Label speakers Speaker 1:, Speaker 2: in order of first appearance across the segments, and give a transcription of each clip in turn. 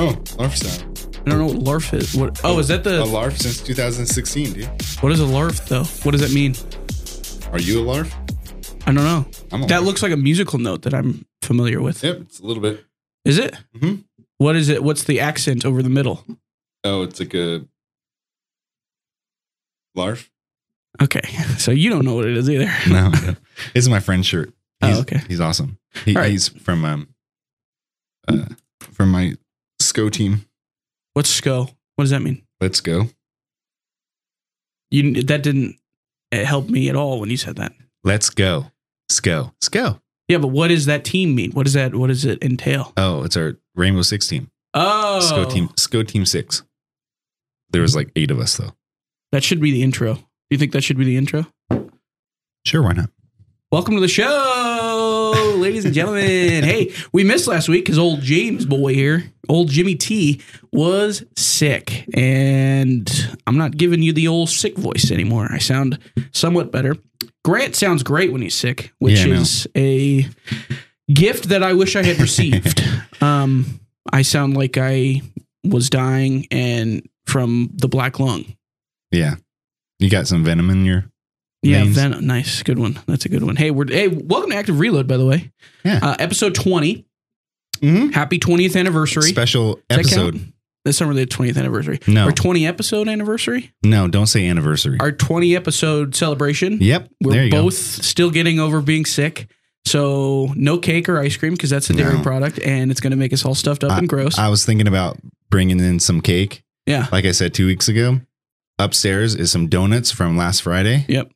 Speaker 1: Oh,
Speaker 2: LARF sound.
Speaker 3: uh, I don't know what LARF is. What? Oh, is that
Speaker 2: A
Speaker 3: the?
Speaker 2: LARF since 2016, dude.
Speaker 3: What is a LARF though? What does that mean?
Speaker 2: Are you a LARF?
Speaker 3: I don't know.
Speaker 2: I'm a
Speaker 3: That
Speaker 2: LARF.
Speaker 3: looks like a musical note that I'm familiar with.
Speaker 2: Yep, it's a little bit.
Speaker 3: Is it?
Speaker 1: Mm-hmm.
Speaker 2: Mhm.
Speaker 3: What is it? What's the accent over the middle?
Speaker 2: Oh, it's like a LARF?
Speaker 3: Okay, so you don't know what it is either.
Speaker 1: No, this is my friend's shirt.
Speaker 3: Oh,
Speaker 1: He's,
Speaker 3: okay.
Speaker 1: He's awesome. He,
Speaker 3: All right.
Speaker 1: He's from um, uh, from my SCO team.
Speaker 3: What's SCO? What does that mean?
Speaker 1: Let's go.
Speaker 3: You that didn't uh, help me at all when you said that.
Speaker 1: Let's go. SCO. SCO.
Speaker 3: Yeah, but what does that team mean? What does that? What does it entail?
Speaker 1: Oh, it's our Rainbow Six team.
Speaker 3: Oh,
Speaker 1: SCO team. SCO team six. There was like eight of us though.
Speaker 3: That should be the intro. Do you think that should be the intro?
Speaker 1: Sure, why not?
Speaker 3: Welcome to the show, ladies and gentlemen. hey, we missed last week because old James boy here, old Jimmy T, was sick. And I'm not giving you the old sick voice anymore. I sound somewhat better. Grant sounds great when he's sick, which
Speaker 1: Yeah, I know.
Speaker 3: is a gift that I wish I had received. um, I sound like I was dying and from the black lung.
Speaker 1: Yeah. You got some venom in your
Speaker 3: Yeah,
Speaker 1: veins?
Speaker 3: Venom. Nice, good one. That's a good one. Hey, we're hey, welcome to Active Reload, by the way.
Speaker 1: Yeah.
Speaker 3: Uh, episode twenty.
Speaker 1: Mhm.
Speaker 3: Happy twentieth anniversary.
Speaker 1: special
Speaker 3: Does that
Speaker 1: episode.
Speaker 3: count? This summer, the twentieth anniversary.
Speaker 1: No,
Speaker 3: Our twenty episode anniversary.
Speaker 1: no, don't say anniversary.
Speaker 3: Our twenty episode celebration.
Speaker 1: yep. there
Speaker 3: We're
Speaker 1: you
Speaker 3: both still getting over being sick. So no cake or ice cream because that's a dairy
Speaker 1: No.
Speaker 3: product and it's going to make us all stuffed up and gross.
Speaker 1: go. I was thinking about bringing in some cake.
Speaker 3: yeah.
Speaker 1: Like I said two weeks ago, upstairs is some donuts from last Friday.
Speaker 3: Yep.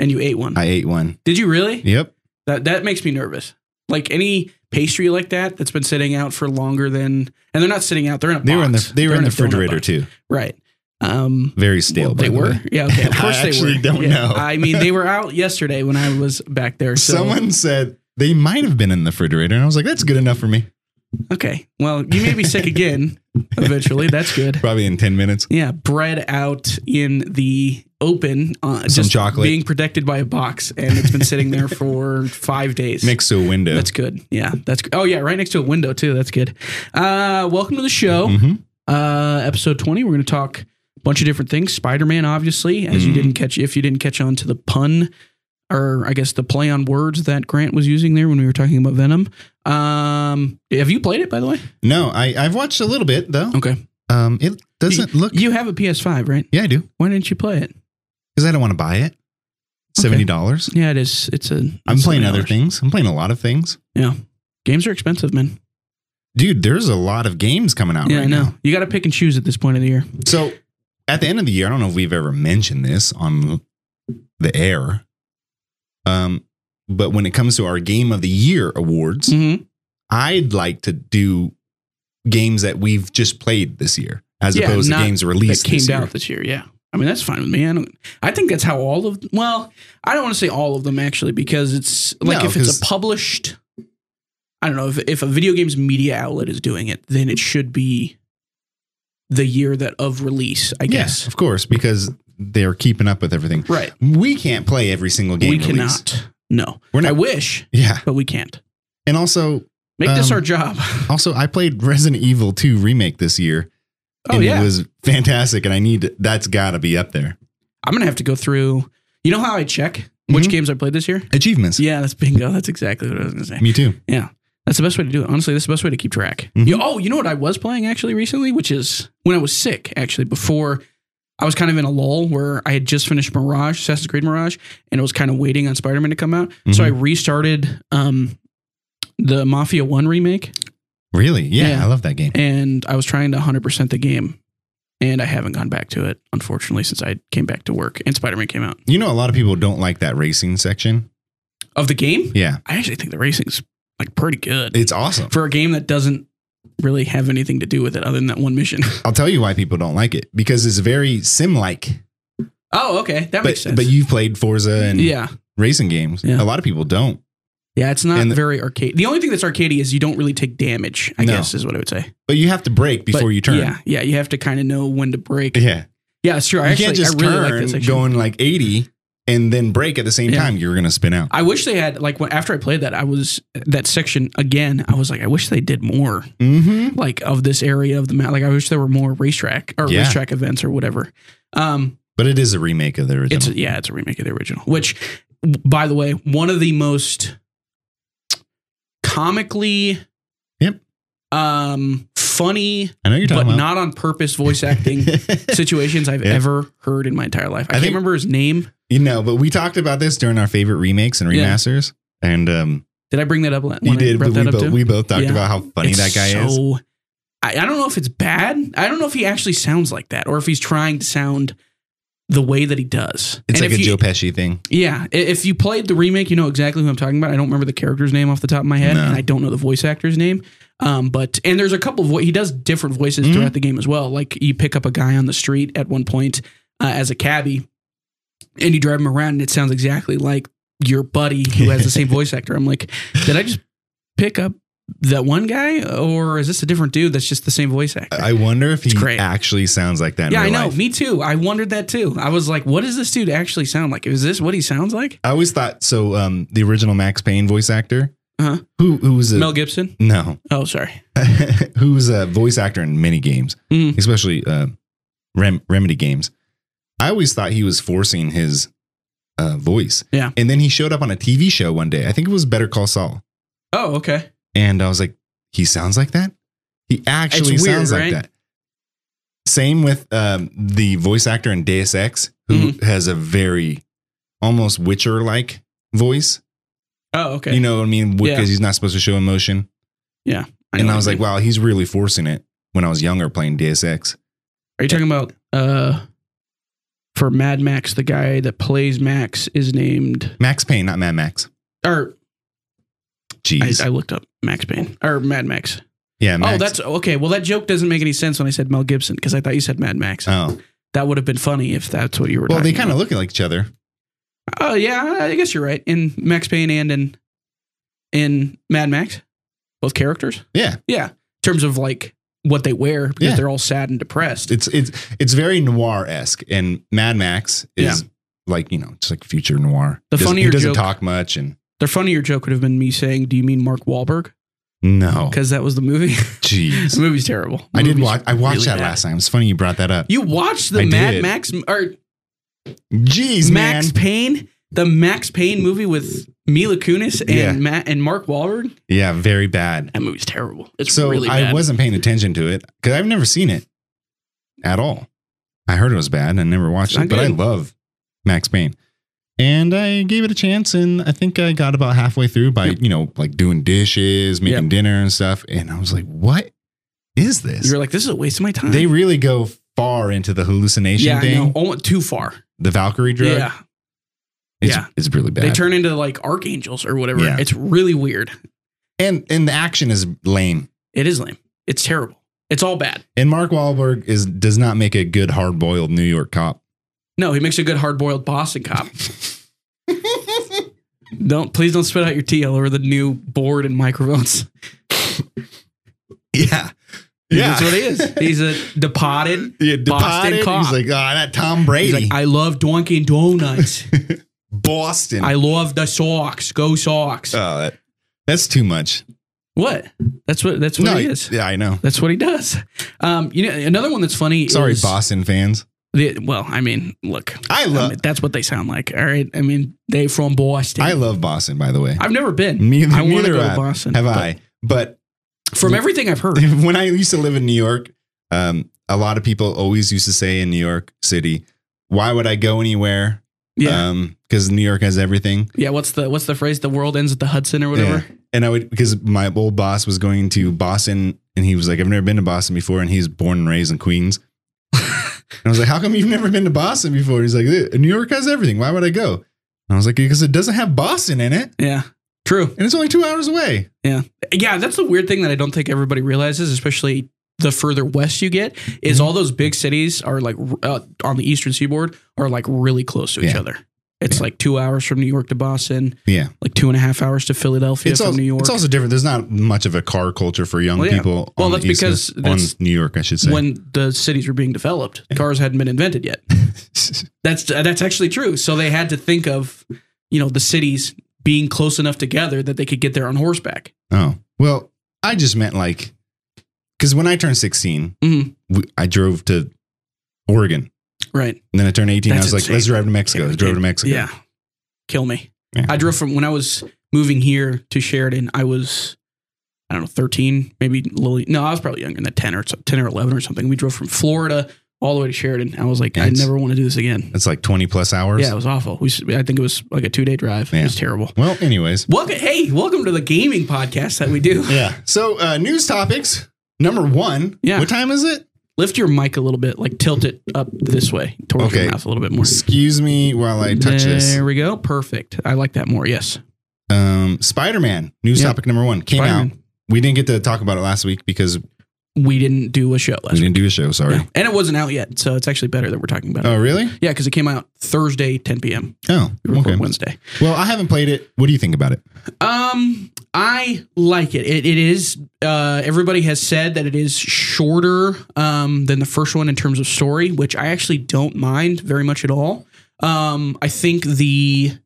Speaker 3: And you ate one.
Speaker 1: I ate one.
Speaker 3: Did you really?
Speaker 1: Yep.
Speaker 3: That that makes me nervous. Like any pastry like that that's been sitting out for longer than, and they're not sitting out. They're in a
Speaker 1: They
Speaker 3: box.
Speaker 1: were in the they were
Speaker 3: They're
Speaker 1: in the
Speaker 3: a donut
Speaker 1: refrigerator
Speaker 3: box.
Speaker 1: too.
Speaker 3: Right. Um,
Speaker 1: Very stale.
Speaker 3: well,
Speaker 1: by
Speaker 3: they
Speaker 1: the
Speaker 3: were.
Speaker 1: way.
Speaker 3: Yeah. Okay. Of
Speaker 1: I
Speaker 3: course they were.
Speaker 1: actually don't
Speaker 3: Yeah.
Speaker 1: know.
Speaker 3: I mean, they were out yesterday when I was back there. So,
Speaker 1: Someone said they might have been in the refrigerator, and I was like, "That's good enough for me."
Speaker 3: okay. Well, you may be sick again eventually. That's good.
Speaker 1: Probably in ten minutes.
Speaker 3: Yeah. Bread out in the open. Uh,
Speaker 1: Some
Speaker 3: just
Speaker 1: chocolate.
Speaker 3: Being protected by a box, and it's been sitting there for five days.
Speaker 1: Next to a window.
Speaker 3: That's good. Yeah, that's oh yeah, right next to a window too. That's good. Uh, welcome to the show,
Speaker 1: Mhm.
Speaker 3: uh, episode twenty. We're going to talk a bunch of different things. Spider Man, obviously, as you
Speaker 1: Mhm.
Speaker 3: didn't catch, if you didn't catch on to the pun, or I guess the play on words that Grant was using there when we were talking about Venom. Um, have you played it by the way?
Speaker 1: No, I I've watched a little bit though.
Speaker 3: Okay,
Speaker 1: Um, it doesn't look.
Speaker 3: you have a PS5, right?
Speaker 1: yeah, I do
Speaker 3: Why didn't you play it?
Speaker 1: because I don't want to buy it. Seventy dollars.
Speaker 3: Yeah, it is. It's a.
Speaker 1: I'm
Speaker 3: it's
Speaker 1: playing
Speaker 3: $7.
Speaker 1: other things. I'm playing a lot of things.
Speaker 3: Yeah, games are expensive, man.
Speaker 1: Dude, there's a lot of games coming out
Speaker 3: yeah,
Speaker 1: right
Speaker 3: I know.
Speaker 1: now.
Speaker 3: You got to pick and choose at this point of the year.
Speaker 1: So at the end of the year, I don't know if we've ever mentioned this on the air. Um, but when it comes to our game of the year awards,
Speaker 3: Mm-hmm.
Speaker 1: I'd like to do games that we've just played this year, as
Speaker 3: Yeah,
Speaker 1: opposed to
Speaker 3: not
Speaker 1: games released
Speaker 3: that came
Speaker 1: this year.
Speaker 3: out this year. Yeah, I mean that's fine with me. I don't. I think that's how all of well, I don't want to say all of them actually because it's like
Speaker 1: No,
Speaker 3: if it's
Speaker 1: 'cause-
Speaker 3: a published, I don't know if if a video games media outlet is doing it, then it should be the year that of release. I
Speaker 1: Yes,
Speaker 3: guess
Speaker 1: of course, because they're keeping up with everything.
Speaker 3: right.
Speaker 1: We can't play every single game.
Speaker 3: we
Speaker 1: release.
Speaker 3: cannot. No,
Speaker 1: We're not-
Speaker 3: I wish,
Speaker 1: Yeah,
Speaker 3: but we can't
Speaker 1: and also,
Speaker 3: make this
Speaker 1: Um,
Speaker 3: our job.
Speaker 1: also, I played Resident Evil 2 remake this year,
Speaker 3: Oh
Speaker 1: and
Speaker 3: yeah,
Speaker 1: it was fantastic. And I need to, that's got to be up there.
Speaker 3: I'm gonna have to go through. You know how I check which
Speaker 1: Mhm.
Speaker 3: games I played this year?
Speaker 1: Achievements.
Speaker 3: Yeah, that's bingo. That's exactly what I was gonna say.
Speaker 1: Me too.
Speaker 3: That's the best way to do it. Honestly, that's the best way to keep track.
Speaker 1: Mhm.
Speaker 3: You- oh, you know what I was playing actually recently, which is when I was sick, actually, before I was kind of in a lull where I had just finished Mirage, Assassin's Creed Mirage, and it was kind of waiting on Spider Man to come out. So
Speaker 1: Mhm.
Speaker 3: I restarted um, the Mafia 1 remake
Speaker 1: Really? Yeah,
Speaker 3: Yeah.
Speaker 1: I love that game.
Speaker 3: and I was trying to 100% the game. And I haven't gone back to it, unfortunately, since I came back to work and Spider Man came out.
Speaker 1: You know, a lot of people don't like that racing section.
Speaker 3: Of the game,
Speaker 1: Yeah,
Speaker 3: I actually think the racing's like pretty good
Speaker 1: it's awesome.
Speaker 3: for a game that doesn't really have anything to do with it other than that one mission.
Speaker 1: I'll tell you why people don't like it because it's very sim-like.
Speaker 3: Oh, okay, that
Speaker 1: But
Speaker 3: makes sense.
Speaker 1: but you've played Forza and
Speaker 3: yeah,
Speaker 1: racing games.
Speaker 3: Yeah.
Speaker 1: A lot of people don't.
Speaker 3: yeah, it's not
Speaker 1: And the-
Speaker 3: very arcade. The only thing that's arcadey is you don't really take damage. I
Speaker 1: No.
Speaker 3: guess is what I would say.
Speaker 1: But you have to brake
Speaker 3: But
Speaker 1: before you turn.
Speaker 3: yeah, yeah, you have to kind of know when to break.
Speaker 1: Yeah.
Speaker 3: Yeah, it's true. I
Speaker 1: you
Speaker 3: actually,
Speaker 1: can't just
Speaker 3: I really like
Speaker 1: turn
Speaker 3: that section.
Speaker 1: going like 80 and then break at the same
Speaker 3: Yeah.
Speaker 1: time, you're going to spin out.
Speaker 3: I wish they had like when, after I played that, I was that section again. I was like, I wish they did more
Speaker 1: Mm-hmm.
Speaker 3: like of this area of the map. Like I wish there were more racetrack or
Speaker 1: Yeah.
Speaker 3: racetrack events or whatever. Um,
Speaker 1: But it is a remake of the original.
Speaker 3: it's yeah, it's a remake of the original. Which, w- by the way, one of the most comically,
Speaker 1: Yep.
Speaker 3: um, funny
Speaker 1: I know you're
Speaker 3: but
Speaker 1: talking about.
Speaker 3: not on purpose voice acting situations I've
Speaker 1: Yeah.
Speaker 3: ever heard in my entire life. I,
Speaker 1: I
Speaker 3: can't
Speaker 1: think-
Speaker 3: remember his name.
Speaker 1: you know, but we talked about this during our favorite remakes and
Speaker 3: Yeah.
Speaker 1: remasters. And um,
Speaker 3: Did I bring that up? When
Speaker 1: you
Speaker 3: I
Speaker 1: did.
Speaker 3: brought
Speaker 1: But we,
Speaker 3: that up
Speaker 1: both,
Speaker 3: too?
Speaker 1: we both talked
Speaker 3: Yeah.
Speaker 1: about how funny
Speaker 3: It's
Speaker 1: that guy is.
Speaker 3: so- I, I don't know if it's bad. I don't know if he actually sounds like that, or if he's trying to sound the way that he does. And
Speaker 1: It's like
Speaker 3: if
Speaker 1: a
Speaker 3: you,
Speaker 1: Joe Pesci thing.
Speaker 3: Yeah, i- if you played the remake, you know exactly who I'm talking about. I don't remember the character's name off the top of my head,
Speaker 1: No.
Speaker 3: and I don't know the voice actor's name. Um, but and there's a couple of vo- he does different voices
Speaker 1: Mhm.
Speaker 3: throughout the game as well. Like you pick up a guy on the street at one point uh, as a cabbie, and you drive him around, and it sounds exactly like your buddy who has the same voice actor. I'm like, did I just pick up that one guy, or is this a different dude that's just the same voice actor?
Speaker 1: I wonder if he
Speaker 3: great.
Speaker 1: actually sounds like that.
Speaker 3: yeah,
Speaker 1: in
Speaker 3: I
Speaker 1: real
Speaker 3: know.
Speaker 1: Life.
Speaker 3: Me too. I wondered that too. I was like, what does this dude actually sound like? Is this what he sounds like?
Speaker 1: I always thought so. Um, the original Max Payne voice actor,
Speaker 3: Uh-huh.
Speaker 1: who who was a
Speaker 3: Mel Gibson?
Speaker 1: no,
Speaker 3: Oh, sorry.
Speaker 1: who was a voice actor in many games,
Speaker 3: Mhm.
Speaker 1: especially uh, Rem- Remedy games. I always thought he was forcing his uh, voice.
Speaker 3: Yeah.
Speaker 1: and then he showed up on a TV show one day. I think it was Better Call Saul,
Speaker 3: Oh, okay.
Speaker 1: and I was like, he sounds like that. He actually
Speaker 3: It's weird,
Speaker 1: sounds
Speaker 3: right?
Speaker 1: like that. Same with um, the voice actor in Deus Ex, who
Speaker 3: Mm-hmm.
Speaker 1: has a very almost Witcher like voice.
Speaker 3: Oh, okay.
Speaker 1: You know what I mean? Because
Speaker 3: Yeah.
Speaker 1: he's not supposed to show emotion.
Speaker 3: know
Speaker 1: and I
Speaker 3: what
Speaker 1: was
Speaker 3: you
Speaker 1: like,
Speaker 3: mean.
Speaker 1: wow, he's really forcing it when I was younger playing Deus Ex.
Speaker 3: are you talking about uh for Mad Max, the guy that plays Max is named
Speaker 1: Max Payne, not Mad Max.
Speaker 3: or I,
Speaker 1: Jeez.
Speaker 3: I looked up Max Payne or Mad Max.
Speaker 1: yeah, Max.
Speaker 3: Oh, that's okay. Well, that joke doesn't make any sense when I said Mel Gibson because I thought you said Mad Max.
Speaker 1: Oh.
Speaker 3: that would have been funny if that's what you were.
Speaker 1: Well, they
Speaker 3: talking
Speaker 1: kind of
Speaker 3: about.
Speaker 1: look like each other.
Speaker 3: Oh yeah, I guess you're right. In Max Payne and in in Mad Max, both characters.
Speaker 1: Yeah.
Speaker 3: Yeah, in terms of like what they wear because
Speaker 1: Yeah.
Speaker 3: they're all sad and depressed.
Speaker 1: It's it's it's very noir esque. And Mad Max is like, you know, it's like future noir.
Speaker 3: The
Speaker 1: Doesn't-
Speaker 3: funnier
Speaker 1: he doesn't
Speaker 3: joke-
Speaker 1: talk much and
Speaker 3: Their funnier joke would have been me saying, "Do you mean Mark Wahlberg?"
Speaker 1: no.
Speaker 3: Because that was the movie. the
Speaker 1: Jeez.
Speaker 3: movie's terrible. The
Speaker 1: I did
Speaker 3: movie's
Speaker 1: watch I watched
Speaker 3: really
Speaker 1: that
Speaker 3: bad.
Speaker 1: last time. It's funny you brought that up.
Speaker 3: You watched the
Speaker 1: I
Speaker 3: Mad
Speaker 1: did.
Speaker 3: Max or
Speaker 1: Jeez,
Speaker 3: Max
Speaker 1: man.
Speaker 3: Payne, the Max Payne movie with Mila Kunis and
Speaker 1: Yeah.
Speaker 3: Matt and Mark Wahlberg.
Speaker 1: Yeah, very bad.
Speaker 3: That movie's terrible. It's
Speaker 1: so
Speaker 3: really
Speaker 1: I
Speaker 3: bad.
Speaker 1: wasn't paying attention to it because I've never seen it at all. I heard it was bad and I never watched
Speaker 3: It's not
Speaker 1: it, but I
Speaker 3: good.
Speaker 1: love Max Payne. And I gave it a chance, and I think I got about halfway through by,
Speaker 3: Yep.
Speaker 1: you know, like doing dishes, making dinner and stuff. And I was like, what is this?
Speaker 3: you were like, this is a waste of my time.
Speaker 1: they really go far into the hallucination
Speaker 3: yeah, I know.
Speaker 1: thing,
Speaker 3: Almost too far.
Speaker 1: the Valkyrie drug.
Speaker 3: Yeah,
Speaker 1: It's,
Speaker 3: yeah.
Speaker 1: it's really bad.
Speaker 3: they turn into like archangels or whatever.
Speaker 1: Yeah.
Speaker 3: It's really weird.
Speaker 1: and, and the action is lame.
Speaker 3: It is lame. It's terrible. It's all bad.
Speaker 1: And Mark Wahlberg is does not make a good hard boiled New York cop.
Speaker 3: No, he makes a good hard-boiled Boston cop. don't please don't spit out your tea all over the new board and microphones.
Speaker 1: Yeah.
Speaker 3: That's what he is. He's a departed.
Speaker 1: Yeah,
Speaker 3: Boston
Speaker 1: departed.
Speaker 3: cop.
Speaker 1: He's like, ah, that Tom Brady.
Speaker 3: He's like, I love Dunkin' Donuts.
Speaker 1: Boston.
Speaker 3: I love the socks. Go socks.
Speaker 1: oh, that, that's too much.
Speaker 3: what? That's what. That's what
Speaker 1: no,
Speaker 3: he is.
Speaker 1: yeah, I know.
Speaker 3: That's what he does. Um, you know, another one that's funny.
Speaker 1: Sorry,
Speaker 3: is
Speaker 1: Boston fans.
Speaker 3: the- well, I mean, look,
Speaker 1: I
Speaker 3: I
Speaker 1: love,
Speaker 3: mean, that's what they sound like. All right. I mean, they from Boston.
Speaker 1: I love Boston. By the way,
Speaker 3: I've never been.
Speaker 1: neither,
Speaker 3: I want to
Speaker 1: neither
Speaker 3: go to
Speaker 1: have,
Speaker 3: Boston.
Speaker 1: have
Speaker 3: but
Speaker 1: I. But
Speaker 3: From everything I've heard.
Speaker 1: when I used to live in New York, um, a lot of people always used to say in New York City, "Why would I go anywhere?"
Speaker 3: Yeah.
Speaker 1: because New York has everything.
Speaker 3: yeah. What's the What's the phrase? The world ends at the Hudson or whatever.
Speaker 1: And I would because my old boss was going to Boston and he was like, I've never been to Boston before, and he's born and raised in Queens. and I was like, How come you've never been to Boston before? He's like, "Eh, New York has everything. Why would I go? And I was like, Because it doesn't have Boston in it,
Speaker 3: Yeah. True.
Speaker 1: and it's only two hours away.
Speaker 3: Yeah, that's the weird thing that I don't think everybody realizes, especially the further west you get,
Speaker 1: Mm-hmm.
Speaker 3: is all those big cities are like r- uh, on the eastern seaboard are like really close to each
Speaker 1: Yeah.
Speaker 3: other. It's like two hours from New York to Boston,
Speaker 1: Yeah.
Speaker 3: like two and a half hours to Philadelphia
Speaker 1: It's
Speaker 3: from
Speaker 1: also,
Speaker 3: New York.
Speaker 1: it's also different. There's not much of a car culture for young
Speaker 3: Well, yeah.
Speaker 1: people.
Speaker 3: Well,
Speaker 1: on the
Speaker 3: that's
Speaker 1: East
Speaker 3: because
Speaker 1: Coast-
Speaker 3: that's
Speaker 1: on New York, I should say.
Speaker 3: when the cities were being developed, cars hadn't been invented yet. That's uh, that's actually true. So they had to think of, you know, the cities being close enough together that they could get there on horseback.
Speaker 1: oh well, I just meant like because when I turned 16,
Speaker 3: Mhm.
Speaker 1: we, I drove to Oregon,
Speaker 3: Right.
Speaker 1: and then I turned 18.
Speaker 3: That's
Speaker 1: I was like,
Speaker 3: insane.
Speaker 1: let's drive to Mexico. I drove to Mexico.
Speaker 3: Yeah. Kill me.
Speaker 1: Yeah.
Speaker 3: I drove from when I was moving here to Sheridan, I was I don't know, 13, maybe a little no, I was probably younger than that, 10 or so- 10 or 11 or something. We drove from Florida all the way to Sheridan. I was like, I
Speaker 1: Nice.
Speaker 3: never want to do this again.
Speaker 1: That's like 20 plus hours.
Speaker 3: Yeah, it was awful. We s- I think it was like a 2-day drive. It
Speaker 1: Yeah.
Speaker 3: was terrible.
Speaker 1: Well, anyways.
Speaker 3: Welcome, hey, welcome to the gaming podcast that we do.
Speaker 1: Yeah. So uh, news topics number one.
Speaker 3: Yeah.
Speaker 1: What time is it?
Speaker 3: Lift your mic a little bit, like tilt it up this way towards
Speaker 1: Okay.
Speaker 3: your mouth a little bit more.
Speaker 1: Excuse me while I touch
Speaker 3: there
Speaker 1: this.
Speaker 3: we go. Perfect. I like that more. Yes.
Speaker 1: Um, Spider Man news
Speaker 3: Yeah.
Speaker 1: topic number one came out.
Speaker 3: Spider-Man.
Speaker 1: We didn't get to talk about it last week because
Speaker 3: We didn't do a show
Speaker 1: we
Speaker 3: last week.
Speaker 1: didn't do a show. Sorry.
Speaker 3: Yeah. And it wasn't out yet. So it's actually better that we're talking about it.
Speaker 1: Oh, really?
Speaker 3: Yeah, because it came out Thursday, 10 p.m.
Speaker 1: Oh,
Speaker 3: We record
Speaker 1: okay.
Speaker 3: Wednesday.
Speaker 1: Well, I haven't played it. What do you think about it?
Speaker 3: Um, I like it. It, it is. Uh, everybody has said that it is shorter um, than the first one in terms of story, which I actually don't mind very much at all. Um, I think the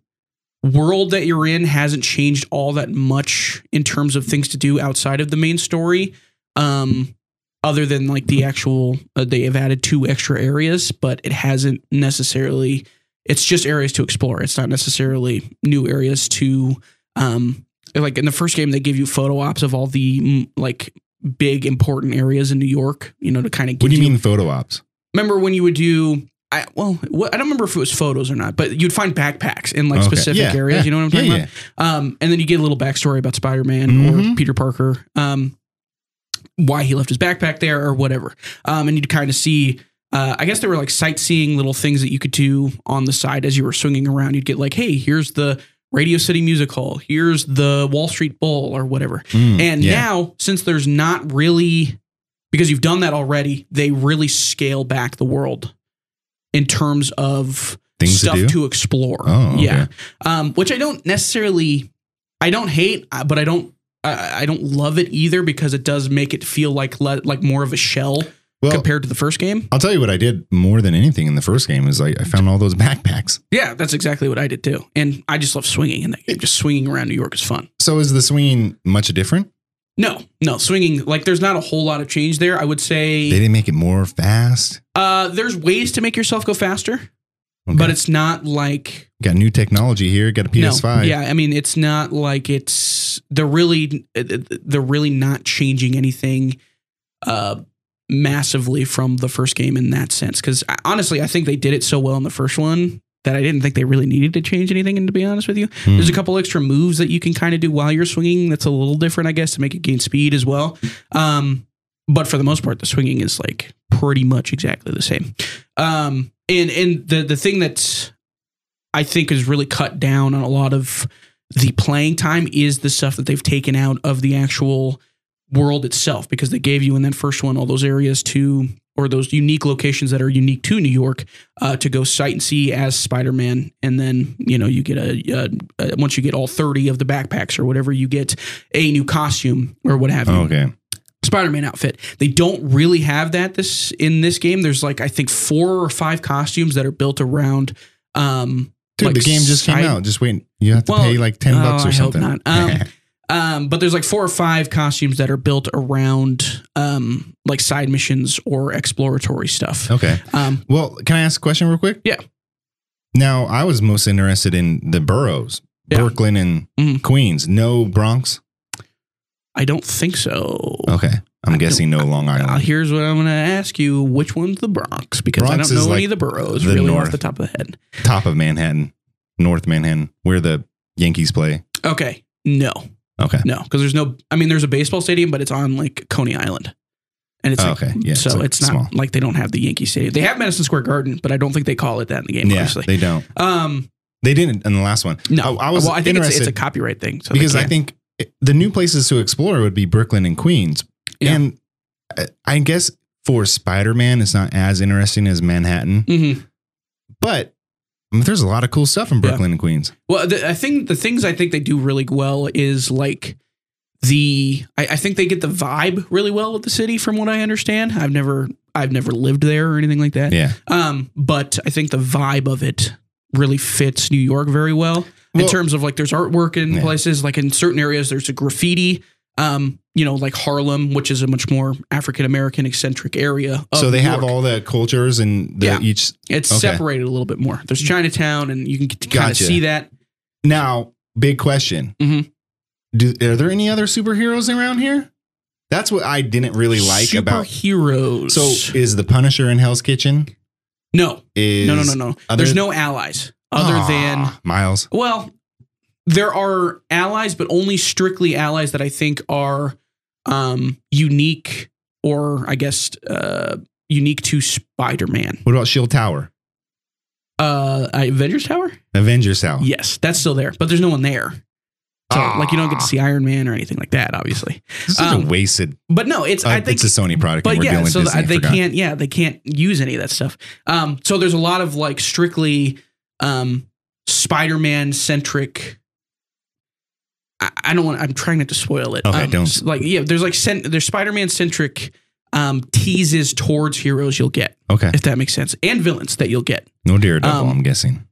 Speaker 3: world that you're in hasn't changed all that much in terms of things to do outside of the main story. Um, other than like the actual, uh, they have added two extra areas, but it hasn't necessarily. It's just areas to explore. It's not necessarily new areas to um like in the first game they give you photo ops of all the mm, like big important areas in new york you know to kind of give
Speaker 1: What do you mean photo ops?
Speaker 3: remember when you would do I, well, what, I don't remember if it was photos or not, but you'd find backpacks in like
Speaker 1: Okay.
Speaker 3: specific
Speaker 1: Yeah,
Speaker 3: areas.
Speaker 1: yeah,
Speaker 3: You know what I'm
Speaker 1: Yeah,
Speaker 3: talking about?
Speaker 1: yeah.
Speaker 3: Um, and then you get a little backstory about Spider Man or
Speaker 1: Mhm.
Speaker 3: Peter Parker, um, why he left his backpack there or whatever. Um, and you'd kind of see, uh, I guess there were like sightseeing little things that you could do on the side as you were swinging around. You'd get like, hey, here's the Radio City Music Hall, here's the Wall Street Bowl or whatever.
Speaker 1: Mm,
Speaker 3: And
Speaker 1: yeah.
Speaker 3: now, since there's not really, because you've done that already, they really scale back the world in terms of
Speaker 1: things
Speaker 3: stuff
Speaker 1: to
Speaker 3: to,
Speaker 1: do.
Speaker 3: explore.
Speaker 1: Oh, okay.
Speaker 3: yeah. Um, which I don't necessarily, I don't hate, uh, but I don't, I, I don't love it either because it does make it feel like le- like more of a shell
Speaker 1: well,
Speaker 3: compared to the first game.
Speaker 1: I'll tell you what I did more than anything in the first game is like I found all those backpacks.
Speaker 3: Yeah, that's exactly what I did too, and I just love swinging in that game. Just swinging around New York is fun.
Speaker 1: So is the swinging much different?
Speaker 3: No, no, swinging like there's not a whole lot of change there. I would
Speaker 1: They
Speaker 3: say
Speaker 1: didn't make it more fast.
Speaker 3: uh, there's ways to make yourself go faster.
Speaker 1: Okay.
Speaker 3: but it's not like
Speaker 1: got new technology here. Got a PS5.
Speaker 3: No, yeah, I mean, it's not like it's they're really they're really not changing anything uh, massively from the first game in that sense. Because honestly, I think they did it so well in the first one that I didn't think they really needed to change anything. And to be honest with you,
Speaker 1: Hmm.
Speaker 3: there's a couple extra moves that you can kind of do while you're swinging. That's a little different, I guess, to make it gain speed as well. Um, but for the most part, the swinging is like pretty much exactly the same. Um, and and the the thing that's I think is really cut down on a lot of the playing time is the stuff that they've taken out of the actual world itself because they gave you in that first one all those areas to or those unique locations that are unique to New York uh, to go sight and see as Spider Man, and then you know you get a, a, a once you get all thirty of the backpacks or whatever, you get a new costume or what have you.
Speaker 1: Oh, okay.
Speaker 3: Spider-Man outfit. They don't really have that this in this game. There's like I think four or five costumes that are built around. Um,
Speaker 1: Dude,
Speaker 3: like
Speaker 1: the game just
Speaker 3: side-
Speaker 1: came out. Just wait. You have to
Speaker 3: Well,
Speaker 1: pay like ten
Speaker 3: oh,
Speaker 1: bucks or
Speaker 3: I hope
Speaker 1: something.
Speaker 3: not. Um, um, but there's like four or five costumes that are built around um, like side missions or exploratory stuff.
Speaker 1: okay.
Speaker 3: Um,
Speaker 1: Well, can I ask a question real quick?
Speaker 3: Yeah.
Speaker 1: Now, I was most interested in the boroughs,
Speaker 3: Yeah.
Speaker 1: Brooklyn and
Speaker 3: Mhm.
Speaker 1: Queens. No Bronx.
Speaker 3: I don't think so.
Speaker 1: Okay, I'm
Speaker 3: I
Speaker 1: guessing no Long
Speaker 3: Uh,
Speaker 1: Island.
Speaker 3: here's what I'm going to ask you: Which one's the Bronx? Because
Speaker 1: Bronx
Speaker 3: I don't
Speaker 1: is,
Speaker 3: know any
Speaker 1: like,
Speaker 3: of the boroughs
Speaker 1: the
Speaker 3: really off
Speaker 1: north.
Speaker 3: the top of the head.
Speaker 1: Top of Manhattan, North Manhattan, where the Yankees play.
Speaker 3: Okay, no,
Speaker 1: Okay.
Speaker 3: No, because there's no. I mean, there's a baseball stadium, but it's on like Coney Island, and it's
Speaker 1: Oh,
Speaker 3: like,
Speaker 1: okay. Yeah,
Speaker 3: so
Speaker 1: it's,
Speaker 3: it's,
Speaker 1: like,
Speaker 3: not
Speaker 1: small.
Speaker 3: like they don't have the Yankee Stadium. They have Madison Square Garden, but I don't think they call it that in the game.
Speaker 1: yeah,
Speaker 3: obviously,
Speaker 1: they don't.
Speaker 3: um,
Speaker 1: They didn't in the last one
Speaker 3: no,
Speaker 1: Oh, I was
Speaker 3: well, I think it's,
Speaker 1: interested
Speaker 3: it's a copyright thing. So they
Speaker 1: because I
Speaker 3: can't.
Speaker 1: think it- the new places to explore would be Brooklyn and Queens,
Speaker 3: Yeah.
Speaker 1: and I- I guess
Speaker 3: Mm-hmm.
Speaker 1: for Spider Man, it's not as interesting as Manhattan.
Speaker 3: Mhm.
Speaker 1: But I mean, there's a lot of cool stuff in
Speaker 3: Yeah.
Speaker 1: Brooklyn and Queens.
Speaker 3: Well, the, I think the things I think they do really well is like the I, I think they get the vibe really well of the city from what I understand. I've never I've never lived there or anything like that.
Speaker 1: Yeah.
Speaker 3: Um, but I think the vibe of it really fits New York very well in
Speaker 1: Well-
Speaker 3: terms of like there's artwork in
Speaker 1: Yeah.
Speaker 3: places like in certain areas there's a graffiti. Um, you know, like Harlem, which is a much more African American eccentric area. Of
Speaker 1: so they
Speaker 3: New
Speaker 1: have
Speaker 3: York.
Speaker 1: all the cultures and the
Speaker 3: Yeah.
Speaker 1: each.
Speaker 3: it's
Speaker 1: okay.
Speaker 3: separated a little bit more. There's Chinatown, and you can kind of
Speaker 1: Gotcha.
Speaker 3: see that.
Speaker 1: Now, big question.
Speaker 3: Mhm.
Speaker 1: Do, are there any other superheroes around here? That's what I didn't really like about.
Speaker 3: heroes.
Speaker 1: So is the Punisher in Hell's Kitchen?
Speaker 3: no,
Speaker 1: Is
Speaker 3: no, no, no, no.
Speaker 1: other-
Speaker 3: There's no allies other
Speaker 1: Aw,
Speaker 3: than
Speaker 1: Miles.
Speaker 3: well, there are allies, but only strictly allies that I think are um, unique or I guess uh, unique to Spider-Man.
Speaker 1: What about Shield Tower?
Speaker 3: Uh, Avengers Tower.
Speaker 1: Avengers Tower.
Speaker 3: Yes, that's still there, but there's no one there. So
Speaker 1: Ah.
Speaker 3: like you don't get to see Iron Man or anything like that, obviously.
Speaker 1: This is
Speaker 3: Um,
Speaker 1: a wasted.
Speaker 3: But no, it's
Speaker 1: uh,
Speaker 3: I think
Speaker 1: it's a Sony product, and
Speaker 3: but
Speaker 1: we're
Speaker 3: yeah,
Speaker 1: dealing with
Speaker 3: so
Speaker 1: Disney.
Speaker 3: th- they
Speaker 1: forgot.
Speaker 3: can't. Yeah, they can't use any of that stuff. Um, so there's a lot of like strictly um, Spider-Man centric. I, I don't want. I'm trying not to spoil it.
Speaker 1: Okay,
Speaker 3: Um,
Speaker 1: don't.
Speaker 3: s- Like yeah, there's like cent- there's Spider-Man centric um, teases towards heroes you'll get
Speaker 1: Okay,
Speaker 3: if that makes sense, and villains that you'll get.
Speaker 1: no Daredevil.
Speaker 3: Um,
Speaker 1: I'm guessing.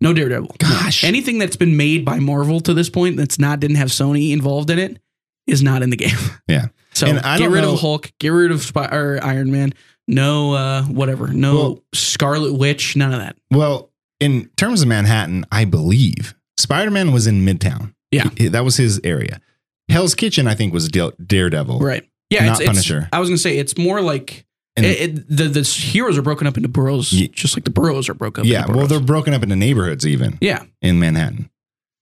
Speaker 3: No Daredevil. No.
Speaker 1: Gosh.
Speaker 3: anything that's been made by Marvel to this point that's not didn't have Sony involved in it is not in the game.
Speaker 1: Yeah.
Speaker 3: So
Speaker 1: And I
Speaker 3: get
Speaker 1: don't
Speaker 3: rid
Speaker 1: know-
Speaker 3: of Hulk. Get rid of Spy- or Iron Man. No, uh, whatever. No
Speaker 1: Well-
Speaker 3: Scarlet Witch. None of that.
Speaker 1: Well, in terms of Manhattan, I believe Spider-Man was in Midtown.
Speaker 3: Yeah.
Speaker 1: He- that was his area. Hell's Kitchen, I think, was Dare- Daredevil.
Speaker 3: Right. Yeah.
Speaker 1: Not
Speaker 3: it's, it's-
Speaker 1: Punisher.
Speaker 3: I was gonna say it's more like
Speaker 1: And-
Speaker 3: it, it- the the heroes are broken up into boroughs,
Speaker 1: Ye-
Speaker 3: just like the boroughs are broken up.
Speaker 1: Yeah.
Speaker 3: into
Speaker 1: Well,
Speaker 3: boroughs.
Speaker 1: they're broken up into neighborhoods, even
Speaker 3: yeah.
Speaker 1: in Manhattan.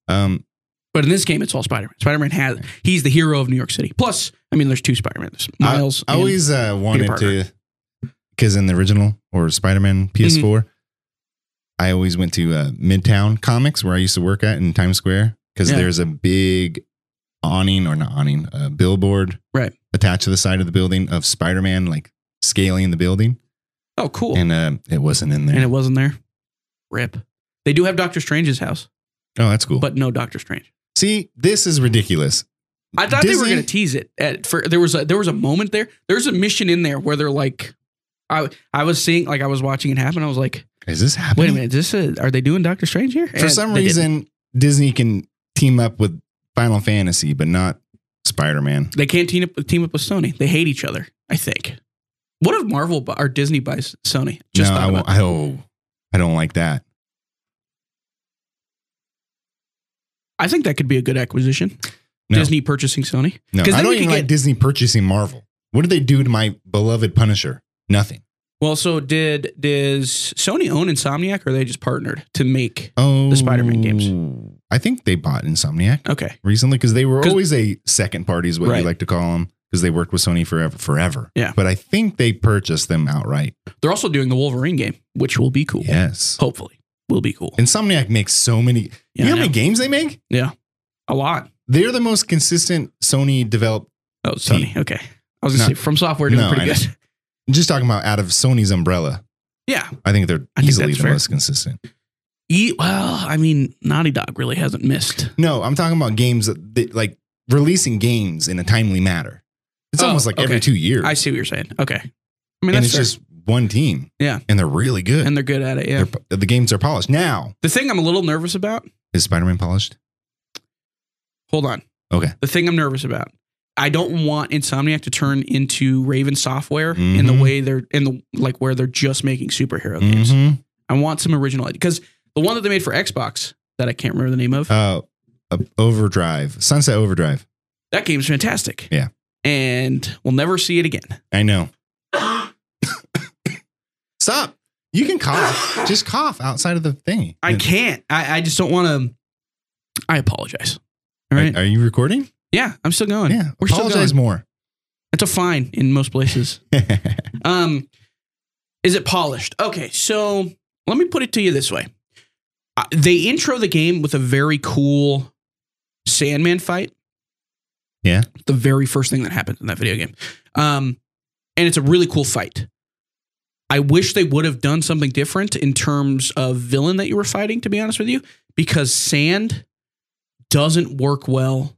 Speaker 1: Um,
Speaker 3: But in this game, it's all Spider Man. Spider Man has he's the hero of New York City. Plus, I mean, there's two Spider Mans. Miles.
Speaker 1: I
Speaker 3: and-
Speaker 1: always uh, wanted
Speaker 3: Parker. Mm-hmm.
Speaker 1: to, because in the original or Spider-Man PS4, I always went to uh, Midtown Comics where I used to work at in Times Square because
Speaker 3: Yeah.
Speaker 1: there's a big awning or not awning, a billboard
Speaker 3: Right.
Speaker 1: attached to the side of the building of Spider-Man like scaling the building,
Speaker 3: oh, cool.
Speaker 1: and uh, it wasn't in there.
Speaker 3: and it wasn't there. Rip. They do have Doctor Strange's house,
Speaker 1: oh, that's cool. But
Speaker 3: but no Doctor Strange.
Speaker 1: see, this is ridiculous.
Speaker 3: I thought they were
Speaker 1: Disney-
Speaker 3: going to tease it at for there was a there was a moment there. There's a mission in there where they're like I I was seeing like I was watching it happen. I was like,
Speaker 1: Is this happening?
Speaker 3: wait a minute, is this a, are they doing Doctor Strange here?
Speaker 1: For
Speaker 3: And
Speaker 1: some
Speaker 3: they didn't.
Speaker 1: reason, Disney can team up with Final Fantasy, but not Spider-Man.
Speaker 3: they can't team up team up with Sony. They hate each other. I think. What if Marvel bu- or Disney buys Sony? Just
Speaker 1: no,
Speaker 3: thought
Speaker 1: I
Speaker 3: about
Speaker 1: won't. I, oh, I don't like that.
Speaker 3: I think that could be a good acquisition.
Speaker 1: No.
Speaker 3: Disney purchasing Sony.
Speaker 1: No,
Speaker 3: 'Cause
Speaker 1: I
Speaker 3: then
Speaker 1: don't
Speaker 3: we
Speaker 1: even
Speaker 3: could
Speaker 1: like
Speaker 3: get-
Speaker 1: Disney purchasing Marvel. What did they do to my beloved Punisher? Nothing.
Speaker 3: Well, so did does Sony own Insomniac or they just partnered to make?
Speaker 1: Oh,
Speaker 3: Spider-Man
Speaker 1: games. I think they bought Insomniac
Speaker 3: Okay.
Speaker 1: recently because they were
Speaker 3: 'Cause-
Speaker 1: always a second party, is what
Speaker 3: Right.
Speaker 1: we like to call them, because they worked with Sony forever, forever.
Speaker 3: Yeah.
Speaker 1: But I think they purchased them outright.
Speaker 3: They're also doing the Wolverine game, which will be cool.
Speaker 1: Yes.
Speaker 3: Hopefully, will be cool.
Speaker 1: Insomniac makes so many.
Speaker 3: Yeah,
Speaker 1: you know
Speaker 3: I
Speaker 1: how many games they make?
Speaker 3: A lot.
Speaker 1: They're the most consistent Sony developed.
Speaker 3: Oh, Sony. Okay. I was gonna
Speaker 1: No.
Speaker 3: say from software doing
Speaker 1: No, I
Speaker 3: pretty
Speaker 1: know.
Speaker 3: good.
Speaker 1: Just talking about out of Sony's umbrella,
Speaker 3: Yeah.
Speaker 1: I think they're
Speaker 3: I think
Speaker 1: easily
Speaker 3: that's
Speaker 1: the
Speaker 3: fair.
Speaker 1: most consistent.
Speaker 3: E- well, I mean, Naughty Dog really hasn't missed.
Speaker 1: No, I'm talking about games that, that like releasing games in a timely manner. It's
Speaker 3: Oh,
Speaker 1: almost like every
Speaker 3: okay.
Speaker 1: two years.
Speaker 3: I see what you're saying. Okay. I mean,
Speaker 1: and
Speaker 3: that's
Speaker 1: it's
Speaker 3: fair.
Speaker 1: just one team.
Speaker 3: Yeah.
Speaker 1: And they're really good.
Speaker 3: and they're good at it. Yeah.
Speaker 1: They're po- the games are polished. Now,
Speaker 3: the thing I'm a little nervous about.
Speaker 1: is Spider Man polished?
Speaker 3: Hold on.
Speaker 1: Okay.
Speaker 3: The thing I'm nervous about. I don't want Insomniac to turn into Raven Software in the
Speaker 1: Mhm.
Speaker 3: way they're in the like where they're just making superhero games.
Speaker 1: Mhm.
Speaker 3: I want some original because the one that they made for Xbox that I can't remember the name of.
Speaker 1: Uh, uh, Overdrive, Sunset Overdrive.
Speaker 3: that game's fantastic.
Speaker 1: Yeah.
Speaker 3: And we'll never see it again.
Speaker 1: I know. Stop. You can cough. just cough outside of the thingy.
Speaker 3: I can't. I, I just don't want to. I apologize. All right.
Speaker 1: Are, are you recording?
Speaker 3: yeah, I'm still going.
Speaker 1: Yeah.
Speaker 3: We're still
Speaker 1: Apologize more.
Speaker 3: It's a fine in most places. um, is it polished? Okay, so let me put it to you this way: Uh, they intro the game with a very cool Sandman fight.
Speaker 1: Yeah.
Speaker 3: the very first thing that happens in that video game, um, and it's a really cool fight. I wish they would have done something different in terms of villain that you were fighting, to be honest with you, because sand doesn't work well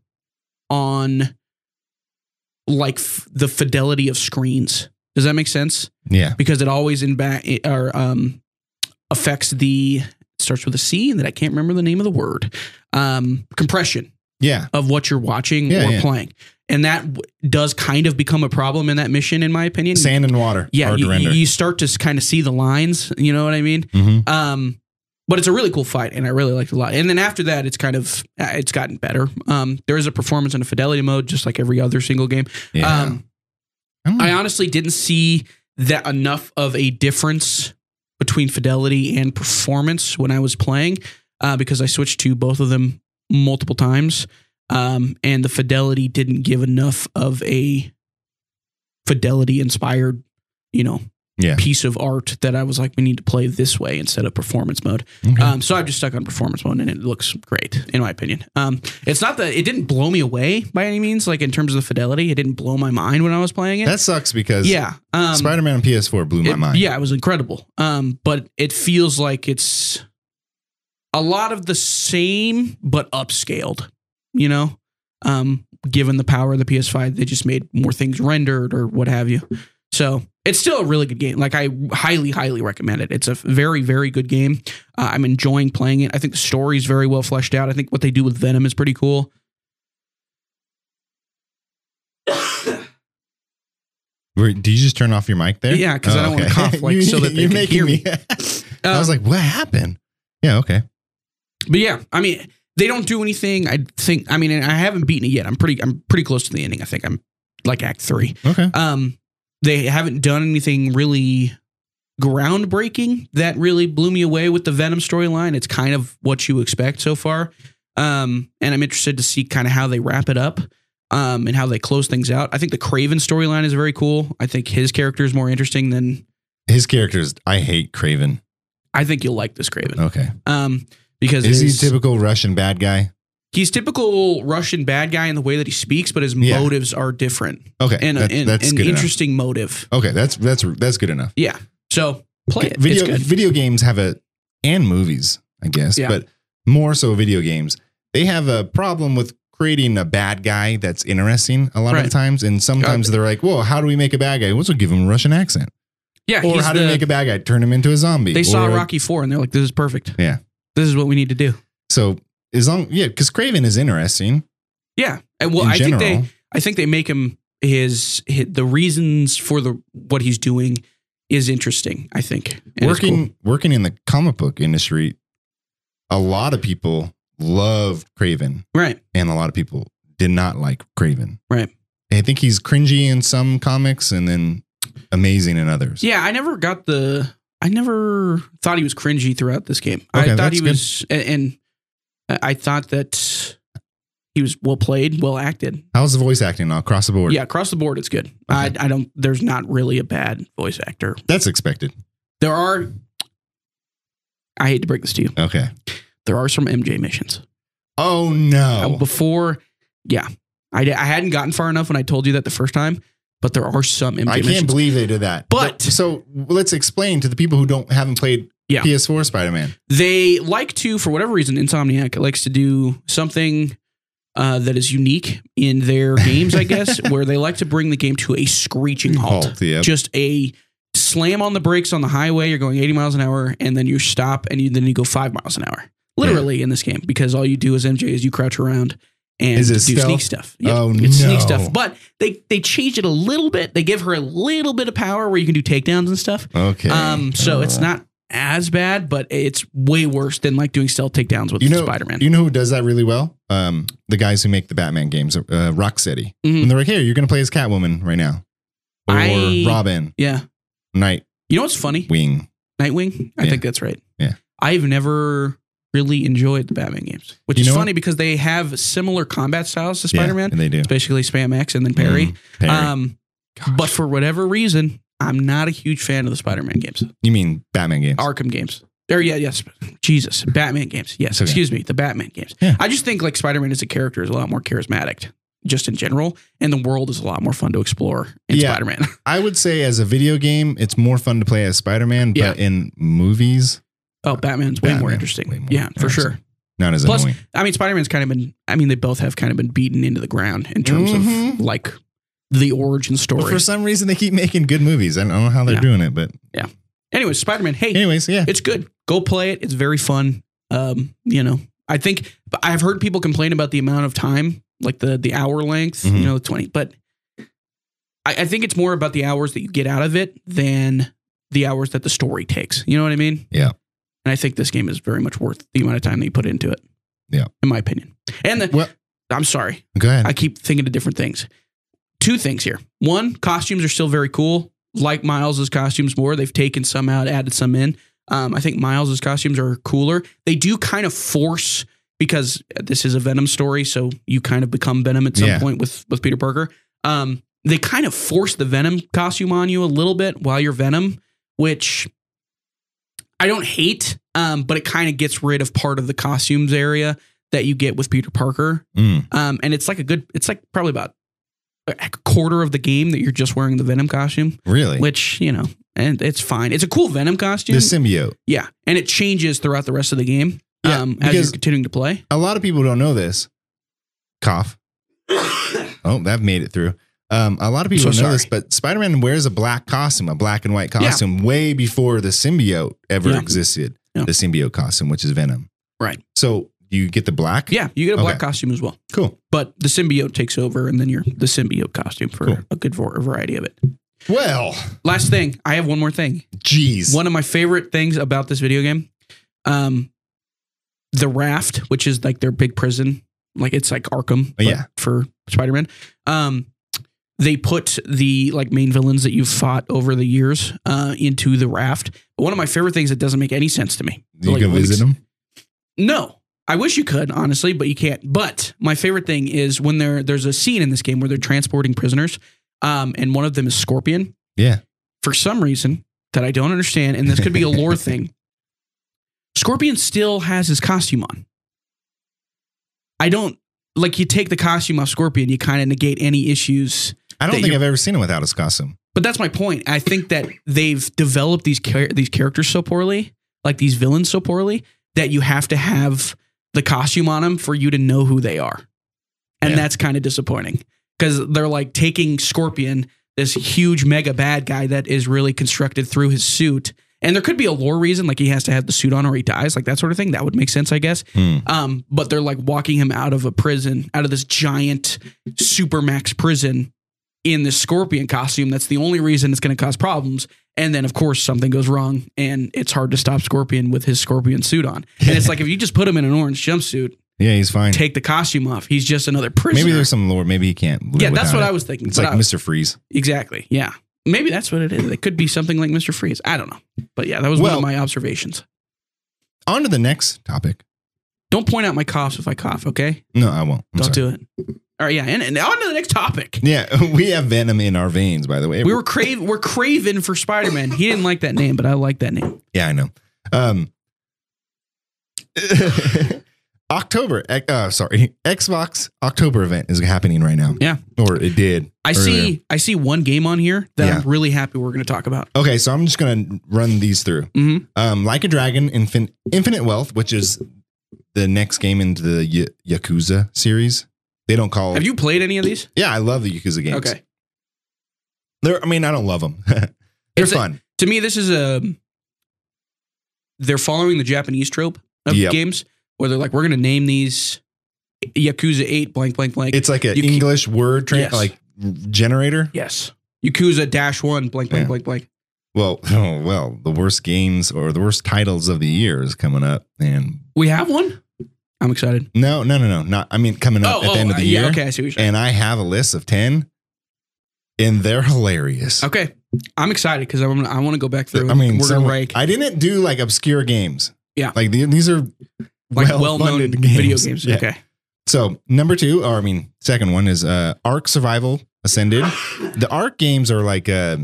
Speaker 3: on like f- the fidelity of screens. Does that make sense?
Speaker 1: Yeah.
Speaker 3: Because it always in back or um affects the it starts with a C and that I can't remember the name of the word. Um compression
Speaker 1: Yeah.
Speaker 3: of what you're watching
Speaker 1: Yeah,
Speaker 3: or
Speaker 1: yeah.
Speaker 3: playing. And that w- does kind of become a problem in that mission, in my opinion.
Speaker 1: Sand and water.
Speaker 3: yeah,
Speaker 1: Hard
Speaker 3: you,
Speaker 1: to render.
Speaker 3: you start to kind of see the lines. You know what I mean?
Speaker 1: Mhm.
Speaker 3: Um, but it's a really cool fight, and I really liked it a lot. And then after that, it's kind of uh, it's gotten better. Um, there is a performance and a fidelity mode, just like every other single game.
Speaker 1: Yeah. Mm-hmm.
Speaker 3: Um,
Speaker 1: don't know.
Speaker 3: I uh, honestly didn't see that enough of a difference between fidelity and performance when I was playing uh, because I switched to both of them multiple times, um, and the fidelity didn't give enough of a fidelity inspired, you know,
Speaker 1: Yeah.
Speaker 3: piece of art that I was like, we need to play this way instead of performance mode.
Speaker 1: Okay.
Speaker 3: Um, so I've just stuck on performance mode, and it looks great in my opinion. Um, it's not that it didn't blow me away by any means, like in terms of the fidelity, it didn't blow my mind when I was playing it.
Speaker 1: that sucks because
Speaker 3: yeah, um,
Speaker 1: Spider Man on PS4 blew my
Speaker 3: it-
Speaker 1: mind.
Speaker 3: Yeah, it was incredible. Um, but it feels like it's a lot of the same but upscaled. You know, um, given the power of the PS5, they just made more things rendered or what have you. So it's still a really good game. Like I highly, highly recommend it. It's a very, very good game. Uh, I'm enjoying playing it. I think the story's very well fleshed out. I think what they do with Venom is pretty cool.
Speaker 1: Were- Did you just turn off your mic there? Oh,
Speaker 3: Yeah, 'cause I don't wanna cough, like, so that they
Speaker 1: You're
Speaker 3: can
Speaker 1: making
Speaker 3: hear Um,
Speaker 1: me. I was like, what happened? Yeah. Okay.
Speaker 3: But yeah, I mean, they don't do anything. I think. I mean, and I haven't beaten it yet. I'm pretty. I'm pretty close to the ending. I think I'm like Act Three.
Speaker 1: Okay.
Speaker 3: Um, they haven't done anything really groundbreaking that really blew me away with the Venom storyline. It's kind of what you expect so far. Um, and I'm interested to see kind of how they wrap it up. Um, and how they close things out. I think the Craven storyline is very cool. I think his character is more interesting than
Speaker 1: His character is. I hate Craven.
Speaker 3: I think you'll like this Craven.
Speaker 1: Okay.
Speaker 3: Um, because
Speaker 1: Is he
Speaker 3: his-
Speaker 1: typical Russian bad guy?
Speaker 3: He's typical Russian bad guy in the way that he speaks, but his
Speaker 1: Yeah.
Speaker 3: motives are different
Speaker 1: Okay.
Speaker 3: and
Speaker 1: that-
Speaker 3: an,
Speaker 1: that's
Speaker 3: an
Speaker 1: good enough.
Speaker 3: interesting motive.
Speaker 1: Okay. That's that's that's good enough.
Speaker 3: Yeah. So play it.
Speaker 1: Video
Speaker 3: it's good.
Speaker 1: video games have a and movies, I guess,
Speaker 3: Yeah.
Speaker 1: but more so video games. They have a problem with creating a bad guy that's interesting a lot of
Speaker 3: Right.
Speaker 1: the times, and sometimes they're like, "Whoa, how do we make a bad guy? What's we give him a Russian accent?
Speaker 3: yeah.
Speaker 1: Or
Speaker 3: he's
Speaker 1: how do
Speaker 3: the-
Speaker 1: we make a bad guy? Turn him into a zombie?"
Speaker 3: they saw
Speaker 1: Or-
Speaker 3: Rocky Four and they're like, this is perfect.
Speaker 1: Yeah.
Speaker 3: This is what we need to do.
Speaker 1: So as long, yeah, because Craven is interesting.
Speaker 3: Yeah. And well,
Speaker 1: in
Speaker 3: I
Speaker 1: general.
Speaker 3: think they, I think they make him his, hi- the reasons for the what he's doing is interesting. I think And it's
Speaker 1: working
Speaker 3: cool.
Speaker 1: working in the comic book industry, a lot of people loved Craven,
Speaker 3: right.
Speaker 1: and a lot of people did not like Craven.
Speaker 3: Right.
Speaker 1: I think he's cringy in some comics, and then amazing in others.
Speaker 3: Yeah, I never got the. I never thought he was cringy throughout this game. I
Speaker 1: Okay,
Speaker 3: thought
Speaker 1: that's
Speaker 3: he
Speaker 1: good.
Speaker 3: was, a- and I I thought that he was well played, well acted.
Speaker 1: How's the voice acting across the board?
Speaker 3: Yeah, across the board, it's good. I, I don't. There's not really a bad voice actor.
Speaker 1: that's expected.
Speaker 3: There are. I hate to break this to you.
Speaker 1: Okay.
Speaker 3: There are some MJ missions.
Speaker 1: Oh
Speaker 3: Uh,
Speaker 1: no.
Speaker 3: Before, yeah, I, I hadn't gotten far enough when I told you that the first time, but there are some MJ
Speaker 1: I
Speaker 3: missions.
Speaker 1: can't believe they did that.
Speaker 3: But-
Speaker 1: so let's explain to the people who don't haven't played
Speaker 3: Yeah.
Speaker 1: PS4 Spider-Man.
Speaker 3: they like to for whatever reason insomniac likes to do something uh, that is unique in their games i guess where they like to bring the game to a screeching halt
Speaker 1: Halt, Oh, yep.
Speaker 3: just a slam on the brakes on the highway you're going 80 miles an hour and then you stop and you then you go five miles an hour literally in this game because all you do as mj is you crouch around and
Speaker 1: Is
Speaker 3: do
Speaker 1: it stealth?
Speaker 3: sneak stuff
Speaker 1: Oh,
Speaker 3: it's
Speaker 1: no.
Speaker 3: sneak stuff but they they change it a little bit they give her a little bit of power where you can do takedowns and stuff
Speaker 1: Okay.
Speaker 3: um, so it's
Speaker 1: Uh,
Speaker 3: not as bad, but it's way worse than like doing stealth takedowns with
Speaker 1: You know,
Speaker 3: Spider-Man.
Speaker 1: You know who does that really well? Um, the guys who make the Batman games, uh, Rocksteady.
Speaker 3: Mhm.
Speaker 1: And they're like, "Here, you're gonna play as Catwoman right now, or
Speaker 3: I-
Speaker 1: Robin,
Speaker 3: yeah.
Speaker 1: Nightwing."
Speaker 3: You know what's funny? Nightwing. I
Speaker 1: Yeah.
Speaker 3: think that's right.
Speaker 1: Yeah.
Speaker 3: I've never really enjoyed the Batman games, which
Speaker 1: You
Speaker 3: is
Speaker 1: know
Speaker 3: funny because they have similar combat styles to
Speaker 1: Yeah,
Speaker 3: Spider-Man.
Speaker 1: and they do
Speaker 3: It's basically spam X and then parry.
Speaker 1: Mm, parry.
Speaker 3: Um, but for whatever reason, I'm not a huge fan of the Spider-Man games,
Speaker 1: you mean Batman games?
Speaker 3: Arkham games. Or yeah, yes, Jesus, Batman games. Yes,
Speaker 1: It's okay.
Speaker 3: excuse me, the Batman games.
Speaker 1: Yeah.
Speaker 3: I just think like Spider-Man as a character is a lot more charismatic just in general. And the world is a lot more fun to explore in
Speaker 1: Yeah.
Speaker 3: Spider Man.
Speaker 1: I would say as a video game, it's more fun to play as Spider Man,
Speaker 3: Yeah.
Speaker 1: but in movies,
Speaker 3: oh, Batman's way more
Speaker 1: Batman,
Speaker 3: interesting.
Speaker 1: way more
Speaker 3: yeah, for sure.
Speaker 1: not as
Speaker 3: Plus-
Speaker 1: annoying.
Speaker 3: I mean, Spider Man's kind of been. I mean, they both have kind of been beaten into the ground in terms
Speaker 1: Mhm.
Speaker 3: of like the origin
Speaker 1: But
Speaker 3: story.
Speaker 1: for some reason, they keep making good movies. I don't know how they're
Speaker 3: Yeah.
Speaker 1: doing it, but
Speaker 3: anyway, Spider Man. Hey,
Speaker 1: anyways, yeah.
Speaker 3: it's good. Go play it. It's very fun. Um, you know, I think but I've heard people complain about the amount of time, like the the hour length,
Speaker 1: Mhm.
Speaker 3: you know, twenty. But I, I think it's more about the hours that you get out of it than the hours that the story takes. You know what I mean?
Speaker 1: Yeah.
Speaker 3: And I think this game is very much worth the amount of time that you put into it.
Speaker 1: Yeah.
Speaker 3: In my opinion. And the,
Speaker 1: Well-
Speaker 3: I'm sorry.
Speaker 1: Go ahead.
Speaker 3: I keep thinking of different things. Two things here. One, costumes are still very cool. Like Miles's costumes more. They've taken some out, added some in. Um, I think Miles's costumes are cooler. They do kind of force because this is a Venom story, so you kind of become Venom at some
Speaker 1: Yeah.
Speaker 3: point with with Peter Parker. Um, they kind of force the Venom costume on you a little bit while you're Venom, which I don't hate, um, but it kind of gets rid of part of the costumes area that you get with Peter Parker.
Speaker 1: Mm.
Speaker 3: Um, and it's like a good, it's like probably about a quarter of the game that you're just wearing the Venom costume,
Speaker 1: Really?
Speaker 3: which, you know, and it's fine. It's a cool Venom
Speaker 1: the
Speaker 3: costume.
Speaker 1: symbiote.
Speaker 3: yeah. And it changes throughout the rest of the game
Speaker 1: Yeah,
Speaker 3: um, as you're
Speaker 1: because-
Speaker 3: continuing to play.
Speaker 1: A lot of people don't know this. Cough. oh, that made it through. Um, a lot of people
Speaker 3: so
Speaker 1: don't know this,
Speaker 3: sorry.
Speaker 1: but Spider Man wears a black costume, a black and white
Speaker 3: Yeah.
Speaker 1: costume, way before the symbiote ever
Speaker 3: Yeah.
Speaker 1: existed.
Speaker 3: Yeah.
Speaker 1: The symbiote costume, which is Venom.
Speaker 3: Right.
Speaker 1: So you get the black.
Speaker 3: Yeah. You get a black
Speaker 1: Okay.
Speaker 3: costume as well.
Speaker 1: Cool.
Speaker 3: But the symbiote takes over, and then you're the symbiote costume for
Speaker 1: Cool.
Speaker 3: a good var- variety of it.
Speaker 1: Well,
Speaker 3: Last thing, I have one more thing.
Speaker 1: geez.
Speaker 3: One of my favorite things about this video game, um, the raft, which is like their big prison, like it's like Arkham, but
Speaker 1: Oh, Yeah.
Speaker 3: for Spider Man. Um, they put the like main villains that you've fought over the years uh, into the raft. But one of my favorite things that doesn't make any sense to me.
Speaker 1: You
Speaker 3: Like,
Speaker 1: can
Speaker 3: what makes-
Speaker 1: visit him.
Speaker 3: No, I wish you could, honestly, but you can't. But my favorite thing is when there there's a scene in this game where they're transporting prisoners, um, and one of them is Scorpion.
Speaker 1: Yeah.
Speaker 3: For some reason that I don't understand, and this could be a lore thing. Scorpion still has his costume on. I don't like you take the costume off Scorpion, you kind of negate any issues
Speaker 1: I
Speaker 3: that
Speaker 1: don't think
Speaker 3: you-
Speaker 1: I've ever seen him without his costume.
Speaker 3: but that's my point. I think that they've developed these char- these characters so poorly, like these villains so poorly, that you have to have the costume on them for you to know who they are, and
Speaker 1: Yeah.
Speaker 3: that's kind of disappointing because they're like taking Scorpion, this huge mega bad guy that is really constructed through his suit, and there could be a lore reason, like he has to have the suit on or he dies, like that sort of thing. That would make sense, I guess.
Speaker 1: Hmm.
Speaker 3: Um, but they're like walking him out of a prison, out of this giant supermax prison in this scorpion costume. That's the only reason it's going to cause problems. And then, of course, something goes wrong, and it's hard to stop Scorpion with his scorpion suit on. And it's like if you just put him in an orange jumpsuit,
Speaker 1: Yeah, he's fine.
Speaker 3: take the costume off, he's just another prisoner.
Speaker 1: Maybe there's some lore. Maybe he can't. live
Speaker 3: yeah, that's
Speaker 1: without
Speaker 3: what
Speaker 1: it.
Speaker 3: I was thinking.
Speaker 1: It's
Speaker 3: but
Speaker 1: like
Speaker 3: I-
Speaker 1: Mr. Freeze.
Speaker 3: exactly, yeah. Maybe that's what it is. It could be something like Mr. Freeze. I don't know. But yeah, that was one
Speaker 1: Well-
Speaker 3: of my observations.
Speaker 1: On to the next topic.
Speaker 3: Don't point out my coughs if I cough, okay?
Speaker 1: No, I won't. I'm
Speaker 3: don't
Speaker 1: sorry.
Speaker 3: do it. All right, yeah. And, and on to the next topic.
Speaker 1: Yeah, we have venom in our veins, by the way.
Speaker 3: We were crave we're craving for Spider Man. He didn't like that name, but I like that name.
Speaker 1: Yeah, I know. Um, October, eh, uh, sorry, Xbox October event is happening right now.
Speaker 3: Yeah.
Speaker 1: or it did.
Speaker 3: I
Speaker 1: earlier.
Speaker 3: see I see one game on here that I'm really happy we're going to talk about.
Speaker 1: Okay, so I'm just gonna run these through.
Speaker 3: Mhm.
Speaker 1: Um, like a Dragon, Infin- Infinite Wealth, which is the next game into the Ya- Yakuza series. They don't call.
Speaker 3: Have you played any of these?
Speaker 1: Yeah, I love the Yakuza games.
Speaker 3: Okay.
Speaker 1: They're, I mean, I don't love them. They're
Speaker 3: It's a-
Speaker 1: fun.
Speaker 3: To me, this is a they're following the Japanese trope of
Speaker 1: Yep.
Speaker 3: games where they're like we're going to name these Yakuza Eight blank blank blank.
Speaker 1: it's like an
Speaker 3: you keep-
Speaker 1: English word tra-
Speaker 3: Yes.
Speaker 1: like generator.
Speaker 3: yes, Yakuza Dash One blank blank
Speaker 1: Yeah.
Speaker 3: blank blank.
Speaker 1: Well, oh, well, the worst games or the worst titles of the year is coming up, and
Speaker 3: We have one. I'm excited.
Speaker 1: no, no, no, no, not. I mean, coming up at the end of the
Speaker 3: uh,
Speaker 1: year,
Speaker 3: Yeah, okay, I see what you're saying.
Speaker 1: and I have a list of ten, and they're hilarious.
Speaker 3: okay, I'm excited because I'm I want to go back through.
Speaker 1: I mean,
Speaker 3: we're
Speaker 1: some-
Speaker 3: gonna rank
Speaker 1: I didn't do like obscure games.
Speaker 3: Yeah.
Speaker 1: like the, these are
Speaker 3: like well known
Speaker 1: well-funded
Speaker 3: video games.
Speaker 1: Yeah.
Speaker 3: Okay.
Speaker 1: So number two, or I mean, second one is uh, Ark Survival Ascended. the Ark games are like uh,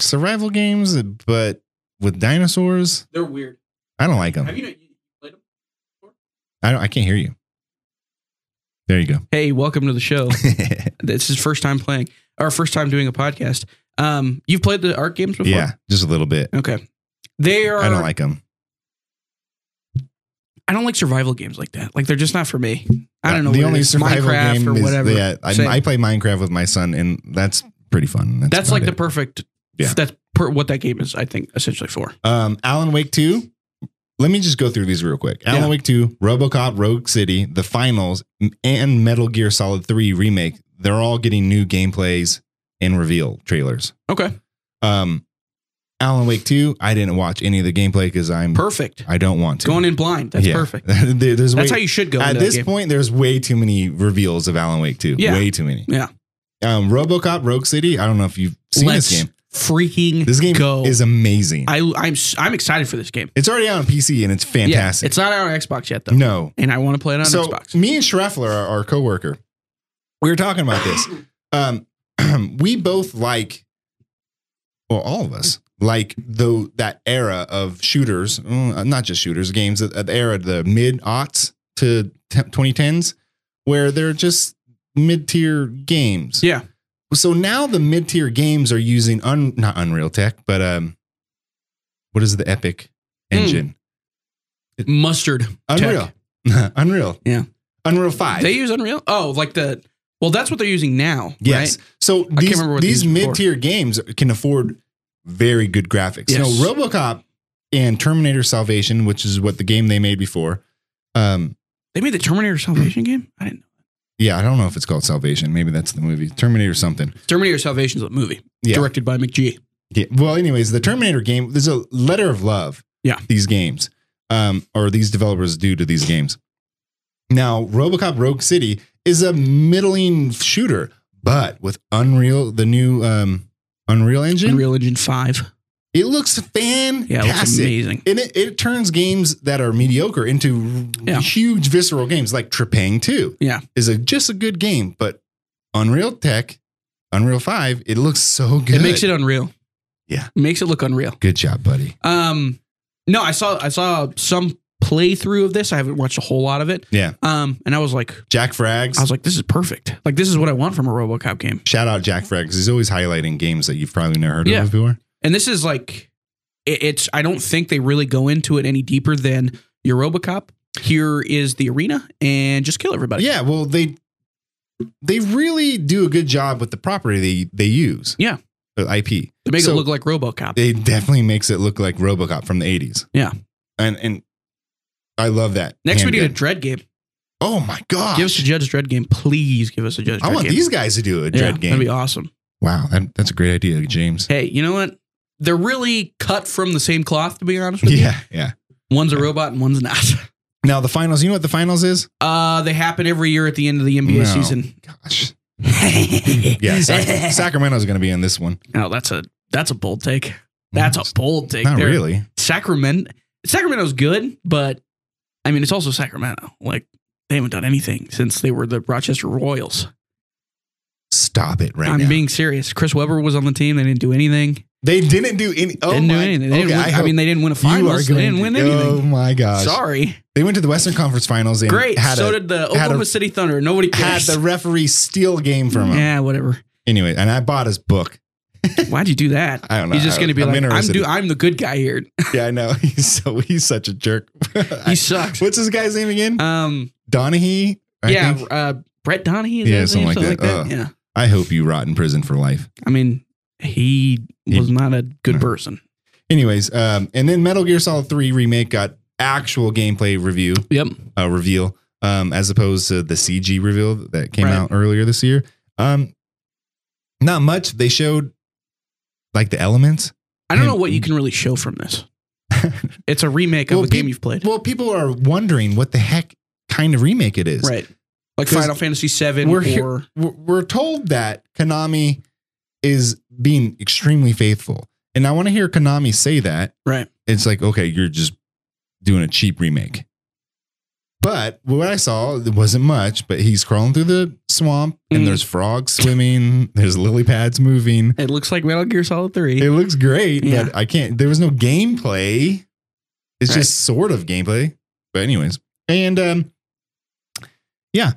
Speaker 1: survival games, but with dinosaurs.
Speaker 3: They're weird.
Speaker 1: I don't like them.
Speaker 3: you not?
Speaker 1: I don't. I can't hear you. There you go.
Speaker 3: Hey, welcome to the show. It's his first time playing or first time doing a podcast. Um, you've played the art games before?
Speaker 1: yeah, just a little bit.
Speaker 3: Okay. They are
Speaker 1: I don't like them.
Speaker 3: I don't like survival games like that. Like they're just not for me. I don't know.
Speaker 1: Uh, The
Speaker 3: what it
Speaker 1: only
Speaker 3: is.
Speaker 1: survival
Speaker 3: Minecraft
Speaker 1: game
Speaker 3: or
Speaker 1: is- uh,
Speaker 3: whatever.
Speaker 1: yeah, I,
Speaker 3: Same.
Speaker 1: I play Minecraft with my son, and that's pretty fun. That's,
Speaker 3: that's like the
Speaker 1: about
Speaker 3: perfect.
Speaker 1: Yeah.
Speaker 3: That's per, what that game is. I think essentially for.
Speaker 1: it. um, Alan Wake Two. Let me just go through these real quick. Alan
Speaker 3: Yeah.
Speaker 1: Wake Two, RoboCop, Rogue City, The Finals, m- and Metal Gear Solid Three remake. They're all getting new gameplays and reveal trailers.
Speaker 3: Okay.
Speaker 1: Um, Alan Wake Two. I didn't watch any of the gameplay because I'm
Speaker 3: Perfect.
Speaker 1: I don't want to.
Speaker 3: Going in blind. That's
Speaker 1: Mm. Yeah.
Speaker 3: perfect.
Speaker 1: There- there's
Speaker 3: That's
Speaker 1: way-
Speaker 3: how you should go.
Speaker 1: At
Speaker 3: into that
Speaker 1: this
Speaker 3: game.
Speaker 1: point, there's way too many reveals of Alan Wake 2.
Speaker 3: Yeah.
Speaker 1: Way too many.
Speaker 3: Yeah.
Speaker 1: Um, RoboCop Rogue City. I don't know if you've seen
Speaker 3: let's
Speaker 1: this game.
Speaker 3: freaking
Speaker 1: This game
Speaker 3: go.
Speaker 1: is amazing.
Speaker 3: I I'm s- I'm excited for this game.
Speaker 1: it's already out on PC and it's fantastic.
Speaker 3: it's not out on Xbox yet though,
Speaker 1: no.
Speaker 3: and I want to play it on
Speaker 1: so
Speaker 3: Xbox.
Speaker 1: me and Schreffler, our, our coworker, we were talking about this. Um, we both like, well, all of us like though that era of shooters, mm, not just shooters, games, uh, the era of the mid aughts to t- 2010s, where they're just mid tier games.
Speaker 3: Yeah.
Speaker 1: So now the mid tier games are using un not Unreal Tech, but um, what is the Epic
Speaker 3: Mm.
Speaker 1: engine?
Speaker 3: Mustard.
Speaker 1: Unreal. Unreal.
Speaker 3: Yeah.
Speaker 1: Unreal 5.
Speaker 3: They use Unreal. Oh, like the. Well, that's what they're using now.
Speaker 1: Yes.
Speaker 3: Right?
Speaker 1: So these,
Speaker 3: remember what
Speaker 1: these
Speaker 3: these were for.
Speaker 1: mid tier games can afford very good graphics.
Speaker 3: Yes.
Speaker 1: Now, Robocop and Terminator Salvation, which is what the game they made before. Um,
Speaker 3: They made the Terminator Salvation game. I didn't.
Speaker 1: yeah, I don't know if it's called Salvation. Maybe that's the movie. Terminator something.
Speaker 3: Terminator Salvation's a movie
Speaker 1: Yeah.
Speaker 3: directed by McGee.
Speaker 1: Yeah. Well, anyways, the Terminator game, there's a letter of love.
Speaker 3: Yeah.
Speaker 1: These games, um, or these developers do to these games. Now, Robocop Rogue City is a middling shooter, but with Unreal, the new um, Unreal Engine,
Speaker 3: Unreal Engine Five.
Speaker 1: it looks
Speaker 3: Yeah, it looks
Speaker 1: fantastic.
Speaker 3: amazing.
Speaker 1: and it, it turns games that are mediocre into
Speaker 3: Yeah.
Speaker 1: huge visceral games like Trepang 2.
Speaker 3: Yeah.
Speaker 1: Is a just a good game, but Unreal Tech, Unreal 5, it looks so good.
Speaker 3: It makes it unreal.
Speaker 1: Yeah.
Speaker 3: It makes it look unreal.
Speaker 1: good job, buddy.
Speaker 3: Um, no, I saw I saw some playthrough of this. I haven't watched a whole lot of it.
Speaker 1: Yeah.
Speaker 3: Um, and I was like,
Speaker 1: Jack Frags.
Speaker 3: I was like, this is perfect. Like this is what I want from a RoboCop game.
Speaker 1: Shout out Jack Frags. He's always highlighting games that you've probably never heard
Speaker 3: Yeah.
Speaker 1: of before.
Speaker 3: And this is like, it, it's. I don't think they really go into it any deeper than your RoboCop. Here is the arena, and just kill everybody.
Speaker 1: yeah, well they they really do a good job with the property they they use. Uh,
Speaker 3: Yeah.
Speaker 1: The IP.
Speaker 3: to make
Speaker 1: So-
Speaker 3: it look like RoboCop.
Speaker 1: It definitely makes it look like RoboCop from the 80s.
Speaker 3: Yeah.
Speaker 1: And and I love that.
Speaker 3: Next, we need a
Speaker 1: handgun.
Speaker 3: Dread game.
Speaker 1: Oh my god.
Speaker 3: Give us a Judge Dread game, please. Give us a Judge.
Speaker 1: I
Speaker 3: Dredd
Speaker 1: want
Speaker 3: game.
Speaker 1: these guys to do a dread
Speaker 3: yeah,
Speaker 1: game.
Speaker 3: That'd be awesome.
Speaker 1: wow, that, that's a great idea, James.
Speaker 3: Hey, you know what? They're really cut from the same cloth. To be honest with
Speaker 1: Yeah, yeah.
Speaker 3: you, one's a robot and one's not.
Speaker 1: Now the finals. You know what the finals is?
Speaker 3: Uh, they happen every year at the end of the NBA
Speaker 1: No.
Speaker 3: season.
Speaker 1: Gosh. Yeah, Sac- Sacramento's going to be in this one. Mm.
Speaker 3: no, Oh, that's a that's a bold take. That's a bold take.
Speaker 1: not
Speaker 3: there.
Speaker 1: really.
Speaker 3: Sacramento. Sacramento's good, but I mean, it's also Sacramento. Like they haven't done anything since they were the Rochester Royals.
Speaker 1: Stop it right
Speaker 3: I'm
Speaker 1: now.
Speaker 3: being serious. Chris Webber was on the team. They didn't do anything.
Speaker 1: they didn't do any. Oh
Speaker 3: didn't
Speaker 1: my,
Speaker 3: do anything. They
Speaker 1: okay,
Speaker 3: didn't win, I,
Speaker 1: hope
Speaker 3: mean, they didn't win a
Speaker 1: you are
Speaker 3: finals. They
Speaker 1: going
Speaker 3: didn't
Speaker 1: to-
Speaker 3: win
Speaker 1: Oh
Speaker 3: anything.
Speaker 1: my gosh!
Speaker 3: Sorry.
Speaker 1: They went to the Western Conference Finals and
Speaker 3: Great.
Speaker 1: had
Speaker 3: So
Speaker 1: a,
Speaker 3: did the
Speaker 1: had a-
Speaker 3: Oklahoma City Thunder. Nobody
Speaker 1: had
Speaker 3: cares.
Speaker 1: the referee steal a game from him.
Speaker 3: yeah, whatever.
Speaker 1: Anyway, and I bought his book.
Speaker 3: Why'd you do that?
Speaker 1: I don't know.
Speaker 3: He's just
Speaker 1: I-
Speaker 3: going to be
Speaker 1: I'm
Speaker 3: like, I'm,
Speaker 1: interested.
Speaker 3: do, I'm the good guy here.
Speaker 1: yeah, I know. He's so he's such a jerk.
Speaker 3: He sucks.
Speaker 1: What's this guy's name again?
Speaker 3: Um,
Speaker 1: Donahue. I
Speaker 3: yeah,
Speaker 1: think?
Speaker 3: uh, Brett Donahue. Is
Speaker 1: Yeah,
Speaker 3: that his name?
Speaker 1: something like that. Uh, Ugh.
Speaker 3: Yeah,
Speaker 1: I hope you rot in prison for life.
Speaker 3: I mean, he
Speaker 1: He-
Speaker 3: was not a good
Speaker 1: No.
Speaker 3: person.
Speaker 1: Anyways, um, and then Metal Gear Solid 3 remake got actual gameplay review
Speaker 3: Yep.
Speaker 1: uh, reveal um, as opposed to the CG reveal that came
Speaker 3: Right.
Speaker 1: out earlier this year. Um, not much. They showed like the elements.
Speaker 3: I don't
Speaker 1: Hey,
Speaker 3: know what you can really show from this. It's a remake of
Speaker 1: Well,
Speaker 3: a game
Speaker 1: peop-
Speaker 3: you've played,
Speaker 1: well, people are wondering what the heck kind of remake it is.
Speaker 3: right? Like
Speaker 1: 'Cause
Speaker 3: Final Fantasy VII
Speaker 1: we're
Speaker 3: or
Speaker 1: here- We're, we're told that Konami is being extremely faithful, and I want to hear Konami say that.
Speaker 3: right.
Speaker 1: it's like okay, you're just doing a cheap remake. But what I saw it wasn't much. But he's crawling through the swamp,
Speaker 3: Mhm.
Speaker 1: and there's frogs swimming. There's lily pads moving.
Speaker 3: It looks like Metal Gear Solid Three.
Speaker 1: It looks great,
Speaker 3: Yeah.
Speaker 1: but I can't. There was no gameplay. It's
Speaker 3: Right.
Speaker 1: just sort of gameplay. But anyways, and um, yeah,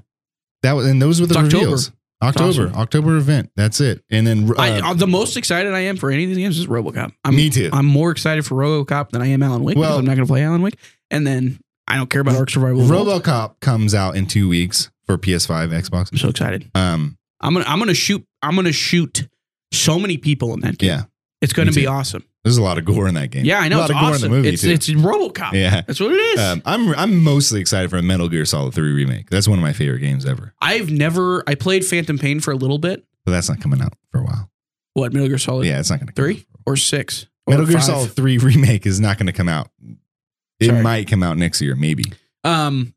Speaker 1: That was and those were the
Speaker 3: It's October.
Speaker 1: reveals. October,
Speaker 3: awesome.
Speaker 1: October event. That's it. And then uh,
Speaker 3: I, uh, the most excited I am for any of these games is RoboCop. I'm,
Speaker 1: Me too.
Speaker 3: I'm more excited for RoboCop than I am Alan Wake
Speaker 1: Well-
Speaker 3: because I'm not going to play Alan Wake. And then I don't care about Ark Survival. Evolved.
Speaker 1: RoboCop comes out in two weeks for PS5, Xbox.
Speaker 3: I'm so excited.
Speaker 1: Um,
Speaker 3: I'm gonna I'm gonna shoot I'm gonna shoot so many people in that game.
Speaker 1: yeah,
Speaker 3: It's gonna
Speaker 1: me
Speaker 3: be
Speaker 1: too.
Speaker 3: awesome.
Speaker 1: there's a lot of gore in that game.
Speaker 3: Yeah, I
Speaker 1: A
Speaker 3: know.
Speaker 1: lot
Speaker 3: It's
Speaker 1: of gore
Speaker 3: awesome.
Speaker 1: in the movie
Speaker 3: it's
Speaker 1: too.
Speaker 3: it's RoboCop.
Speaker 1: yeah.
Speaker 3: That's what it is.
Speaker 1: Um, I'm I'm mostly excited for Metal Gear Solid 3 remake. That's one of my favorite games ever.
Speaker 3: I've never I played Phantom Pain for a little bit.
Speaker 1: But that's not coming out for a while.
Speaker 3: What Metal Gear Solid
Speaker 1: yeah, it's not going to
Speaker 3: three or six or
Speaker 1: Metal Gear
Speaker 3: five.
Speaker 1: Solid 3 remake is not going to come out. It
Speaker 3: Sorry.
Speaker 1: might come out next year, maybe.
Speaker 3: Um,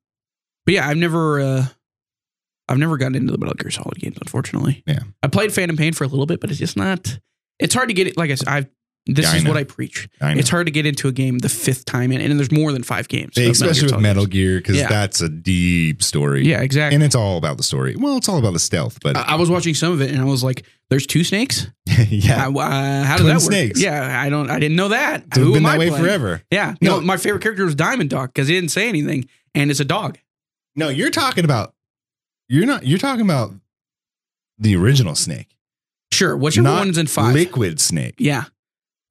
Speaker 3: but yeah, I've never, uh, I've never gotten into the Metal Gear Solid games, unfortunately.
Speaker 1: Yeah.
Speaker 3: I played Phantom Pain for a little bit, but it's just not. It's hard to get it. Like I said, I've. This
Speaker 1: Yeah, I
Speaker 3: is what
Speaker 1: know.
Speaker 3: I preach.
Speaker 1: I know.
Speaker 3: It's hard to get into a game the fifth time, and, and there's more than five games, of
Speaker 1: especially
Speaker 3: Solid
Speaker 1: with Metal
Speaker 3: games.
Speaker 1: Gear because
Speaker 3: Yeah.
Speaker 1: that's a deep story.
Speaker 3: Yeah, Uh, exactly.
Speaker 1: and it's all about the story. Well, it's all about the stealth, but
Speaker 3: I, I was watching some of it, and I was like, "There's two snakes.
Speaker 1: yeah,
Speaker 3: I- uh, how does
Speaker 1: Twin
Speaker 3: that work?
Speaker 1: snakes.
Speaker 3: Yeah, I don't. I didn't know that.
Speaker 1: it's been
Speaker 3: am
Speaker 1: that
Speaker 3: I
Speaker 1: way
Speaker 3: playing?
Speaker 1: forever.
Speaker 3: Yeah.
Speaker 1: No.
Speaker 3: No, my favorite character was Diamond Dog because he didn't say anything, and it's a dog.
Speaker 1: No, you're talking about you're not you're talking about the original snake,
Speaker 3: Sure. Whichever
Speaker 1: Not
Speaker 3: one's in five.
Speaker 1: liquid snake.
Speaker 3: Yeah.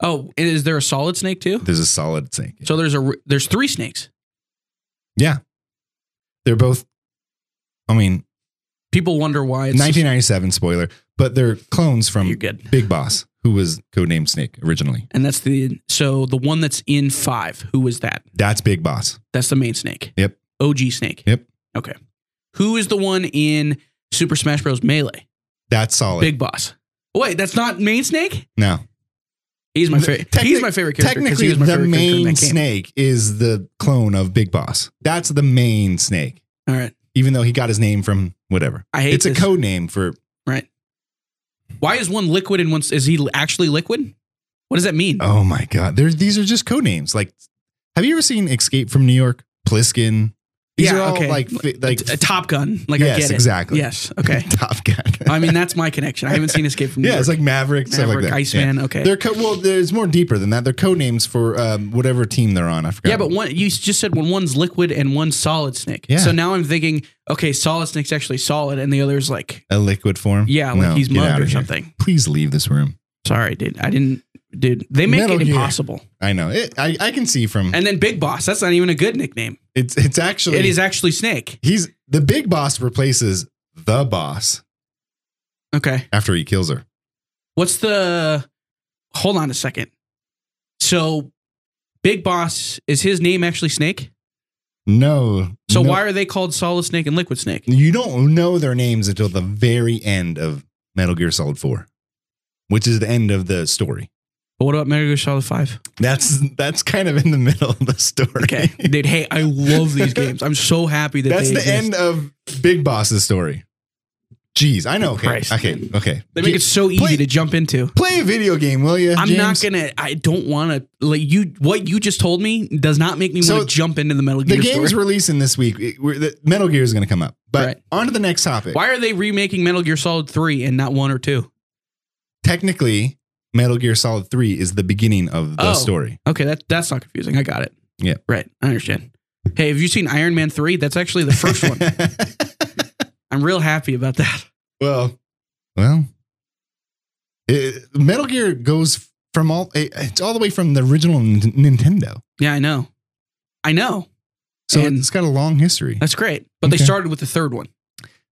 Speaker 3: Oh, and is there a solid snake too?
Speaker 1: There's a solid snake.
Speaker 3: So there's a there's three snakes.
Speaker 1: yeah, they're both. I mean,
Speaker 3: People wonder why it's
Speaker 1: 1997 spoiler, but they're clones
Speaker 3: You're
Speaker 1: from
Speaker 3: good.
Speaker 1: Big Boss, who was codenamed Snake originally.
Speaker 3: And that's the so the one that's in five. Who was that?
Speaker 1: That's Big Boss.
Speaker 3: That's the main snake.
Speaker 1: Yep.
Speaker 3: OG snake.
Speaker 1: Yep.
Speaker 3: Okay. Who is the one in Super Smash Bros. Melee?
Speaker 1: That's solid.
Speaker 3: Big boss. Wait, that's not main snake.
Speaker 1: no,
Speaker 3: He's my
Speaker 1: The-
Speaker 3: favorite.
Speaker 1: technic-
Speaker 3: he's my favorite character. 'cause he
Speaker 1: technically
Speaker 3: was my
Speaker 1: the
Speaker 3: favorite character in
Speaker 1: main
Speaker 3: that game.
Speaker 1: snake is the clone of Big Boss. That's the main snake,
Speaker 3: All right.
Speaker 1: even though he got his name from whatever.
Speaker 3: I hate
Speaker 1: It's
Speaker 3: this.
Speaker 1: a code name for
Speaker 3: Why is one liquid and one is he actually liquid? What does that mean?
Speaker 1: oh my god. There these are just code names. Like, have you ever seen Escape from New York? Pliskin. These
Speaker 3: Yeah,
Speaker 1: are all
Speaker 3: okay.
Speaker 1: like fi- like
Speaker 3: a Top Gun. Like I
Speaker 1: yes,
Speaker 3: get it.
Speaker 1: exactly.
Speaker 3: Yes. Okay.
Speaker 1: Top Gun.
Speaker 3: I mean, that's my connection. I haven't seen Escape from New
Speaker 1: yeah,
Speaker 3: York.
Speaker 1: it's like Maverick, stuff like
Speaker 3: Maverick,
Speaker 1: that.
Speaker 3: Iceman.
Speaker 1: Yeah.
Speaker 3: Okay.
Speaker 1: They're co- well, there's more deeper than that. They're code names for um, whatever team they're on. I forgot.
Speaker 3: yeah, but one you just said when one's liquid and one's solid snake.
Speaker 1: Yeah.
Speaker 3: So now I'm thinking, okay, solid snake's actually solid, and the other's like,
Speaker 1: a liquid form.
Speaker 3: yeah, like
Speaker 1: No,
Speaker 3: he's
Speaker 1: get out
Speaker 3: mud
Speaker 1: of
Speaker 3: or
Speaker 1: here.
Speaker 3: something.
Speaker 1: Please leave this room.
Speaker 3: Sorry, dude. I didn't, dude. They make
Speaker 1: Metal
Speaker 3: it
Speaker 1: Gear.
Speaker 3: impossible.
Speaker 1: I know. It, I I can see from
Speaker 3: And then Big Boss. That's not even a good nickname.
Speaker 1: It's it's actually
Speaker 3: It is actually Snake.
Speaker 1: He's the big boss replaces the boss
Speaker 3: Okay.
Speaker 1: after he kills her.
Speaker 3: What's the? Hold on a second. So, Big Boss is his name actually Snake?
Speaker 1: No.
Speaker 3: So
Speaker 1: no.
Speaker 3: why are they called Solid Snake and Liquid Snake?
Speaker 1: you don't know their names until the very end of Metal Gear Solid 4, which is the end of the story.
Speaker 3: But what about Metal Gear Solid Five?
Speaker 1: That's that's kind of in the middle of the story.
Speaker 3: Okay, dude. Hey, I love these games. I'm so happy that
Speaker 1: That's
Speaker 3: they
Speaker 1: the
Speaker 3: exist.
Speaker 1: end of Big Boss's story. Jeez, I know. Okay.
Speaker 3: Christ.
Speaker 1: Okay. Okay.
Speaker 3: They make it so easy
Speaker 1: Play-
Speaker 3: to jump into.
Speaker 1: Play a video game, will you?
Speaker 3: I'm not gonna. I don't want to. Like you, what you just told me does not make me
Speaker 1: So
Speaker 3: want to jump into the Metal
Speaker 1: The
Speaker 3: Gear
Speaker 1: game's
Speaker 3: story.
Speaker 1: releasing this week. It- we're- the, Metal Gear is going to come up. But
Speaker 3: Right.
Speaker 1: on to the next topic.
Speaker 3: Why are they remaking Metal Gear Solid Three and not one or two?
Speaker 1: technically Metal Gear Solid 3 is the beginning of the
Speaker 3: Oh.
Speaker 1: story.
Speaker 3: Okay, that that's not confusing. I got it.
Speaker 1: Yeah.
Speaker 3: right. I understand. Hey, have you seen Iron Man Three? That's actually the first one. I'm real happy about that.
Speaker 1: well, well, it, Metal Gear goes from all it, it's all the way from the original N- Nintendo.
Speaker 3: Yeah, I know. I know.
Speaker 1: So
Speaker 3: And-
Speaker 1: it's got a long history.
Speaker 3: That's great. But they
Speaker 1: Okay.
Speaker 3: started with the third one.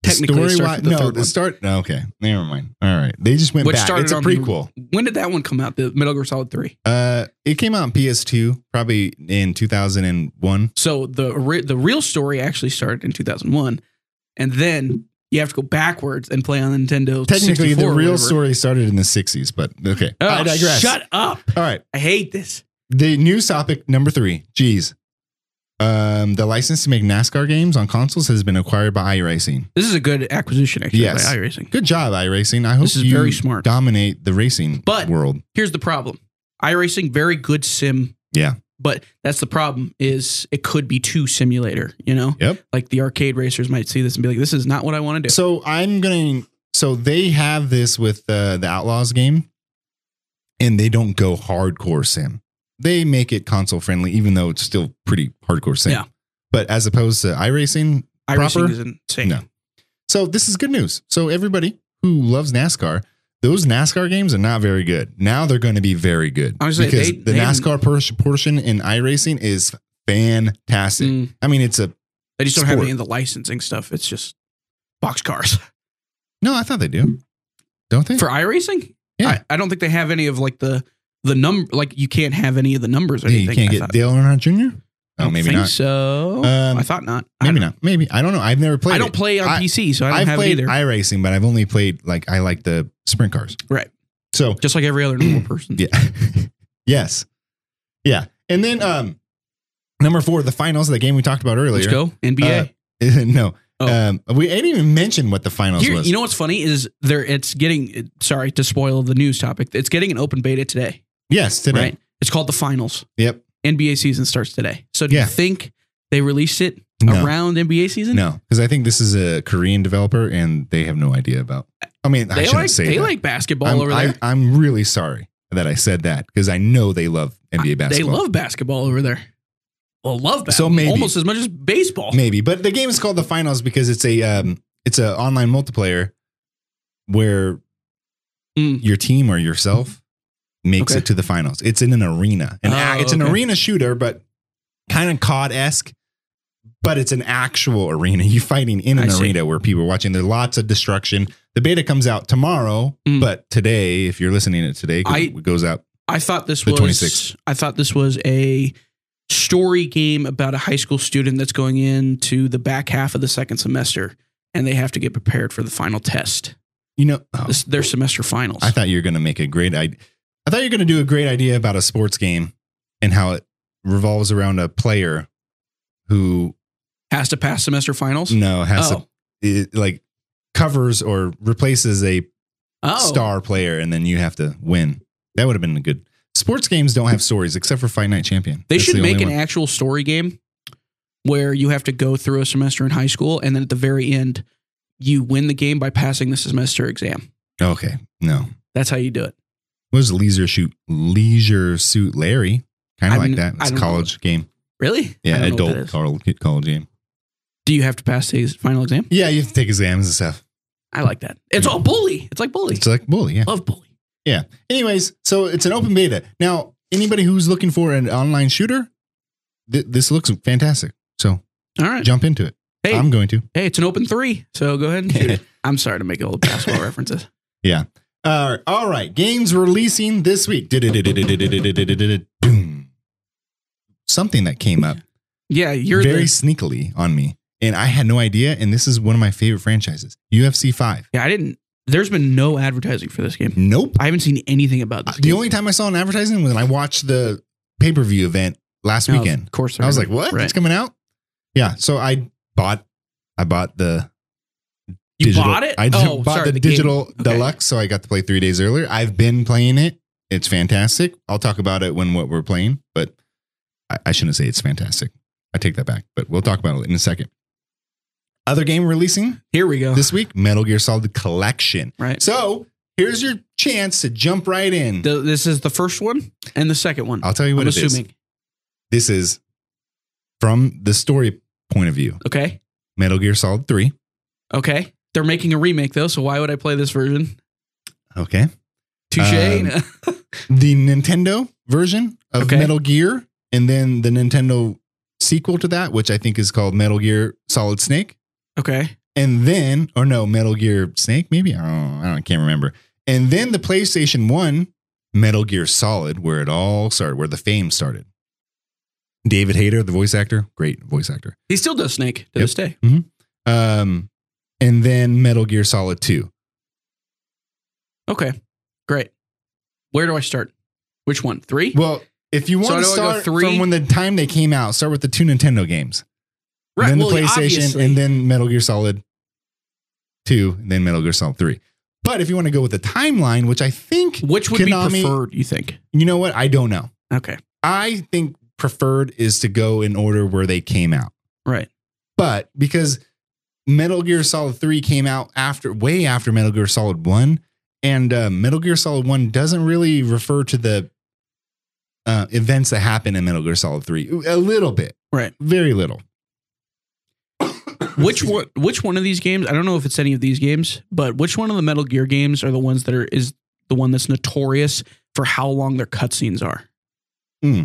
Speaker 3: Technically, it starts
Speaker 1: Story-wise-
Speaker 3: with the
Speaker 1: no,
Speaker 3: third
Speaker 1: the
Speaker 3: one.
Speaker 1: start. no, Okay, never mind. All right, they just went
Speaker 3: Which
Speaker 1: back.
Speaker 3: started
Speaker 1: It's a
Speaker 3: on-
Speaker 1: prequel.
Speaker 3: When did that one come out? The Metal Gear Solid Three.
Speaker 1: Uh, it came out on PS2 probably in 2001.
Speaker 3: So the re- the real story actually started in 2001, and then you have to go backwards and play on Nintendo.
Speaker 1: Technically,
Speaker 3: 64
Speaker 1: the
Speaker 3: or
Speaker 1: real
Speaker 3: whatever.
Speaker 1: story started in the 60s, but okay.
Speaker 3: Oh,
Speaker 1: I digress.
Speaker 3: Shut up!
Speaker 1: All right.
Speaker 3: I hate this.
Speaker 1: The news topic number three. Geez. Um, the license to make NASCAR games on consoles has been acquired by iRacing.
Speaker 3: This is a good acquisition, actually.
Speaker 1: Yes.
Speaker 3: by iRacing.
Speaker 1: Good job, iRacing. I hope
Speaker 3: This is
Speaker 1: you
Speaker 3: very smart.
Speaker 1: dominate the racing
Speaker 3: But-
Speaker 1: world.
Speaker 3: Here's the problem: iRacing, very good sim.
Speaker 1: Yeah.
Speaker 3: But that's the problem is it could be too simulator. You know,
Speaker 1: Yep.
Speaker 3: like the arcade racers might see this and be like, "This is not what I want to do."
Speaker 1: So I'm going to. So they have this with uh, the Outlaws game, and they don't go hardcore sim. They make it console friendly, even though it's still pretty hardcore sim.
Speaker 3: Yeah.
Speaker 1: But as opposed to iRacing,
Speaker 3: iRacing
Speaker 1: proper?
Speaker 3: is insane.
Speaker 1: No. So this is good news. So everybody who loves NASCAR, those NASCAR games are not very good. Now they're going to be very good
Speaker 3: I was
Speaker 1: because
Speaker 3: gonna say, they-
Speaker 1: the
Speaker 3: they-
Speaker 1: NASCAR por- portion in iRacing is fantastic.
Speaker 3: Mm.
Speaker 1: I mean, it's a
Speaker 3: They just don't have
Speaker 1: Sport.
Speaker 3: any of the licensing stuff. It's just box cars
Speaker 1: no. I thought they do, don't they?
Speaker 3: for iRacing.
Speaker 1: Yeah.
Speaker 3: I, I don't think they have any of like the the number. Like you can't have any of the numbers or
Speaker 1: yeah, you
Speaker 3: anything.
Speaker 1: can't
Speaker 3: I
Speaker 1: get
Speaker 3: thought.
Speaker 1: Dale Earnhardt Jr.
Speaker 3: I
Speaker 1: Oh,
Speaker 3: don't
Speaker 1: maybe
Speaker 3: think
Speaker 1: not.
Speaker 3: So
Speaker 1: Um,
Speaker 3: I thought not. I
Speaker 1: Maybe
Speaker 3: don't-
Speaker 1: not. Maybe I don't know. I've never played.
Speaker 3: I
Speaker 1: it.
Speaker 3: don't play on
Speaker 1: I-
Speaker 3: PC, so I don't
Speaker 1: I've
Speaker 3: have it
Speaker 1: played
Speaker 3: either.
Speaker 1: iRacing, but I've only played like I like the sprint cars.
Speaker 3: Right.
Speaker 1: So
Speaker 3: just like every other normal person.
Speaker 1: Yeah. yes. Yeah. And then um number four, the finals of the game we talked about earlier.
Speaker 3: Let's go NBA.
Speaker 1: Uh, no.
Speaker 3: Oh.
Speaker 1: Um we I didn't even mention what the finals
Speaker 3: Here,
Speaker 1: was.
Speaker 3: you know what's funny is there. It's getting it- sorry to spoil the news topic. It's getting an open beta today,
Speaker 1: yes, today.
Speaker 3: right? It's called the finals.
Speaker 1: Yep.
Speaker 3: NBA season starts today. So do
Speaker 1: Yeah.
Speaker 3: you think they released it
Speaker 1: No.
Speaker 3: around NBA season?
Speaker 1: No, because I think this is a Korean developer and they have no idea about. I mean, I
Speaker 3: They
Speaker 1: shouldn't
Speaker 3: like
Speaker 1: say
Speaker 3: they
Speaker 1: that.
Speaker 3: like basketball
Speaker 1: I'm,
Speaker 3: over
Speaker 1: I,
Speaker 3: there.
Speaker 1: I'm really sorry that I said that because I know they love NBA
Speaker 3: They
Speaker 1: basketball.
Speaker 3: love basketball over there. Well, love basketball
Speaker 1: So maybe.
Speaker 3: almost as much as baseball.
Speaker 1: Maybe, but the game is called the finals because it's a um, it's a online multiplayer where
Speaker 3: Mm.
Speaker 1: your team or yourself makes
Speaker 3: Okay.
Speaker 1: it to the finals. It's in an arena, and
Speaker 3: Oh,
Speaker 1: it's an
Speaker 3: okay.
Speaker 1: arena shooter, but kind of COD esque. But it's an actual arena. You're fighting in an
Speaker 3: I see.
Speaker 1: arena where people are watching. There's lots of destruction. The beta comes out tomorrow,
Speaker 3: Mm.
Speaker 1: but today, if you're listening to it today, 'cause
Speaker 3: I-
Speaker 1: it goes out.
Speaker 3: I thought this
Speaker 1: The
Speaker 3: was
Speaker 1: 26th.
Speaker 3: I thought this was a story game about a high school student that's going into the back half of the second semester and they have to get prepared for the final test.
Speaker 1: You know, oh,
Speaker 3: This, their semester finals.
Speaker 1: I thought you were going to make a great idea. I thought you were going to do a great idea about a sports game and how it revolves around a player who
Speaker 3: has to pass semester finals.
Speaker 1: no Mm, has
Speaker 3: oh.
Speaker 1: to it, like covers or replaces a
Speaker 3: oh.
Speaker 1: star player, and then you have to win. That would have been a good. Sports games don't have stories except for Fight Night Champion.
Speaker 3: They
Speaker 1: That's
Speaker 3: should
Speaker 1: the
Speaker 3: make
Speaker 1: only
Speaker 3: an
Speaker 1: one.
Speaker 3: actual story game where you have to go through a semester in high school and then at the very end you win the game by passing the semester exam.
Speaker 1: Okay, no.
Speaker 3: That's how you do it.
Speaker 1: What was Leisure Shoot? Leisure Suit Larry, kind
Speaker 3: I
Speaker 1: of like
Speaker 3: mean,
Speaker 1: that.
Speaker 3: I
Speaker 1: It's a
Speaker 3: don't know.
Speaker 1: college game.
Speaker 3: Really? I don't know
Speaker 1: Yeah,
Speaker 3: what that
Speaker 1: adult
Speaker 3: is.
Speaker 1: college college game.
Speaker 3: Do you have to pass the final exam?
Speaker 1: Yeah, you have to take exams and stuff.
Speaker 3: I like that. It's all bully. It's like bully.
Speaker 1: It's like bully. Yeah.
Speaker 3: Love bully.
Speaker 1: Anyways, so it's an open beta. Now, anybody who's looking for an online shooter, th- this looks fantastic. So
Speaker 3: All right.
Speaker 1: jump into it.
Speaker 3: Hey,
Speaker 1: I'm going to.
Speaker 3: hey, it's an open three. So go ahead and shoot it. I'm sorry to make all the basketball references.
Speaker 1: Uh, all right, games releasing this week. Doom. Something that came up
Speaker 3: Yeah, you're
Speaker 1: very
Speaker 3: the,
Speaker 1: sneakily on me, and I had no idea. And this is one of my favorite franchises, UFC Five.
Speaker 3: yeah, I didn't there's been no advertising for this game.
Speaker 1: Nope.
Speaker 3: I haven't seen anything about this.
Speaker 1: Uh, The
Speaker 3: game.
Speaker 1: only time I saw an advertisement was when I watched the pay per view event last
Speaker 3: No,
Speaker 1: weekend.
Speaker 3: Oh, Of course
Speaker 1: I was like, what? It's
Speaker 3: Right.
Speaker 1: coming out? Yeah. So I bought I bought the
Speaker 3: You
Speaker 1: digital,
Speaker 3: bought it?
Speaker 1: I
Speaker 3: oh,
Speaker 1: bought
Speaker 3: sorry,
Speaker 1: the,
Speaker 3: the game.
Speaker 1: digital
Speaker 3: Okay.
Speaker 1: deluxe, so I got to play three days earlier. I've been playing it. It's fantastic. I'll talk about it when what we're playing, but I, I shouldn't say it's fantastic. I take that back, but we'll talk about it in a second. Other game releasing
Speaker 3: Here we go.
Speaker 1: this week, Metal Gear Solid Collection.
Speaker 3: right.
Speaker 1: So here's your chance to jump right in.
Speaker 3: The- this is the first one and the second one.
Speaker 1: I'll tell you
Speaker 3: I'm
Speaker 1: what it is.
Speaker 3: assuming.
Speaker 1: This is from the story point of view.
Speaker 3: Okay.
Speaker 1: Metal Gear Solid 3.
Speaker 3: Okay. They're making a remake though, so why would I play this version?
Speaker 1: Okay.
Speaker 3: Touche.
Speaker 1: Um, The Nintendo version of
Speaker 3: Okay.
Speaker 1: Metal Gear, and then the Nintendo sequel to that, which I think is called Metal Gear Solid Snake.
Speaker 3: okay.
Speaker 1: And then, or no, Metal Gear Snake, maybe? I don't, I don't- can't remember. And then the PlayStation 1, Metal Gear Solid, where it all started, where the fame started. David Hayter, the voice actor, great voice actor.
Speaker 3: He still does Snake to
Speaker 1: Yep.
Speaker 3: this day.
Speaker 1: Um, and then Metal Gear Solid 2.
Speaker 3: Okay. Great. Where do I start? Which one? Three?
Speaker 1: Well, if you
Speaker 3: So
Speaker 1: want to
Speaker 3: do I go
Speaker 1: start
Speaker 3: three?
Speaker 1: from when the time they came out, start with the two Nintendo games. then the PlayStation,
Speaker 3: obviously.
Speaker 1: and then Metal Gear Solid 2, and then Metal Gear Solid 3. But if you want to go with the timeline, which I think,
Speaker 3: Which would be
Speaker 1: Konami-
Speaker 3: preferred, you think?
Speaker 1: you know what? I don't know.
Speaker 3: Okay.
Speaker 1: I think preferred is to go in order where they came out.
Speaker 3: Right.
Speaker 1: But because Metal Gear Solid 3 came out after, way after Metal Gear Solid 1, and uh, Metal Gear Solid 1 doesn't really refer to the uh, events that happen in Metal Gear Solid 3 a little bit.
Speaker 3: Right.
Speaker 1: Very little.
Speaker 3: Which one? Which one of these games? I don't know if it's any of these games, but which one of the Metal Gear games are the ones that are is the one that's notorious for how long their cutscenes are?
Speaker 1: Hmm.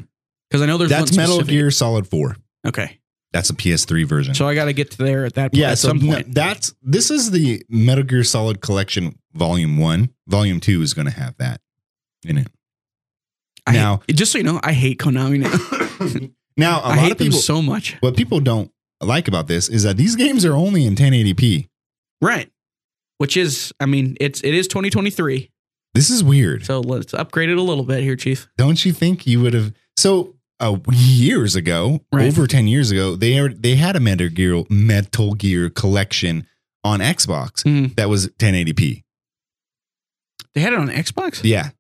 Speaker 3: Because I know there's
Speaker 1: That's
Speaker 3: one
Speaker 1: Metal
Speaker 3: specific-
Speaker 1: Gear Solid Four.
Speaker 3: Okay,
Speaker 1: That's a PS3 version.
Speaker 3: so I got to get to there at that point
Speaker 1: yeah,
Speaker 3: at
Speaker 1: so
Speaker 3: some
Speaker 1: no,
Speaker 3: point.
Speaker 1: that's this is the Metal Gear Solid Collection Volume One. Volume Two is going to have that in it.
Speaker 3: I hate-
Speaker 1: now-
Speaker 3: just so you know, I hate Konami now.
Speaker 1: Now, a
Speaker 3: I
Speaker 1: lot
Speaker 3: hate
Speaker 1: of
Speaker 3: them
Speaker 1: people.
Speaker 3: so much.
Speaker 1: what people don't like about this is that these games are only in 1080p.
Speaker 3: Right. Which is, I mean, it's it is 2023,
Speaker 1: This is weird.
Speaker 3: so let's upgrade it a little bit here, Chief.
Speaker 1: Don't you think you would have? So uh, years ago,
Speaker 3: Right.
Speaker 1: over ten years ago, they are, they had a Metal Gear Metal Gear collection on Xbox
Speaker 3: Mhm.
Speaker 1: that was 1080p.
Speaker 3: They had it on Xbox.
Speaker 1: Yeah,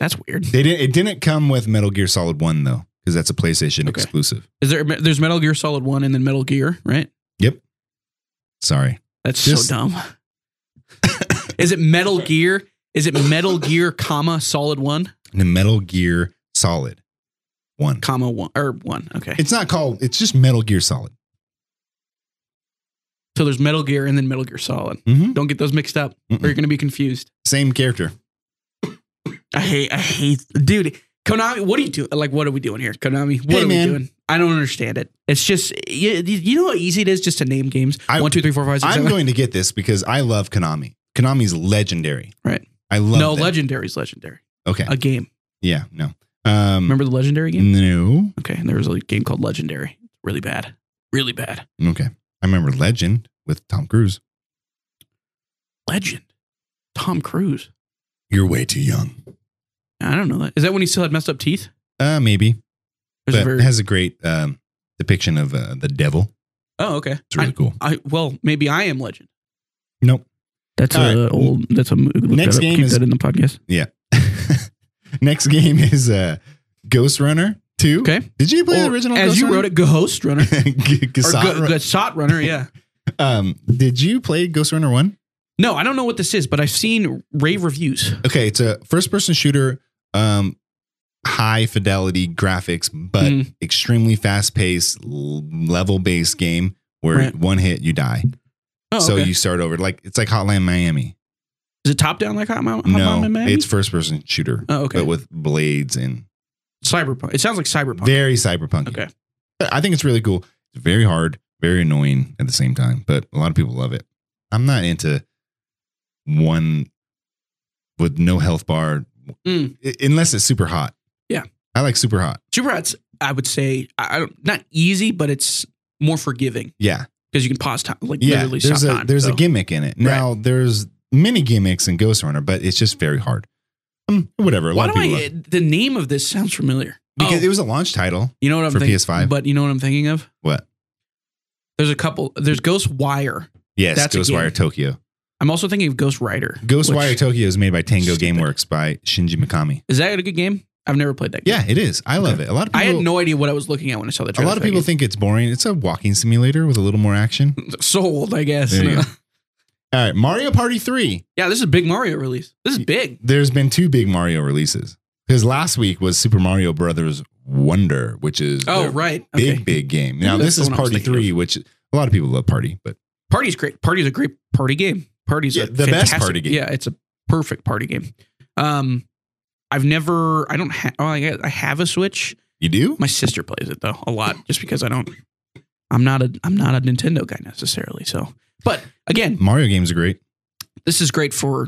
Speaker 3: That's weird.
Speaker 1: they didn't. It didn't come with Metal Gear Solid One though, because that's a PlayStation
Speaker 3: Okay.
Speaker 1: exclusive.
Speaker 3: Is there? There's Metal Gear Solid One and then Metal Gear, right?
Speaker 1: Sorry,
Speaker 3: That's
Speaker 1: Just-
Speaker 3: so dumb. is it Metal Gear? Is it Metal Gear, comma Solid One,
Speaker 1: the Metal Gear Solid One.
Speaker 3: comma one or one? Okay.
Speaker 1: It's not called. It's just Metal Gear Solid.
Speaker 3: So there's Metal Gear and then Metal Gear Solid.
Speaker 1: Mm-hmm.
Speaker 3: Don't get those mixed up, or you're gonna be confused.
Speaker 1: Same character.
Speaker 3: I hate. I hate, dude. Konami, what are you doing? Like, what are we doing here, Konami? What
Speaker 1: Hey,
Speaker 3: are
Speaker 1: man.
Speaker 3: we doing? I don't understand it. It's just you, you know how easy it is just to name games.
Speaker 1: I-
Speaker 3: One, two, three, four, five, six,
Speaker 1: I'm
Speaker 3: seven.
Speaker 1: going to get this because I love Konami. Konami's legendary.
Speaker 3: Right.
Speaker 1: I love
Speaker 3: no,
Speaker 1: them.
Speaker 3: legendary's legendary.
Speaker 1: Okay.
Speaker 3: A game.
Speaker 1: Yeah. Mm. No. Um,
Speaker 3: Remember the legendary game?
Speaker 1: No.
Speaker 3: Okay, and there was a game called Legendary. Really bad. Really bad.
Speaker 1: Okay. I remember Legend with Tom Cruise.
Speaker 3: Legend. Tom Cruise.
Speaker 1: You're way too young.
Speaker 3: I don't know that. Is that when he still had messed up teeth?
Speaker 1: Uh, maybe.
Speaker 3: There's a
Speaker 1: but
Speaker 3: very-
Speaker 1: it has a great um, depiction of uh, the devil.
Speaker 3: oh, okay.
Speaker 1: It's really cool.
Speaker 3: I, I well, maybe I am legend.
Speaker 1: Nope.
Speaker 3: That's
Speaker 1: All
Speaker 3: a
Speaker 1: right.
Speaker 3: old. That's a mo- look
Speaker 1: Next
Speaker 3: that up.
Speaker 1: game
Speaker 3: Keep
Speaker 1: is-
Speaker 3: that in the podcast.
Speaker 1: Next game is uh, Ghost Runner 2.
Speaker 3: Okay.
Speaker 1: Did you play
Speaker 3: Or
Speaker 1: the original
Speaker 3: as
Speaker 1: Ghost
Speaker 3: you
Speaker 1: Runner?
Speaker 3: wrote it, Ghost Runner
Speaker 1: G-
Speaker 3: or
Speaker 1: Gasot
Speaker 3: Go-
Speaker 1: Run-
Speaker 3: Gasot Runner. Yeah.
Speaker 1: um, did you play Ghost Runner 1?
Speaker 3: No, I don't know what this is, but I've seen rave reviews.
Speaker 1: Okay, it's a first person shooter, um, high fidelity graphics, but
Speaker 3: Mm.
Speaker 1: extremely fast paced, level based game where
Speaker 3: Right.
Speaker 1: one hit you die.
Speaker 3: Oh,
Speaker 1: so
Speaker 3: okay.
Speaker 1: you start over. Like it's like Hotline Miami.
Speaker 3: is it top down like Hot Mom?
Speaker 1: no,
Speaker 3: Mom
Speaker 1: it's first person shooter,
Speaker 3: oh, okay.
Speaker 1: but with blades and
Speaker 3: cyberpunk. It sounds like cyberpunk.
Speaker 1: very cyberpunk.
Speaker 3: Okay.
Speaker 1: I think it's really cool. It's very hard, very annoying at the same time, but a lot of people love it. I'm not into one with no health bar
Speaker 3: Mm.
Speaker 1: i- unless it's super hot.
Speaker 3: Yeah.
Speaker 1: I like super hot.
Speaker 3: Super Hot's, I would say, I, I don't, not easy, but it's more forgiving
Speaker 1: Yeah.
Speaker 3: because you can pause time, like
Speaker 1: Yeah.
Speaker 3: literally
Speaker 1: There's
Speaker 3: stop
Speaker 1: a
Speaker 3: time.
Speaker 1: there's
Speaker 3: so.
Speaker 1: a gimmick in it. Now there's many gimmicks in Ghost Runner, but it's just very hard. Um, whatever. A
Speaker 3: Why
Speaker 1: lot of
Speaker 3: do
Speaker 1: people
Speaker 3: I?
Speaker 1: love it.
Speaker 3: The name of this sounds familiar.
Speaker 1: because
Speaker 3: Oh,
Speaker 1: it was a launch title.
Speaker 3: you know what I'm
Speaker 1: for
Speaker 3: thinking.
Speaker 1: PS5.
Speaker 3: But you know what I'm thinking of?
Speaker 1: What?
Speaker 3: There's a couple. There's Ghost Wire.
Speaker 1: Yes,
Speaker 3: That's a
Speaker 1: Ghostwire
Speaker 3: game.
Speaker 1: Tokyo.
Speaker 3: I'm also thinking of Ghost Rider.
Speaker 1: Ghostwire
Speaker 3: which-
Speaker 1: Tokyo is made by Tango
Speaker 3: Stupid.
Speaker 1: GameWorks by Shinji Mikami.
Speaker 3: Is that a good game? I've never played that. game.
Speaker 1: Yeah, it is. I love it. A lot of people
Speaker 3: I had no idea what I was looking at when I saw the
Speaker 1: a
Speaker 3: trailer.
Speaker 1: lot of
Speaker 3: for that
Speaker 1: people think it's boring. It's a walking simulator with a little more action.
Speaker 3: game. sold, I guess.
Speaker 1: There you go. All right, Mario Party 3.
Speaker 3: yeah, this is a big Mario release. This is big.
Speaker 1: There's been two big Mario releases. Because last week was Super Mario Brothers Wonder, which is
Speaker 3: Oh,
Speaker 1: their
Speaker 3: right.
Speaker 1: big,
Speaker 3: Okay.
Speaker 1: big game.
Speaker 3: Maybe
Speaker 1: Now,
Speaker 3: that's
Speaker 1: this
Speaker 3: the
Speaker 1: is
Speaker 3: one I was
Speaker 1: Party
Speaker 3: thinking
Speaker 1: 3, which a lot of people love Party, but
Speaker 3: Party's great. Party's a great party game. Party's
Speaker 1: Yeah,
Speaker 3: a
Speaker 1: the best
Speaker 3: fantastic-
Speaker 1: party game.
Speaker 3: Yeah, it's a perfect party game. Um, I've never. I don't have. Oh, I, guess I have a Switch.
Speaker 1: you do?
Speaker 3: My sister plays it though a lot, just because I don't. I'm not a. I'm not a Nintendo guy necessarily. So, but again,
Speaker 1: Mario games are great.
Speaker 3: this is great for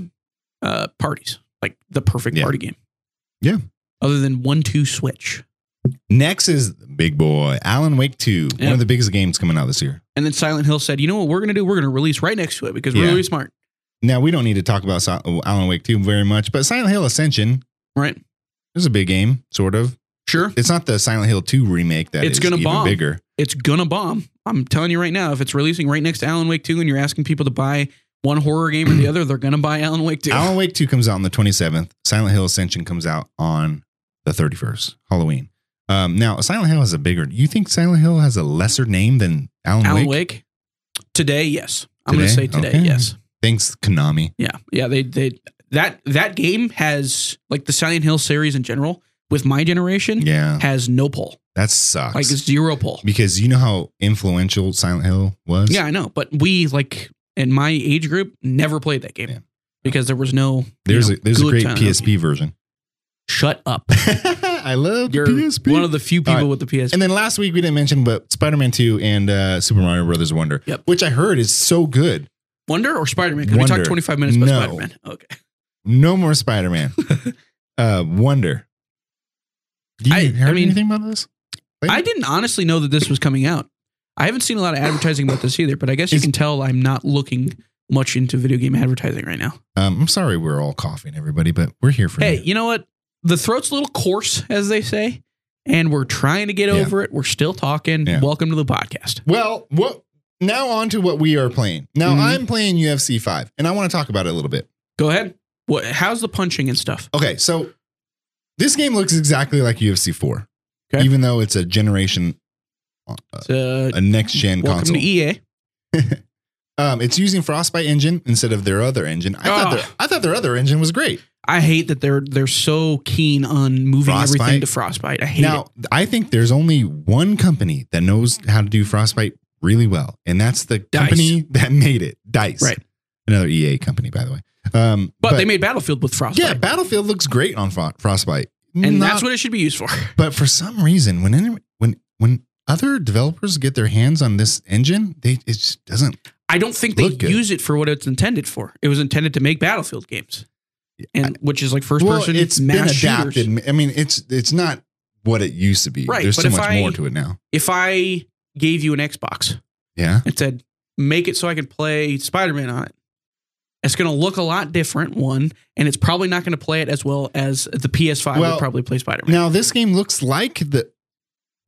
Speaker 3: uh parties. Like the perfect
Speaker 1: Yeah.
Speaker 3: party game.
Speaker 1: Yeah.
Speaker 3: Other than one two Switch,
Speaker 1: Next is Big Boy, Alan Wake 2,
Speaker 3: Yeah.
Speaker 1: one of the biggest games coming out this year.
Speaker 3: and then Silent Hill said, "You know what we're gonna do? We're gonna release right next to it because we're
Speaker 1: Yeah.
Speaker 3: really smart,
Speaker 1: Now, we don't need to talk about Si- Alan Wake 2 very much, but Silent Hill Ascension
Speaker 3: right?
Speaker 1: is a big game, sort of.
Speaker 3: Sure,
Speaker 1: It's not the Silent Hill 2 remake that
Speaker 3: It's
Speaker 1: is
Speaker 3: gonna
Speaker 1: even
Speaker 3: bomb.
Speaker 1: bigger.
Speaker 3: it's gonna bomb. I'm telling you right now, if it's releasing right next to Alan Wake 2 and you're asking people to buy one horror game or the other, they're gonna buy Alan Wake 2.
Speaker 1: Alan Wake 2 comes out on the 27th. Silent Hill Ascension comes out on the 31st, Halloween. Um, now, Silent Hill has a bigger. You think Silent Hill has a lesser name than Alan,
Speaker 3: Alan
Speaker 1: Wake?
Speaker 3: Wake? Today, yes. I'm gonna
Speaker 1: Today?
Speaker 3: say today,
Speaker 1: Okay.
Speaker 3: yes.
Speaker 1: Thanks, Konami.
Speaker 3: Yeah. Yeah, they they that that game has like the Silent Hill series in general with my generation
Speaker 1: Yeah,
Speaker 3: has no pull,
Speaker 1: that sucks.
Speaker 3: like zero pull.
Speaker 1: because you know how influential Silent Hill was.
Speaker 3: Yeah, I know, but we like in my age group never played that game
Speaker 1: Yeah.
Speaker 3: because there was no.
Speaker 1: there's
Speaker 3: you know,
Speaker 1: a there's a
Speaker 3: good
Speaker 1: great
Speaker 3: time.
Speaker 1: PSP version.
Speaker 3: Shut up.
Speaker 1: I love
Speaker 3: You're
Speaker 1: PSP.
Speaker 3: one of the few people
Speaker 1: All right.
Speaker 3: with the PSP.
Speaker 1: and then last week we didn't mention, but Spider Man Two and uh, Super Mario Brothers Wonder,
Speaker 3: Yep.
Speaker 1: which I heard is so good.
Speaker 3: Wonder or Spider Man? Because we talked
Speaker 1: Wonder.
Speaker 3: 25 minutes about
Speaker 1: No.
Speaker 3: Spider Man. Okay.
Speaker 1: No more Spider Man. uh, Wonder. Do you
Speaker 3: I-
Speaker 1: heard
Speaker 3: I mean-
Speaker 1: anything about this?
Speaker 3: I didn't honestly know that this was coming out. I haven't seen a lot of advertising about this either, but I guess you
Speaker 1: It's-
Speaker 3: can tell I'm not looking much into video game advertising right now.
Speaker 1: Um, I'm sorry we're all coughing, everybody, but we're here for
Speaker 3: Hey,
Speaker 1: you.
Speaker 3: you know what? The throat's a little coarse, as they say, and we're trying to get
Speaker 1: Yeah.
Speaker 3: over it. We're still talking.
Speaker 1: Yeah.
Speaker 3: Welcome to the podcast.
Speaker 1: Well, what now on to what we are playing. Now
Speaker 3: Mhm.
Speaker 1: I'm playing UFC 5, and I want to talk about it a little bit.
Speaker 3: Go ahead. What? How's the punching and stuff?
Speaker 1: Okay, so this game looks exactly like UFC 4,
Speaker 3: Okay.
Speaker 1: even though it's a generation, uh,
Speaker 3: Uh,
Speaker 1: a next gen
Speaker 3: welcome
Speaker 1: console.
Speaker 3: to E- EA.
Speaker 1: um, it's using Frostbite engine instead of their other engine. I thought
Speaker 3: Ah.
Speaker 1: their I thought their other engine was great.
Speaker 3: I hate that they're they're so keen on moving everything
Speaker 1: Frostbite?
Speaker 3: to Frostbite. I hate
Speaker 1: now
Speaker 3: it.
Speaker 1: I think there's only one company that knows how to do Frostbite really well, and that's the
Speaker 3: Dice.
Speaker 1: company that made it, Dice.
Speaker 3: Right.
Speaker 1: Another EA company, by the way. Um,
Speaker 3: But, they made Battlefield with Frostbite.
Speaker 1: Yeah, Battlefield looks great on Fro- Frostbite.
Speaker 3: and
Speaker 1: Not-
Speaker 3: that's what it should be used for.
Speaker 1: But for some reason, when any, when when other developers get their hands on this engine, they it just doesn't.
Speaker 3: I don't think they
Speaker 1: Look good.
Speaker 3: use it for what it's intended for. It was intended to make Battlefield games, and which is like first
Speaker 1: well,
Speaker 3: person.
Speaker 1: it's been
Speaker 3: mass
Speaker 1: adapted.
Speaker 3: shooters.
Speaker 1: I mean, it's it's not what it used to be.
Speaker 3: Right,
Speaker 1: There's
Speaker 3: but
Speaker 1: so
Speaker 3: if
Speaker 1: much
Speaker 3: I-
Speaker 1: more to it now.
Speaker 3: If I gave you an Xbox
Speaker 1: Yeah.
Speaker 3: and said, "Make it so I can play Spider Man on it," it's going to look a lot different. One, and it's probably not going to play it as well as the PS5
Speaker 1: Well,
Speaker 3: would probably play Spider Man.
Speaker 1: Now this game looks like the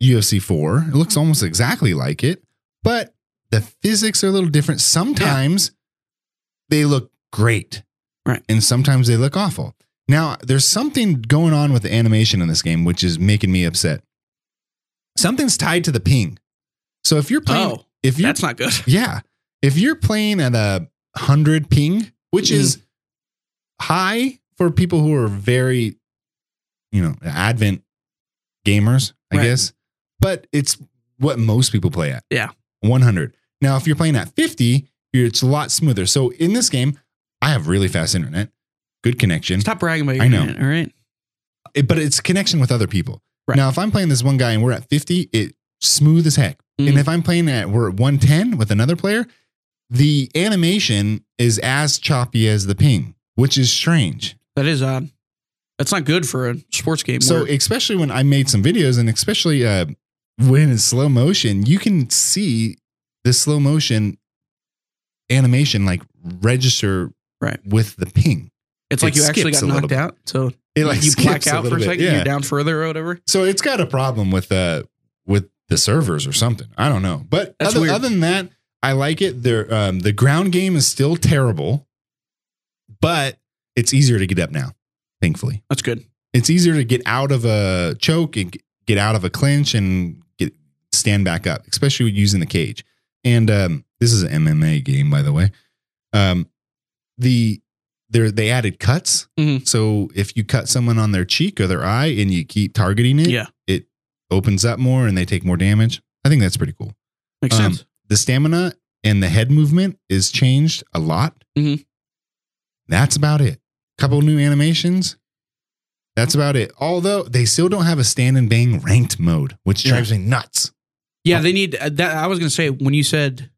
Speaker 1: UFC 4. It looks almost exactly like it, but the physics are a little different. Sometimes they look great.
Speaker 3: Right.
Speaker 1: And sometimes they look awful. Now, there's something going on with the animation in this game which is making me upset. Something's tied to the ping. So if you're playing
Speaker 3: Oh,
Speaker 1: if you're
Speaker 3: that's not good.
Speaker 1: yeah. If you're playing at a hundred ping, which
Speaker 3: Mm-hmm.
Speaker 1: is high for people who are very, you know, advent gamers, I
Speaker 3: Right.
Speaker 1: guess, but it's what most people play at.
Speaker 3: Yeah.
Speaker 1: 100. Now, if you're playing at 50, you're, it's a lot smoother. So in this game, I have really fast internet, good connection
Speaker 3: Stop bragging about your
Speaker 1: I know.
Speaker 3: internet, all right?
Speaker 1: it, but it's connection with other people.
Speaker 3: Right.
Speaker 1: Now, if I'm playing this one guy and we're at 50, it smooth as heck.
Speaker 3: Mm.
Speaker 1: And if I'm playing at we're at 110 with another player, the animation is as choppy as the ping, which is strange.
Speaker 3: That is odd. That's not good for a sports game.
Speaker 1: So,
Speaker 3: where-
Speaker 1: especially when I made some videos and especially uh, when it's slow motion, you can see the slow motion animation like register
Speaker 3: Right.
Speaker 1: with the ping.
Speaker 3: it's like
Speaker 1: it
Speaker 3: you actually got
Speaker 1: skips a little
Speaker 3: knocked
Speaker 1: bit.
Speaker 3: out. So
Speaker 1: It like
Speaker 3: you black
Speaker 1: skips a
Speaker 3: out for
Speaker 1: little
Speaker 3: a
Speaker 1: bit.
Speaker 3: second,
Speaker 1: Yeah.
Speaker 3: you're down further or whatever.
Speaker 1: So it's got a problem with uh with the servers or something. I don't know. But
Speaker 3: That's
Speaker 1: other,
Speaker 3: weird.
Speaker 1: other than that, I like it. There um the ground game is still terrible, but it's easier to get up now, thankfully.
Speaker 3: That's good.
Speaker 1: It's easier to get out of a choke and get out of a clinch and get stand back up, especially using the cage. And um this is an MMA game, by the way. Um the there they added cuts.
Speaker 3: Mhm.
Speaker 1: So if you cut someone on their cheek or their eye and you keep targeting it,
Speaker 3: Yeah,
Speaker 1: opens up more and they take more damage. I think that's pretty cool.
Speaker 3: makes
Speaker 1: Um,
Speaker 3: sense.
Speaker 1: The stamina and the head movement is changed a lot.
Speaker 3: Mhm.
Speaker 1: That's about it. Couple new animations. That's about it. Although they still don't have a stand and bang ranked mode, which
Speaker 3: Yeah.
Speaker 1: drives me nuts.
Speaker 3: Yeah, they need uh, that. I was gonna say when you said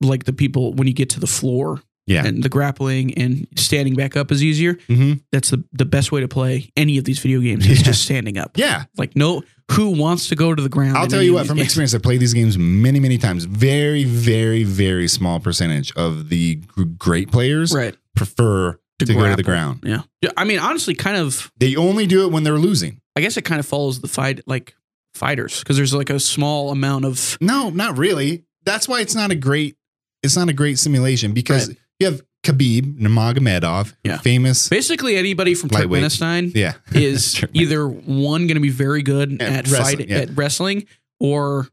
Speaker 3: like the people when you get to the floor
Speaker 1: Yeah.
Speaker 3: and the grappling and standing back up is easier.
Speaker 1: Mhm.
Speaker 3: That's the the best way to play any of these video games is
Speaker 1: Yeah.
Speaker 3: just standing up.
Speaker 1: Yeah.
Speaker 3: Like no, who wants to go to the ground?
Speaker 1: I'll
Speaker 3: in
Speaker 1: tell
Speaker 3: any of
Speaker 1: you what,
Speaker 3: these
Speaker 1: from
Speaker 3: games?
Speaker 1: experience, I played these games many, many times. Very, very, very small percentage of the gr- great players
Speaker 3: right?
Speaker 1: prefer to, go to
Speaker 3: grapple.
Speaker 1: the ground.
Speaker 3: Yeah. yeah, I mean, honestly, kind of.
Speaker 1: They only do it when they're losing.
Speaker 3: I guess it kind of follows the fight like fighters because there's like a small amount of
Speaker 1: No, not really. That's why it's not a great it's not a great simulation because you have Khabib Nurmagomedov,
Speaker 3: Yeah.
Speaker 1: famous.
Speaker 3: basically anybody from
Speaker 1: Lightweight.
Speaker 3: Turkmenistan
Speaker 1: Yeah,
Speaker 3: is
Speaker 1: Sure.
Speaker 3: either one going to be very good
Speaker 1: At
Speaker 3: at,
Speaker 1: wrestling,
Speaker 3: fight
Speaker 1: yeah.
Speaker 3: at wrestling, or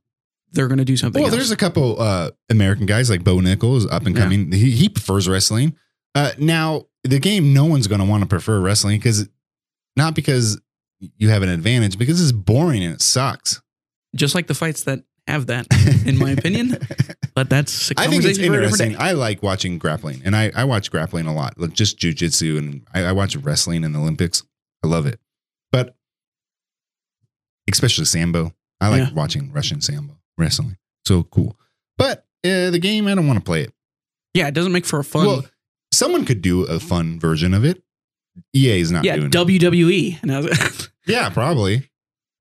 Speaker 3: they're going to do something.
Speaker 1: Well,
Speaker 3: else.
Speaker 1: there's a couple uh, American guys like Bo Nichols, up and
Speaker 3: Yeah.
Speaker 1: coming. He, he prefers wrestling. Uh, now the game, no one's going to want to prefer wrestling because not because you have an advantage because it's boring and it sucks.
Speaker 3: Just like the fights that have that, in my opinion. But that's a
Speaker 1: I think it's
Speaker 3: conversation for a different
Speaker 1: interesting.
Speaker 3: day.
Speaker 1: I like watching grappling, and I, I watch grappling a lot, like just jujitsu, and I, I watch wrestling in the Olympics. I love it, but especially sambo. I like
Speaker 3: Yeah.
Speaker 1: watching Russian sambo wrestling. So cool, but uh, the game I don't want to play it.
Speaker 3: Yeah, it doesn't make for a fun.
Speaker 1: Well, someone could do a fun version of it. EA is not
Speaker 3: yeah,
Speaker 1: doing it.
Speaker 3: WWE. And I was-
Speaker 1: Yeah, probably.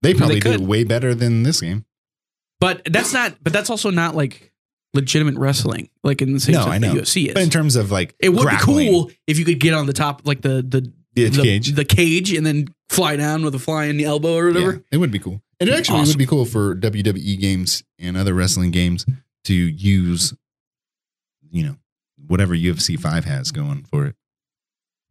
Speaker 1: They probably do it
Speaker 3: could.
Speaker 1: way better than this game.
Speaker 3: but that's not. But that's also not like legitimate wrestling, like in the same
Speaker 1: No,
Speaker 3: sense
Speaker 1: I
Speaker 3: that
Speaker 1: know.
Speaker 3: UFC is.
Speaker 1: But in terms of like,
Speaker 3: it would
Speaker 1: grappling,
Speaker 3: be cool if you could get on the top, like the the
Speaker 1: The,
Speaker 3: the
Speaker 1: cage.
Speaker 3: the cage, and then fly down with a flying elbow or whatever.
Speaker 1: Yeah, it would be cool. And it actually
Speaker 3: Awesome.
Speaker 1: would be cool for WWE games and other wrestling games to use, you know, whatever UFC 5 has going for it.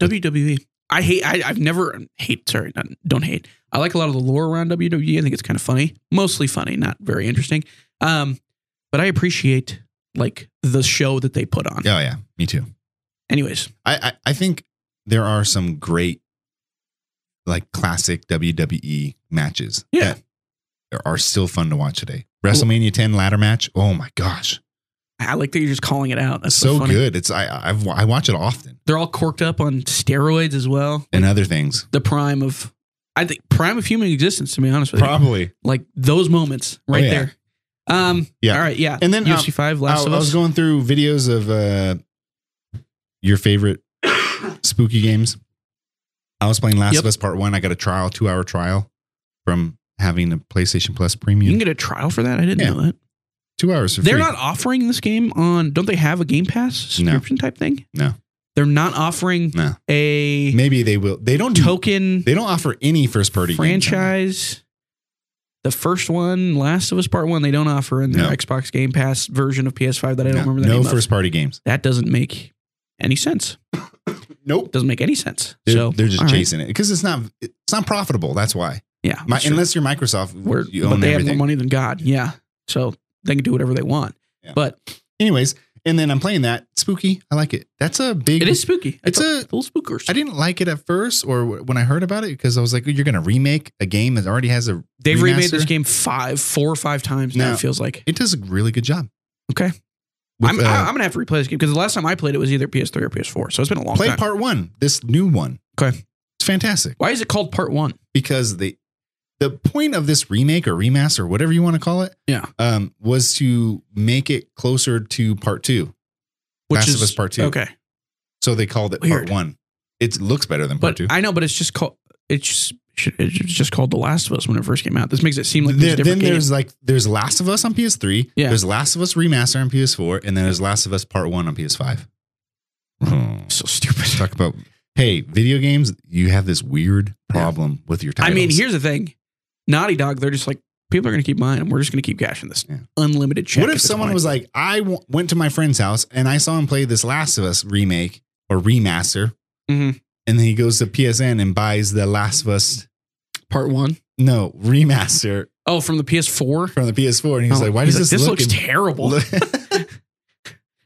Speaker 3: WWE. E. I hate. I, I've never hate. Sorry, not, don't hate. I like a lot of the lore around WWE. I think it's kind of funny, mostly funny, not very interesting. Um, but I appreciate like the show that they put on.
Speaker 1: Oh, yeah. Me too.
Speaker 3: Anyways,
Speaker 1: I, I, I think there are some great, like, classic WWE matches
Speaker 3: Yeah.
Speaker 1: that are still fun to watch today. WrestleMania 10 ladder match. Oh, my gosh.
Speaker 3: I like that you're just calling it out. That's so,
Speaker 1: so
Speaker 3: funny.
Speaker 1: good. It's I, I've, I watch it often.
Speaker 3: They're all corked up on steroids as well.
Speaker 1: and other things.
Speaker 3: The prime of, I think prime of human existence. To be honest with you,
Speaker 1: Probably.
Speaker 3: like those moments right
Speaker 1: Oh, yeah.
Speaker 3: there. Um.
Speaker 1: Yeah.
Speaker 3: All right. Yeah.
Speaker 1: And then um,
Speaker 3: UFC five.
Speaker 1: I,
Speaker 3: Last of
Speaker 1: I was
Speaker 3: Us.
Speaker 1: going through videos of uh, your favorite spooky games. I was playing Last
Speaker 3: Yep.
Speaker 1: of Us Part One. I got a trial, two hour trial from having a PlayStation Plus
Speaker 3: you
Speaker 1: Premium.
Speaker 3: can get a trial for that. I didn't
Speaker 1: Yeah.
Speaker 3: know that.
Speaker 1: two hours for
Speaker 3: They're
Speaker 1: free.
Speaker 3: not offering this game on. Don't they have a Game Pass
Speaker 1: No.
Speaker 3: subscription type thing?
Speaker 1: No.
Speaker 3: They're not offering
Speaker 1: No.
Speaker 3: a
Speaker 1: Maybe they will. They don't. Do,
Speaker 3: token
Speaker 1: they don't offer any first party games on there.
Speaker 3: franchise. The first one, Last of Us Part One, they don't offer in their
Speaker 1: No.
Speaker 3: Xbox Game Pass version of PS5 that I don't
Speaker 1: no,
Speaker 3: remember the
Speaker 1: no
Speaker 3: name
Speaker 1: first
Speaker 3: of.
Speaker 1: party games.
Speaker 3: That doesn't make any sense.
Speaker 1: Nope.
Speaker 3: Doesn't make any sense.
Speaker 1: They're,
Speaker 3: so
Speaker 1: they're just
Speaker 3: all right.
Speaker 1: chasing it because it's not. It's not profitable. That's why.
Speaker 3: Yeah,
Speaker 1: My,
Speaker 3: sure.
Speaker 1: Unless you're Microsoft,
Speaker 3: We're-
Speaker 1: you
Speaker 3: but
Speaker 1: own
Speaker 3: they have
Speaker 1: everything.
Speaker 3: more money than God. Yeah, so they can do whatever they want.
Speaker 1: Yeah.
Speaker 3: But
Speaker 1: Anyways, and then I'm playing that spooky. I like it. That's a big.
Speaker 3: it is spooky.
Speaker 1: It's a-
Speaker 3: little spookers.
Speaker 1: I didn't like it at first or wh- when I heard about it because I was like, you're going to remake a game that already has a.
Speaker 3: They've remade
Speaker 1: remaster?
Speaker 3: this game five, four or five times now.
Speaker 1: Now-
Speaker 3: It feels like
Speaker 1: It does a really good job.
Speaker 3: Okay.
Speaker 1: With,
Speaker 3: I'm,
Speaker 1: uh,
Speaker 3: I- I'm gonna have to replay this game because the last time I played it was either PS3 or PS4, so it's been a long
Speaker 1: play
Speaker 3: time.
Speaker 1: part one, this new one.
Speaker 3: Okay.
Speaker 1: It's fantastic
Speaker 3: Why is it called Part One?
Speaker 1: because the the point of this remake or remaster, whatever you want to call it,
Speaker 3: Yeah.
Speaker 1: um, was to make it closer to part two. Last of Us Part Two.
Speaker 3: Okay,
Speaker 1: So they called it
Speaker 3: Weird.
Speaker 1: part one. It looks better than part
Speaker 3: but
Speaker 1: two.
Speaker 3: I know, but it's just called it's just, should- it's just called The Last of Us when it first came out. This makes it seem like there's
Speaker 1: There-
Speaker 3: a
Speaker 1: then
Speaker 3: different games.
Speaker 1: there's like there's Last of Us on PS3,
Speaker 3: Yeah.
Speaker 1: there's Last of Us remaster on PS4, and then there's Last of Us Part One on PS5. Hmm.
Speaker 3: So stupid.
Speaker 1: Talk about hey, video games. You have this weird problem with your
Speaker 3: I
Speaker 1: titles.
Speaker 3: mean, here's the thing, Naughty Dog. They're just like people are gonna keep buying, and we're just gonna keep cashing this
Speaker 1: Yeah.
Speaker 3: unlimited check.
Speaker 1: what
Speaker 3: at
Speaker 1: if
Speaker 3: this
Speaker 1: someone
Speaker 3: point.
Speaker 1: was like, I w- went to my friend's house and I saw him play this Last of Us remake or remaster,
Speaker 3: Mhm.
Speaker 1: and then he goes to PSN and buys the Last of Us
Speaker 3: Part One?
Speaker 1: no remaster
Speaker 3: Oh, from the PS4.
Speaker 1: from the PS4, and he's
Speaker 3: Oh,
Speaker 1: like, Why does
Speaker 3: like,
Speaker 1: this, look
Speaker 3: looks
Speaker 1: in-
Speaker 3: terrible?
Speaker 1: Look-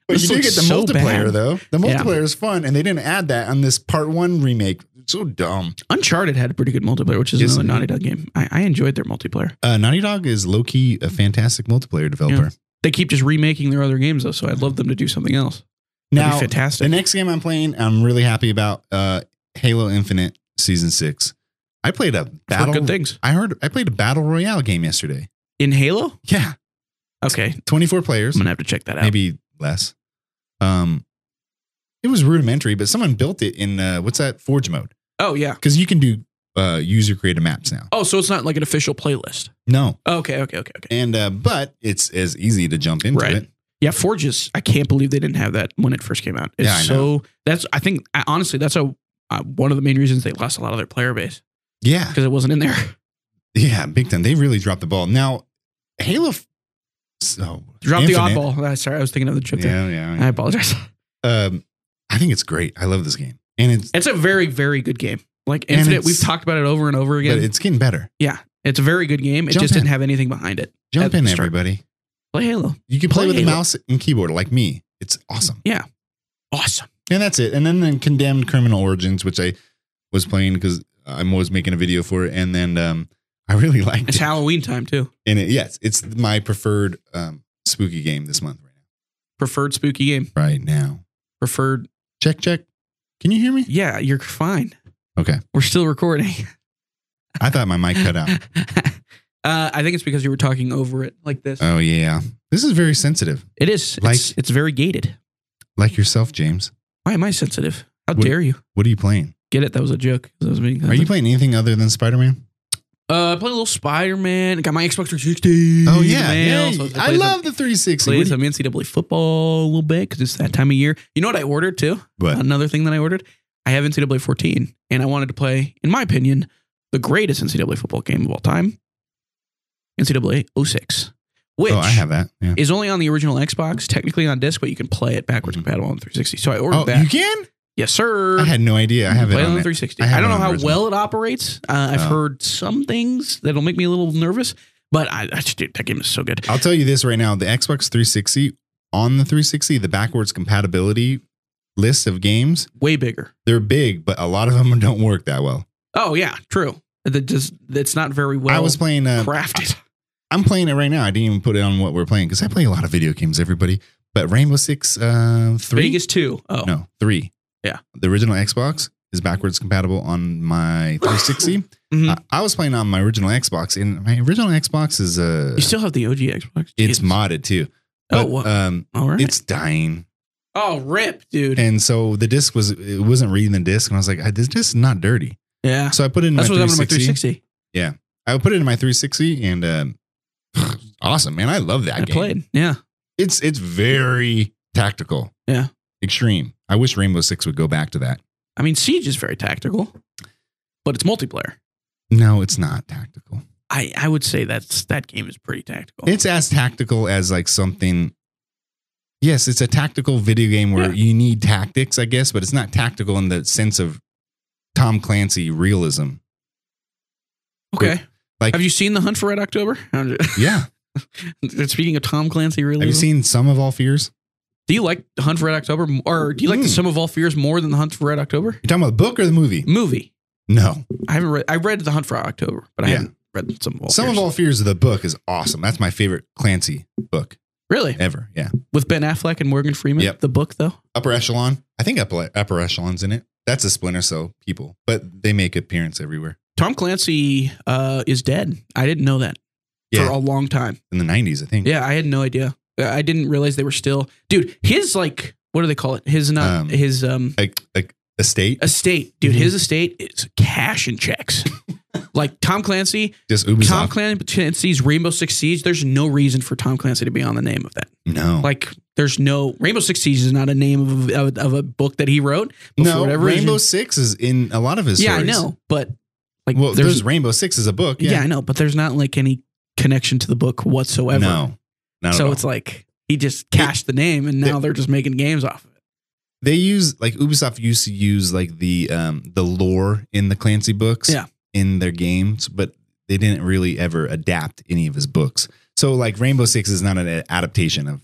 Speaker 1: but
Speaker 3: This
Speaker 1: you do
Speaker 3: looks
Speaker 1: get the
Speaker 3: so
Speaker 1: multiplayer
Speaker 3: bad.
Speaker 1: though. The
Speaker 3: Yeah.
Speaker 1: multiplayer is fun, and they didn't add that on this part one remake. So dumb.
Speaker 3: Uncharted had a pretty good multiplayer, which is
Speaker 1: Yes,
Speaker 3: another
Speaker 1: it did.
Speaker 3: Naughty Dog game. I, I enjoyed their multiplayer.
Speaker 1: Uh, Naughty Dog is low key a fantastic multiplayer developer.
Speaker 3: they keep just remaking their other games though, so I'd love them to do something else. That'd
Speaker 1: Now,
Speaker 3: be fantastic.
Speaker 1: the next game I'm playing, I'm really happy about uh, Halo Infinite Season Six. I played a
Speaker 3: I've heard
Speaker 1: battle.
Speaker 3: good things
Speaker 1: I heard I played a battle royale game yesterday.
Speaker 3: in Halo.
Speaker 1: Yeah,
Speaker 3: Okay, I'm
Speaker 1: 24 players,
Speaker 3: gonna have to check that out.
Speaker 1: maybe less. Um, it was rudimentary, but someone built it in uh, what's that Forge mode.
Speaker 3: Oh yeah.
Speaker 1: because you can do uh, user created maps now.
Speaker 3: Oh, so it's not like an official playlist.
Speaker 1: No,
Speaker 3: Okay, okay, okay, okay.
Speaker 1: and uh, but it's as easy to jump into
Speaker 3: Right.
Speaker 1: it.
Speaker 3: Yeah, Forges. I can't believe they didn't have that when it first came out. It's
Speaker 1: Yeah, I know.
Speaker 3: so that's. I think I, honestly, that's a uh, one of the main reasons they lost a lot of their player base
Speaker 1: Yeah,
Speaker 3: because it wasn't in there.
Speaker 1: yeah, big time. They really dropped the ball. Now, Halo. f- So
Speaker 3: Drop
Speaker 1: Infinite-
Speaker 3: the oddball. Ah, sorry, I was thinking of the chip. there.
Speaker 1: Yeah, yeah.
Speaker 3: I
Speaker 1: yeah.
Speaker 3: apologize.
Speaker 1: um, I think it's great. I love this game, and it's
Speaker 3: It's a very, very good game. Like
Speaker 1: And
Speaker 3: Infinite,
Speaker 1: it's-
Speaker 3: we've talked about it over and over again.
Speaker 1: but
Speaker 3: It's,
Speaker 1: it's getting better.
Speaker 3: a very good game. It
Speaker 1: Jump
Speaker 3: just
Speaker 1: in.
Speaker 3: didn't have anything behind it. At
Speaker 1: Jump
Speaker 3: the
Speaker 1: in,
Speaker 3: start.
Speaker 1: everybody.
Speaker 3: Play Halo.
Speaker 1: You can play,
Speaker 3: Play
Speaker 1: with a
Speaker 3: Halo.
Speaker 1: mouse and keyboard like me. It's awesome.
Speaker 3: Awesome.
Speaker 1: And that's it. And then, then Condemned Criminal Origins, which I was playing because I was making a video for it, and then um, I really liked
Speaker 3: It's
Speaker 1: it.
Speaker 3: Halloween time too.
Speaker 1: and it, yes, it's my preferred um, spooky game this month.
Speaker 3: Preferred spooky game.
Speaker 1: Right now,
Speaker 3: Preferred.
Speaker 1: check check. Can you hear me?
Speaker 3: Yeah, you're fine.
Speaker 1: Okay,
Speaker 3: We're still recording.
Speaker 1: I thought my mic cut out.
Speaker 3: uh, I think it's because you were talking over it like this.
Speaker 1: Oh yeah, this is very sensitive.
Speaker 3: it is. it's,
Speaker 1: like-
Speaker 3: it's very gated.
Speaker 1: Like yourself, James.
Speaker 3: Why am I sensitive? How
Speaker 1: What-
Speaker 3: dare you?
Speaker 1: What are you playing?
Speaker 3: Get it? That was a joke. That was me.
Speaker 1: Are you playing anything other than Spider Man?
Speaker 3: Uh, I played a little Spider Man. Got my Xbox 360.
Speaker 1: Oh yeah,
Speaker 3: man.
Speaker 1: yeah.
Speaker 3: So
Speaker 1: I
Speaker 3: played
Speaker 1: love
Speaker 3: some,
Speaker 1: the 360.
Speaker 3: played
Speaker 1: What do you-
Speaker 3: some NCAA football a little bit because it's that time of year. You know what I ordered too?
Speaker 1: But
Speaker 3: Another thing that I ordered. I have NCAA 14, and I wanted to play, in my opinion, the greatest NCAA football game of all time, NCAA 06, which
Speaker 1: oh, I have that. Yeah.
Speaker 3: is only on the original Xbox, technically on disc, but you can play it backwards
Speaker 1: Mhm.
Speaker 3: compatible on 360. So I ordered
Speaker 1: Oh,
Speaker 3: that.
Speaker 1: you can?
Speaker 3: yes, sir.
Speaker 1: I had no idea. I have it
Speaker 3: Play it on
Speaker 1: on
Speaker 3: the
Speaker 1: it.
Speaker 3: 360.
Speaker 1: I
Speaker 3: I,
Speaker 1: have
Speaker 3: don't
Speaker 1: it
Speaker 3: know
Speaker 1: on
Speaker 3: how
Speaker 1: original.
Speaker 3: well it operates. Uh, I've
Speaker 1: Oh.
Speaker 3: heard some things that'll make me a little nervous, but I, I just, dude, that game is so good.
Speaker 1: I'll tell you this right now: the Xbox 360 on the 360, the backwards compatibility list of games,
Speaker 3: Way bigger.
Speaker 1: they're big, but a lot of them don't work that well.
Speaker 3: Oh yeah, true. That just that's not very well
Speaker 1: I was playing. Uh,
Speaker 3: crafted.
Speaker 1: I'm playing it right now. I didn't even put it on what we're playing because I play a lot of video games. Everybody, but Rainbow Six uh, three.
Speaker 3: Vegas two. Oh
Speaker 1: No, three.
Speaker 3: Yeah.
Speaker 1: The original Xbox is backwards compatible on my 360.
Speaker 3: Mhm.
Speaker 1: I, I was playing on my original Xbox, and my original Xbox is uh,
Speaker 3: you still have the OG Xbox.
Speaker 1: it's
Speaker 3: Jeez.
Speaker 1: modded too.
Speaker 3: Oh,
Speaker 1: But,
Speaker 3: wow.
Speaker 1: um,
Speaker 3: all right.
Speaker 1: it's dying,
Speaker 3: oh rip, dude.
Speaker 1: and so the disc was it wasn't reading the disc, and I was like, "I- "This disc is not dirty."
Speaker 3: yeah,
Speaker 1: So I put it in
Speaker 3: that's
Speaker 1: my
Speaker 3: what happened to my
Speaker 1: 360.
Speaker 3: 360.
Speaker 1: I put it in my 360, and um, awesome, man! I love that
Speaker 3: I
Speaker 1: game.
Speaker 3: played. Yeah,
Speaker 1: It's it's very tactical.
Speaker 3: Yeah.
Speaker 1: extreme. I wish Rainbow Six would go back to that.
Speaker 3: I mean Siege is very tactical, but it's multiplayer.
Speaker 1: No, it's not tactical.
Speaker 3: I I would say that's that game is pretty tactical.
Speaker 1: It's as tactical as like something. Yes, it's a tactical video game where you need tactics, I guess, but it's not tactical in the sense of Tom Clancy realism.
Speaker 3: okay.
Speaker 1: like-
Speaker 3: have you seen the Hunt for Red October? I'm just-
Speaker 1: Yeah.
Speaker 3: Speaking of Tom Clancy, really,
Speaker 1: Have you seen Some of All Fears?
Speaker 3: do you like The Hunt for Red October, m- or do you like The
Speaker 1: Mm.
Speaker 3: Sum of All Fears more than The Hunt for Red October
Speaker 1: You're talking about the book or the
Speaker 3: Mm.
Speaker 1: movie?
Speaker 3: movie?
Speaker 1: No.
Speaker 3: I haven't read. I read The Hunt for October, but I
Speaker 1: Yeah.
Speaker 3: haven't read Some of All.
Speaker 1: Some
Speaker 3: Fears.
Speaker 1: of All Fears of the book is awesome. That's my favorite Clancy book
Speaker 3: really
Speaker 1: ever. Yeah.
Speaker 3: with Ben Affleck and Morgan Freeman.
Speaker 1: Yep.
Speaker 3: The book though,
Speaker 1: Upper Echelon. I think Upper, upper Echelon's in it. That's a Splinter Cell people, but they make appearance everywhere.
Speaker 3: Tom Clancy uh, is dead. I didn't know that
Speaker 1: Yeah.
Speaker 3: for a long time.
Speaker 1: In the 90s, I think.
Speaker 3: Yeah, I had no idea. Uh, I didn't realize they were still. Dude, his like what do they call it? His not
Speaker 1: Um,
Speaker 3: his um
Speaker 1: Like, like estate,
Speaker 3: Uh, estate, dude.
Speaker 1: Mhm.
Speaker 3: His estate is cash and checks. like Tom Clancy,
Speaker 1: just
Speaker 3: Tom
Speaker 1: Ubisoft.
Speaker 3: Clancy's Rainbow Six Siege, there's no reason for Tom Clancy to be on the name of that.
Speaker 1: no.
Speaker 3: Like, there's no Rainbow Six Siege is not a name of, of, of a book that he wrote. but for
Speaker 1: No,
Speaker 3: whatever reason-
Speaker 1: Rainbow Six is in a lot of his.
Speaker 3: yeah, I
Speaker 1: stories.
Speaker 3: know, but like,
Speaker 1: well,
Speaker 3: there's,
Speaker 1: there's, Rainbow Six is a book.
Speaker 3: yeah.
Speaker 1: Yeah,
Speaker 3: I know, but there's not like any connection to the book whatsoever.
Speaker 1: no, not
Speaker 3: so
Speaker 1: at all.
Speaker 3: it's like he just cashed the name, and now they're just making games off of it.
Speaker 1: they use like Ubisoft used to use like the um the lore in the Clancy books.
Speaker 3: Yeah.
Speaker 1: in their games, but they didn't really ever adapt any of his books. So like Rainbow Six is not an adaptation of.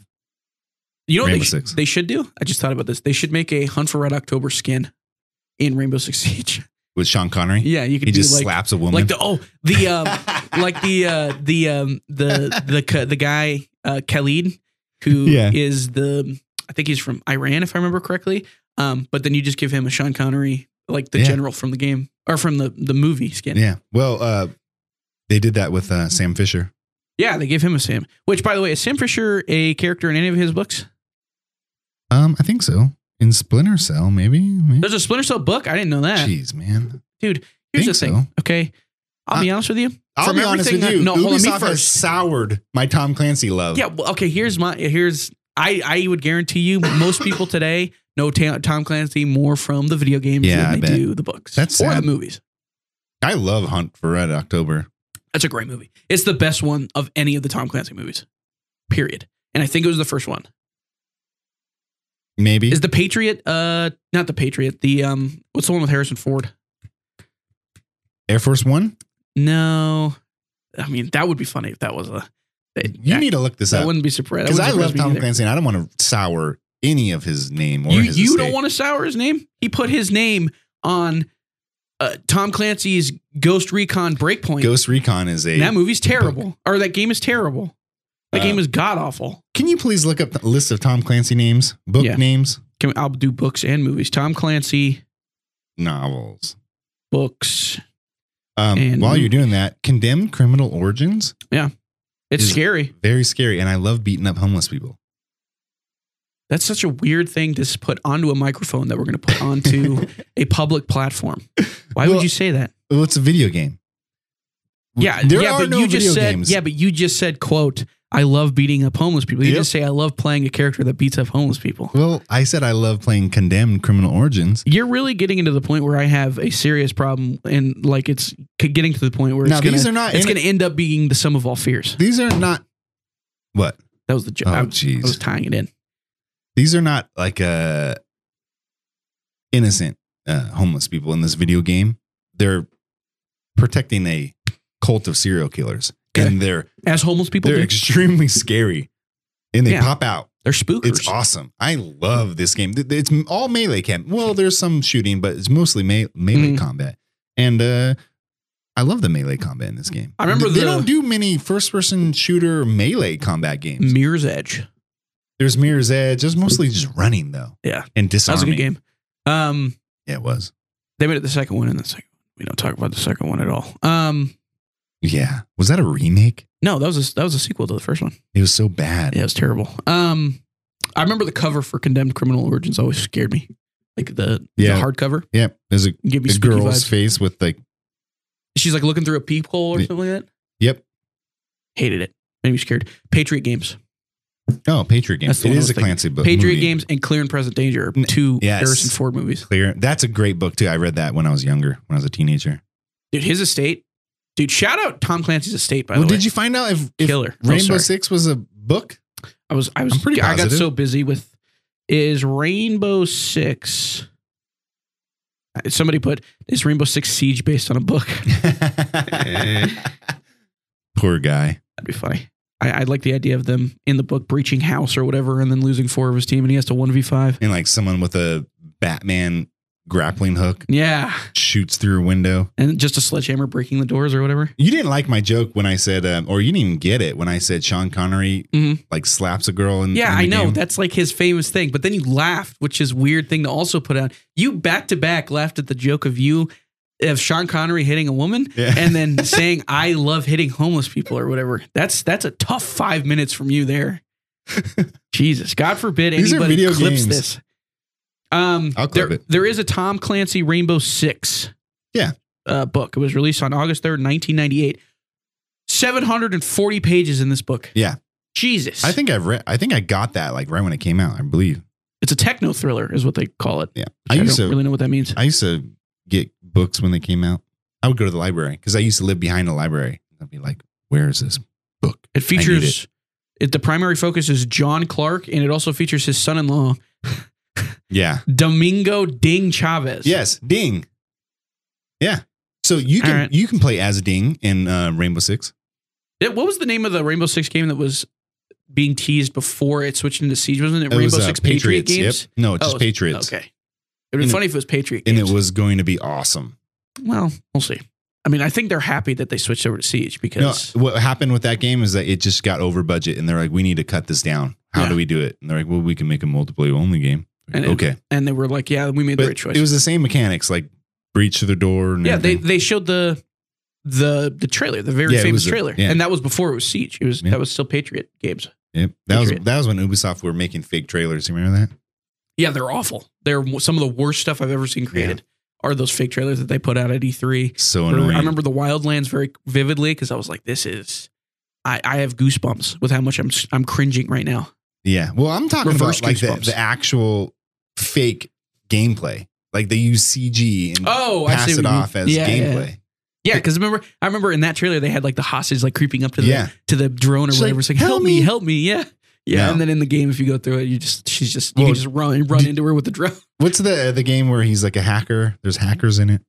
Speaker 3: You know what they,
Speaker 1: Rainbow
Speaker 3: sh-
Speaker 1: Six.
Speaker 3: they should do? I just thought about this. They should make a Hunt for Red October skin in Rainbow Six Siege.
Speaker 1: With Sean Connery,
Speaker 3: yeah, you could
Speaker 1: he
Speaker 3: do
Speaker 1: just
Speaker 3: like
Speaker 1: slaps a woman.
Speaker 3: like the oh the um, like the uh the um the the ca- the guy uh Khalid who is
Speaker 1: Yeah.
Speaker 3: the I think he's from Iran if I remember correctly. Um but then you just give him a Sean Connery like the
Speaker 1: Yeah.
Speaker 3: general from the game or from the the movie skin. Yeah,
Speaker 1: yeah. Well, uh, they did that with uh, Sam Fisher.
Speaker 3: they give him a Sam. Which by the way, is Sam Fisher a character in any of his books?
Speaker 1: Um, I think so. In Splinter Cell, maybe. maybe.
Speaker 3: There's a Splinter Cell book. I didn't know that.
Speaker 1: Jeez, man.
Speaker 3: Here's the
Speaker 1: think
Speaker 3: thing.
Speaker 1: so.
Speaker 3: Okay. I'll
Speaker 1: Uh,
Speaker 3: be honest with you.
Speaker 1: I'll
Speaker 3: From
Speaker 1: be honest
Speaker 3: everything
Speaker 1: with
Speaker 3: that-
Speaker 1: you.
Speaker 3: no, hold on, me
Speaker 1: Ubisoft has
Speaker 3: first.
Speaker 1: soured my Tom Clancy love.
Speaker 3: Yeah, well, okay, here's my here's I I would guarantee you most people today know Ta- Tom Clancy more from the video games
Speaker 1: Yeah, I
Speaker 3: than they
Speaker 1: bet.
Speaker 3: do the books
Speaker 1: That's
Speaker 3: or the
Speaker 1: sad.
Speaker 3: movies.
Speaker 1: I love Hunt for Red October.
Speaker 3: That's a great movie. It's the best one of any of the Tom Clancy movies. Period. And I think it was the first one.
Speaker 1: Maybe
Speaker 3: Is the Patriot uh not the Patriot, the um what's the one with Harrison Ford?
Speaker 1: Air Force One.
Speaker 3: No. I mean, that would be funny if that was a that,
Speaker 1: You need to look this
Speaker 3: that
Speaker 1: up
Speaker 3: wouldn't be surprised.
Speaker 1: because I love Tom Clancy and I don't want to sour any of his name or
Speaker 3: You,
Speaker 1: his.
Speaker 3: you
Speaker 1: estate.
Speaker 3: don't want to sour his name? He put his name on uh, Tom Clancy's Ghost Recon Breakpoint.
Speaker 1: Ghost Recon is a.
Speaker 3: that movie's terrible, or that game is terrible. That
Speaker 2: Uh,
Speaker 3: game is god awful.
Speaker 1: Can you please look up the list of Tom Clancy names, book
Speaker 3: Yeah.
Speaker 1: names,
Speaker 3: Can we, I'll do books and movies. Tom Clancy
Speaker 1: novels?
Speaker 3: books.
Speaker 1: Um,
Speaker 3: And-
Speaker 1: while you're doing that, Condemned Criminal Origins,
Speaker 3: It's
Speaker 1: Is-
Speaker 3: scary.
Speaker 1: very scary, and I love beating up homeless people.
Speaker 3: That's such a weird thing to s- put onto a microphone that we're going to put onto a public platform. Why
Speaker 1: Well,
Speaker 3: would you say that?
Speaker 1: Well, it's a video game.
Speaker 3: Yeah,
Speaker 1: there
Speaker 3: yeah,
Speaker 1: are
Speaker 3: but
Speaker 1: no
Speaker 3: you just
Speaker 1: video
Speaker 3: said,
Speaker 1: games.
Speaker 3: Yeah, but you just said, "quote I love beating up homeless people." You
Speaker 1: Yep.
Speaker 3: just say, "I love playing a character that beats up homeless people."
Speaker 1: Well, I said I love playing Condemned Criminal Origins.
Speaker 3: You're really getting into the point where I have a serious problem, and like it's c- getting to the point where
Speaker 1: Now
Speaker 3: it's gonna
Speaker 1: these are not.
Speaker 3: it's
Speaker 1: in-
Speaker 3: gonna end up being the sum of all fears.
Speaker 1: these are not. What?
Speaker 3: That was the joke.
Speaker 1: Oh,
Speaker 3: I, was- I
Speaker 1: jeez.
Speaker 3: was tying it in.
Speaker 1: These are not like uh, innocent uh, homeless people in this video game. They're protecting a cult of serial killers, and they're
Speaker 3: As homeless people,
Speaker 1: they're
Speaker 3: do,
Speaker 1: extremely scary, and they
Speaker 3: Yeah.
Speaker 1: pop out.
Speaker 3: they're spookers.
Speaker 1: It's awesome. I love this game. Th- It's all melee camp. Well, there's some shooting, but it's mostly me- melee
Speaker 3: Mhm.
Speaker 1: combat. And uh, I love the melee combat in this game.
Speaker 3: I remember
Speaker 1: they
Speaker 3: the-
Speaker 1: don't do many first-person shooter melee combat games.
Speaker 3: Mirror's Edge.
Speaker 1: There's Mirror's Edge. There's mostly just running though.
Speaker 3: Yeah.
Speaker 1: and
Speaker 3: That was
Speaker 1: disarming.
Speaker 3: a good game. Um,
Speaker 1: Yeah, it was.
Speaker 3: they made it the second one, and the second we don't talk about the second one at all. Um,
Speaker 1: Yeah, was that a remake?
Speaker 3: no, that was a, that was a sequel to the first one.
Speaker 1: It was so bad.
Speaker 3: Yeah, it was terrible. Um, I remember the cover for Condemned Criminal Origins always scared me, like the
Speaker 1: Yeah.
Speaker 3: the hardcover.
Speaker 1: Yeah, there's a,
Speaker 3: Give me
Speaker 1: a
Speaker 3: spooky
Speaker 1: girl's
Speaker 3: vibes.
Speaker 1: face with like.
Speaker 3: She's like looking through a peephole or
Speaker 1: Yeah.
Speaker 3: something like that.
Speaker 1: Yep.
Speaker 3: Hated it. Made me scared. Patriot Games,
Speaker 1: Oh, Patriot Games.
Speaker 3: That's the
Speaker 1: It
Speaker 3: one I
Speaker 1: is
Speaker 3: was
Speaker 1: a
Speaker 3: thinking.
Speaker 1: Clancy book.
Speaker 3: Patriot
Speaker 1: movie.
Speaker 3: Games, and Clear and Present Danger, are
Speaker 1: N-
Speaker 3: two
Speaker 1: yes.
Speaker 3: Harrison Ford movies.
Speaker 1: Clear. That's a great book too. I read that when I was younger, when I was a teenager.
Speaker 3: Dude, his estate. Dude, shout out Tom Clancy's estate. By
Speaker 1: well,
Speaker 3: the way,
Speaker 1: did you find out if, if
Speaker 3: killer Oh,
Speaker 1: Rainbow
Speaker 3: sorry.
Speaker 1: Six was a book?
Speaker 3: I was I was
Speaker 1: I'm pretty
Speaker 3: I got
Speaker 1: positive.
Speaker 3: so busy with is Rainbow Six. Somebody put is Rainbow Six Siege based on a book.
Speaker 1: Poor guy.
Speaker 3: That'd be funny. I, I like the idea of them in the book breaching house or whatever, and then losing four of his team, and he has to one v five.
Speaker 1: And like someone with a Batman grappling hook
Speaker 3: Yeah,
Speaker 1: shoots through a window.
Speaker 3: and just a sledgehammer breaking the doors or whatever.
Speaker 1: You didn't like my joke when I said, um, or you didn't even get it when I said Sean Connery
Speaker 3: Mhm.
Speaker 1: like slaps a girl. Mm, In,
Speaker 3: Yeah,
Speaker 1: in the
Speaker 3: I know
Speaker 1: game.
Speaker 3: that's like his famous thing. But then you laughed, which is weird thing to also put out. You back to back laughed at the joke of you of Sean Connery hitting a woman,
Speaker 1: Yeah.
Speaker 3: and then saying I love hitting homeless people or whatever. That's that's a tough five minutes from you there. Jesus, God forbid
Speaker 1: These are
Speaker 3: anybody
Speaker 1: video
Speaker 3: clips
Speaker 1: games.
Speaker 3: this. Um,
Speaker 1: I'll clip
Speaker 3: there,
Speaker 1: it.
Speaker 3: there is a Tom Clancy Rainbow Six,
Speaker 1: Yeah.
Speaker 3: uh, book. It was released on August third, nineteen ninety eight. Seven hundred and forty pages in this book.
Speaker 1: Yeah.
Speaker 3: Jesus.
Speaker 1: I think I've read. I think I got that like right when it came out. I believe.
Speaker 3: it's a techno thriller, is what they call it.
Speaker 1: Yeah,
Speaker 3: I,
Speaker 1: I used
Speaker 3: don't
Speaker 1: to.
Speaker 3: really know what that means.
Speaker 1: I used to get books when they came out. I would go to the library because I used to live behind the library. I'd be like, "Where is this book?"
Speaker 3: It
Speaker 1: need
Speaker 3: features it. The primary focus is John Clark, and it also features his son-in-law
Speaker 1: Yeah.
Speaker 3: Domingo Ding Chavez.
Speaker 1: Yes, Ding. Yeah. So you can
Speaker 3: All right.
Speaker 1: you can play as Ding in uh, Rainbow Six.
Speaker 3: It- what was the name of the Rainbow Six game that was being teased before it switched into Siege? Wasn't it, Rainbow
Speaker 1: was, uh,
Speaker 3: Six Patriot Games?
Speaker 1: Yep. No, it's
Speaker 3: Oh,
Speaker 1: just Patriots.
Speaker 3: Okay, it'd be
Speaker 1: And it-
Speaker 3: funny if it was Patriot
Speaker 1: And
Speaker 3: Games.
Speaker 1: it was going to be awesome.
Speaker 3: well, we'll see. I mean, I think they're happy that they switched over to Siege
Speaker 1: No,
Speaker 3: because
Speaker 1: what happened with that game is that it just got over budget, and they're like, "We need to cut this down. How
Speaker 3: Yeah.
Speaker 1: do we do it?" And they're like, "Well, we can make a multiplayer only game."
Speaker 3: And it-
Speaker 1: okay,
Speaker 3: and they were like, yeah, we made the
Speaker 1: but
Speaker 3: right choice.
Speaker 1: it was the same mechanics, like breach through the door. And
Speaker 3: yeah, they,
Speaker 1: everything.
Speaker 3: they showed the the the trailer, the very
Speaker 1: Yeah, it
Speaker 3: famous
Speaker 1: was a-
Speaker 3: trailer,
Speaker 1: yeah.
Speaker 3: and that was before it was Siege. It was
Speaker 1: Yeah.
Speaker 3: that was still Patriot games.
Speaker 1: Yep. That was
Speaker 3: Patriot.
Speaker 1: that was when Ubisoft were making fake trailers. You remember that?
Speaker 3: Yeah, they're awful. They're w- some of the worst stuff I've ever seen created. Are those fake trailers that they put out at E E3?
Speaker 1: So
Speaker 3: I
Speaker 1: annoying.
Speaker 3: remember the Wildlands very vividly because I was like, "This is." I, I have goosebumps with how much I'm s- I'm cringing right now.
Speaker 1: Yeah. Well, I'm talking
Speaker 3: Reverse
Speaker 1: about like the,
Speaker 3: goosebumps.
Speaker 1: the actual fake gameplay. Like they use CG and
Speaker 3: Oh, I see
Speaker 1: pass
Speaker 3: what you
Speaker 1: it
Speaker 3: mean.
Speaker 1: off as
Speaker 3: Yeah, yeah.
Speaker 1: gameplay.
Speaker 3: Yeah, because remember, I remember in that trailer they had like the hostage like creeping up to
Speaker 1: Yeah.
Speaker 3: the to the drone or
Speaker 1: She's like,
Speaker 3: whatever, saying
Speaker 1: "Help
Speaker 3: "Help me,
Speaker 1: me."
Speaker 3: help me!" Yeah, yeah.
Speaker 1: No.
Speaker 3: And then in the game, if you go through it, you just she's just you
Speaker 1: Well,
Speaker 3: can just run run
Speaker 1: did-
Speaker 3: into her with the drone.
Speaker 1: What's the the game where he's like a hacker? There's hackers in it.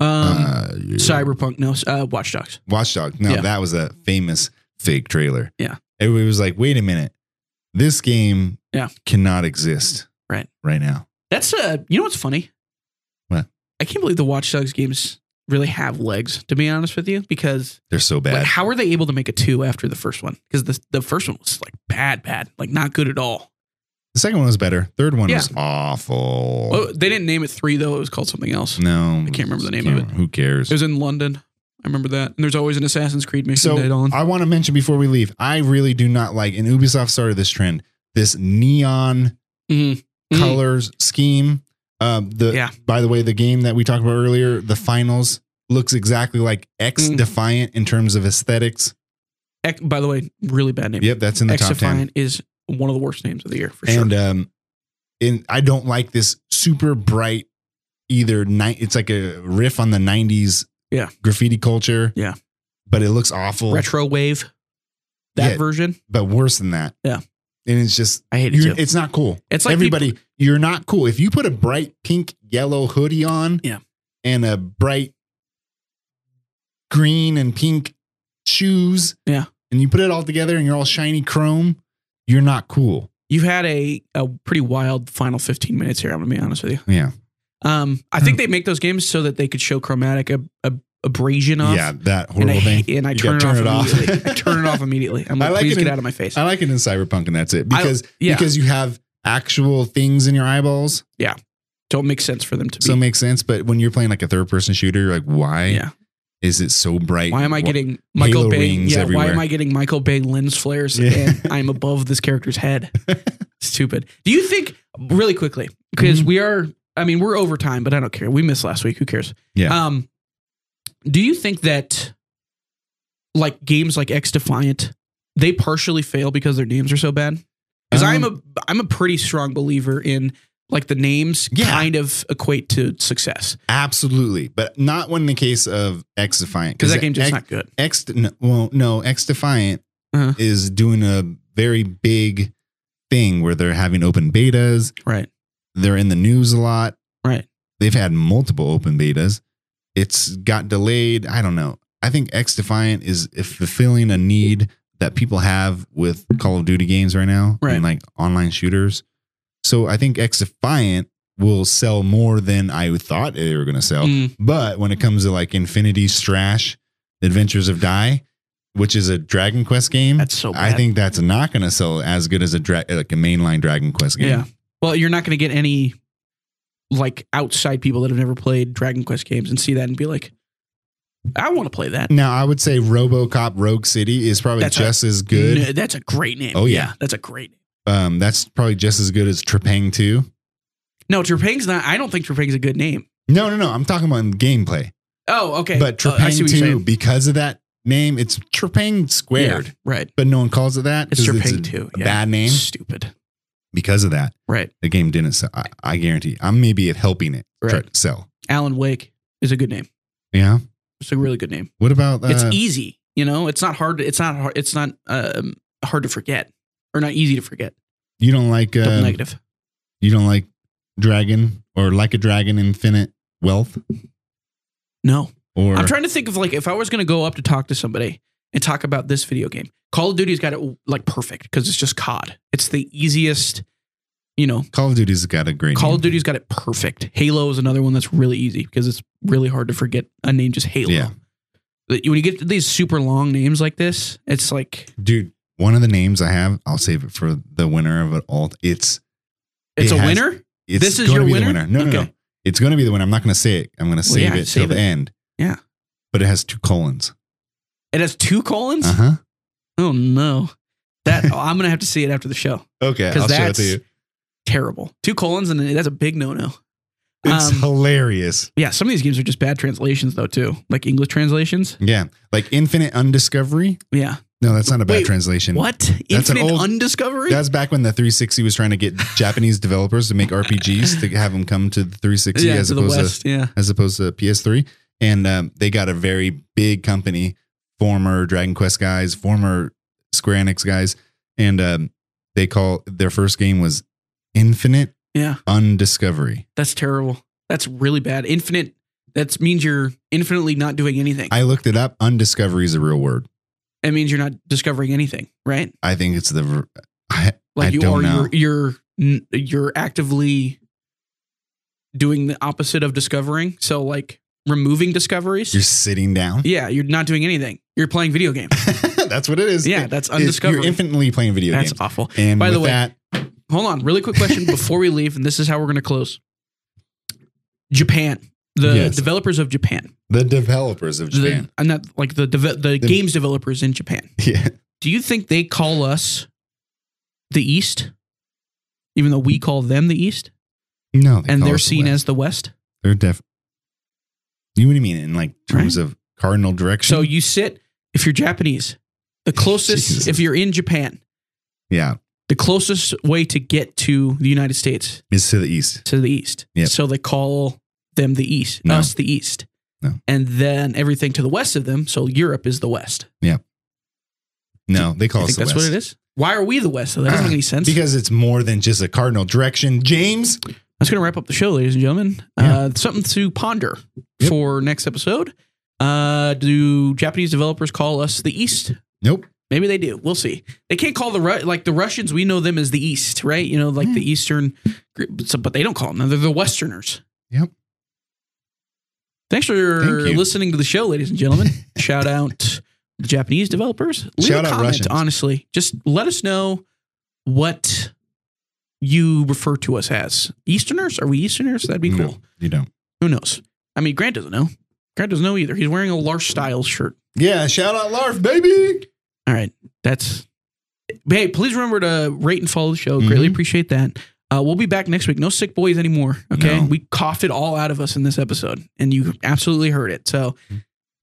Speaker 3: Um,
Speaker 1: Uh, yeah.
Speaker 3: Cyberpunk, no, uh, Watch Dogs.
Speaker 1: Watchdog. No,
Speaker 3: Yeah.
Speaker 1: that was a famous fake trailer.
Speaker 3: Yeah.
Speaker 1: Everybody was like, wait a minute. This game
Speaker 3: Yeah.
Speaker 1: cannot exist
Speaker 3: Right.
Speaker 1: right now.
Speaker 3: That's uh, you know what's funny?
Speaker 1: What?
Speaker 3: I can't believe the Watch Dogs games really have legs. To be honest with you, because
Speaker 1: They're so bad.
Speaker 3: like, how are they able to make a two after the first one? Because the the first one was like bad, bad, like not good at all.
Speaker 1: the second one was better. Third one
Speaker 3: Yeah.
Speaker 1: was awful.
Speaker 3: Oh, they didn't name it three though; it was called something else.
Speaker 1: No,
Speaker 3: I can't remember the name of it.
Speaker 1: Who cares?
Speaker 3: It was in London. I remember that. And there's always an Assassin's Creed mission
Speaker 1: So
Speaker 3: night on.
Speaker 1: I want to mention before we leave, I really do not like, and Ubisoft started this trend, this neon
Speaker 3: Mhm. Mhm.
Speaker 1: colors scheme. Um, the
Speaker 3: Yeah.
Speaker 1: by the way, the game that we talked about earlier, the finals looks exactly like X
Speaker 3: Mm.
Speaker 1: Defiant in terms of aesthetics.
Speaker 3: Ec- by the way, really bad name.
Speaker 1: Yep, that's in the top ten.
Speaker 3: Exifiant is one of the worst names of the year for
Speaker 1: and
Speaker 3: sure.
Speaker 1: um, and I don't like this super bright either. Night, it's like a riff on the '90s,
Speaker 3: Yeah.
Speaker 1: graffiti culture.
Speaker 3: Yeah.
Speaker 1: but it looks awful.
Speaker 3: Retro Wave, that
Speaker 1: Yeah.
Speaker 3: version.
Speaker 1: but worse than that.
Speaker 3: Yeah.
Speaker 1: and it's just
Speaker 3: I hate it
Speaker 1: You're,
Speaker 3: too.
Speaker 1: it's not cool.
Speaker 3: It's like
Speaker 1: Everybody, you're not cool. If you put a bright pink yellow hoodie on,
Speaker 3: Yeah.
Speaker 1: and a bright green and pink shoes,
Speaker 3: Yeah.
Speaker 1: and you put it all together and you're all shiny chrome, you're not cool.
Speaker 3: you had a, a pretty wild final 15 minutes here. I'm gonna be honest with you.
Speaker 1: Yeah,
Speaker 3: Um, I think they make those games so that they could show chromatic ab- ab- abrasion off.
Speaker 1: yeah, that
Speaker 3: and
Speaker 1: horrible
Speaker 3: I,
Speaker 1: thing.
Speaker 3: hate- and I
Speaker 1: You
Speaker 3: turn, it, off
Speaker 1: gotta turn it off.
Speaker 3: immediately. I turn it off immediately. I'm
Speaker 1: I
Speaker 3: like,
Speaker 1: like
Speaker 3: please
Speaker 1: it
Speaker 3: get
Speaker 1: in-
Speaker 3: out of my face.
Speaker 1: I like it in Cyberpunk, and that's it
Speaker 3: I-
Speaker 1: because
Speaker 3: yeah.
Speaker 1: because you have actual things in your eyeballs,
Speaker 3: Don't make sense for them to be.
Speaker 1: so it makes sense. But when you're playing like a third person shooter, you're like, why
Speaker 3: yeah.
Speaker 1: is it so bright?
Speaker 3: Why am I getting Michael
Speaker 1: Halo
Speaker 3: Bay?
Speaker 1: rings
Speaker 3: Yeah, why
Speaker 1: everywhere.
Speaker 3: am I getting Michael Bay lens flares
Speaker 1: Yeah.
Speaker 3: and I'm above this character's head? Stupid. Do you think really quickly because
Speaker 1: Mm-hmm.
Speaker 3: we are? I mean, we're over time, but I don't care. We missed last week. Who cares?
Speaker 1: Yeah.
Speaker 3: Um, do you think that like games like X Defiant they partially fail because their names are so bad? Because I'm
Speaker 1: Um,
Speaker 3: a I'm a pretty strong believer in like the names
Speaker 1: Yeah.
Speaker 3: kind of equate to success
Speaker 1: Absolutely, but not when in the case of X Defiant
Speaker 3: because that game's just
Speaker 1: X,
Speaker 3: not good.
Speaker 1: X no, well, no X Defiant
Speaker 3: Uh-huh.
Speaker 1: is doing a very big thing where they're having open betas.
Speaker 3: Right.
Speaker 1: They're in the news a lot.
Speaker 3: Right.
Speaker 1: They've had multiple open betas. It's got delayed. I don't know. I think X Defiant is fulfilling a need that people have with Call of Duty games right now
Speaker 3: Right.
Speaker 1: and like online shooters. So I think X Defiant will sell more than I thought they were going to sell.
Speaker 3: Mm,
Speaker 1: But when it comes to like Infinity Strash, Adventures of Die, which is a Dragon Quest game,
Speaker 3: that's so.
Speaker 1: Hmm. I
Speaker 3: Bad.
Speaker 1: think that's not going to sell as good as a dra- like a mainline Dragon Quest game.
Speaker 3: Yeah. Well, you're not going to get any like outside people that have never played Dragon Quest games and see that and be like, I want to play that.
Speaker 1: Now I would say RoboCop Rogue City is probably
Speaker 3: That's
Speaker 1: just as good.
Speaker 3: No, that's a great name.
Speaker 1: Oh, yeah.
Speaker 3: That's a great name.
Speaker 1: um, that's probably just as good as Trepang Two.
Speaker 3: No, Trepang's not. I don't think Trepang's a good name.
Speaker 1: No, no, no. I'm talking about in gameplay.
Speaker 3: Oh, okay.
Speaker 1: But
Speaker 3: Uh, I see
Speaker 1: Trepang
Speaker 3: what
Speaker 1: Two,
Speaker 3: you're saying.
Speaker 1: because of that name, it's Trepang squared,
Speaker 3: Yeah, right.
Speaker 1: but no one calls it that.
Speaker 3: It's
Speaker 1: 'cause
Speaker 3: Trepang
Speaker 1: a
Speaker 3: too.
Speaker 1: a bad name
Speaker 3: Stupid.
Speaker 1: because of that.
Speaker 3: Right.
Speaker 1: The game didn't sell. I, I guarantee. I'm maybe at helping it try
Speaker 3: Right.
Speaker 1: to sell.
Speaker 3: Alan Wake is a good name.
Speaker 1: Yeah.
Speaker 3: It's a really good name.
Speaker 1: What about uh,
Speaker 3: It's e- easy. You know, it's not hard. It's not hard. It's not um, hard to forget or not easy to forget.
Speaker 1: you don't like
Speaker 3: Double
Speaker 1: uh,
Speaker 3: negative.
Speaker 1: you don't like Dragon or like a Dragon Infinite Wealth
Speaker 3: No.
Speaker 1: or
Speaker 3: I'm trying to think of like if I was going to go up to talk to somebody and talk about this video game. Call of Duty's got it like perfect because it's just COD. It's the easiest, you know.
Speaker 1: Call of Duty's got a great
Speaker 3: Call of
Speaker 1: name.
Speaker 3: Duty's got it perfect. Halo is another one that's really easy because it's really hard to forget a name just Halo.
Speaker 1: Yeah.
Speaker 3: But When you get to these super long names like this, it's like
Speaker 1: dude. One of the names I have, I'll save it for the winner of it all. It's
Speaker 3: it's
Speaker 1: It
Speaker 3: a
Speaker 1: has-
Speaker 3: winner.
Speaker 1: it's
Speaker 3: This is
Speaker 1: gonna
Speaker 3: your
Speaker 1: be
Speaker 3: winner?
Speaker 1: The winner. No, no, no.
Speaker 3: Okay.
Speaker 1: It's gonna be the winner. I'm not gonna say it. I'm gonna
Speaker 3: yeah,
Speaker 1: save it
Speaker 3: save
Speaker 1: till
Speaker 3: it.
Speaker 1: the end.
Speaker 3: Yeah.
Speaker 1: But it has two colons.
Speaker 3: It has two colons.
Speaker 1: Uh huh.
Speaker 3: Oh no, that oh, I'm gonna have to see it after the show.
Speaker 1: Okay.
Speaker 3: 'Cause
Speaker 1: I'll show it
Speaker 3: that's-
Speaker 1: to you.
Speaker 3: Terrible. Two colons and that's a big no no.
Speaker 1: It's
Speaker 3: um,
Speaker 1: hilarious.
Speaker 3: Yeah, some of these games are just bad translations though too, like English translations.
Speaker 1: Yeah. Like Infinite Undiscovery.
Speaker 3: Yeah.
Speaker 1: No, that's not a bad
Speaker 3: Wait,
Speaker 1: translation.
Speaker 3: What?
Speaker 1: That's an
Speaker 3: Infinite
Speaker 1: old-
Speaker 3: Undiscovery?
Speaker 1: That's back when the 360 was trying to get Japanese developers to make RPGs to have them come to the 360
Speaker 3: yeah,
Speaker 1: as
Speaker 3: to the
Speaker 1: opposed to
Speaker 3: West. yeah.
Speaker 1: as opposed to PS3. And um, they got a very big company, former Dragon Quest guys, former Square Enix guys, and um, they call their first game was Infinite
Speaker 3: Yeah.
Speaker 1: Undiscovery.
Speaker 3: That's terrible. That's really bad. Infinite that means you're infinitely not doing anything.
Speaker 1: I looked it up. Undiscovery is a real word.
Speaker 3: it means you're not discovering anything, right?
Speaker 1: I think it's the. ver- I,
Speaker 3: Like
Speaker 1: I
Speaker 3: you
Speaker 1: don't
Speaker 3: are
Speaker 1: know.
Speaker 3: you're you're n- you're actively doing the opposite of discovering. So like removing discoveries.
Speaker 1: You're sitting down.
Speaker 3: yeah, you're not doing anything. You're playing video games.
Speaker 1: that's what it is.
Speaker 3: Yeah,
Speaker 1: It-
Speaker 3: that's
Speaker 1: it-
Speaker 3: undiscovered.
Speaker 1: You're infinitely playing video
Speaker 3: That's
Speaker 1: games.
Speaker 3: awful.
Speaker 1: And
Speaker 3: By
Speaker 1: with
Speaker 3: the way-
Speaker 1: that,
Speaker 3: Hold on, really quick question before we leave, and this is how we're going to close. Japan, the
Speaker 1: Yes.
Speaker 3: developers of Japan,
Speaker 1: the developers of Japan.
Speaker 3: The, and that like the, deve- the games developers in Japan.
Speaker 1: yeah.
Speaker 3: Do you think they call us the East, even though we call them the East,
Speaker 1: No. they
Speaker 3: and
Speaker 1: call
Speaker 3: they're
Speaker 1: us the
Speaker 3: seen
Speaker 1: West.
Speaker 3: as the West?
Speaker 1: They're def. You know what I mean? In like terms of cardinal direction.
Speaker 3: So you sit if you're Japanese, the closest
Speaker 1: Mm-hmm. Jesus.
Speaker 3: if you're in Japan,
Speaker 1: yeah,
Speaker 3: the closest way to get to the United States
Speaker 1: it's to the east.
Speaker 3: to the east.
Speaker 1: Yep.
Speaker 3: So they call them the east,
Speaker 1: No.
Speaker 3: us the east.
Speaker 1: No.
Speaker 3: And then everything to the west of them. So Europe is the west.
Speaker 1: No, they call
Speaker 3: I
Speaker 1: us
Speaker 3: think
Speaker 1: Oh,
Speaker 3: that's
Speaker 1: the West.
Speaker 3: what it is. Why are we the west? So that doesn't make any sense.
Speaker 1: Because it's more than just a cardinal direction. James,
Speaker 3: that's going to wrap up the show, ladies and gentlemen. Uh, something to ponder
Speaker 1: Yep.
Speaker 3: for next episode. Uh, do Japanese developers call us the east?
Speaker 1: nope.
Speaker 3: Maybe they do. We'll see. They can't call the Ru- like the Russians. We know them as the East, right? You know, like
Speaker 1: Hmm.
Speaker 3: the Eastern. group. So, but they don't call them. that. They're the Westerners.
Speaker 1: Yep.
Speaker 3: Thanks for
Speaker 1: Thank you.
Speaker 3: listening to the show, ladies and gentlemen. Shout out the Japanese developers. Leave
Speaker 1: Shout
Speaker 3: a
Speaker 1: out
Speaker 3: comment,
Speaker 1: Russians.
Speaker 3: honestly. Just let us know what you refer to us as. Easterners? Are we Easterners? That'd be
Speaker 1: No,
Speaker 3: cool.
Speaker 1: you don't.
Speaker 3: Who knows? I mean, Grant doesn't know. Grant doesn't know either. He's wearing a Lars Styles shirt.
Speaker 1: Yeah, shout out Larf, baby.
Speaker 3: All right. That's hey, please remember to rate and follow the show. Greatly
Speaker 1: Mhm.
Speaker 3: appreciate that. Uh, we'll be back next week. No sick boys anymore. Okay.
Speaker 1: No.
Speaker 3: We coughed it all out of us in this episode, and you absolutely heard it. So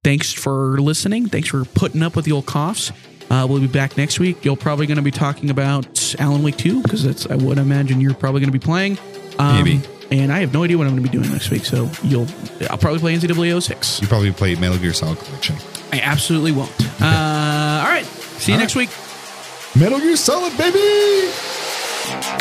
Speaker 3: thanks for listening. Thanks for putting up with the old coughs. Uh, we'll be back next week. You're probably going to be talking about Alan Wake 2 because that's, I would imagine, you're probably going to be playing. Um,
Speaker 1: Maybe.
Speaker 3: And I have no idea what I'm going to be doing next week. So you'll, I'll probably play NCAA 06.
Speaker 1: You probably played Metal Gear Solid Collection.
Speaker 3: I absolutely won't. Uh, all right. See you
Speaker 1: All
Speaker 3: next
Speaker 1: right.
Speaker 3: week.
Speaker 1: Metal Gear Solid, baby.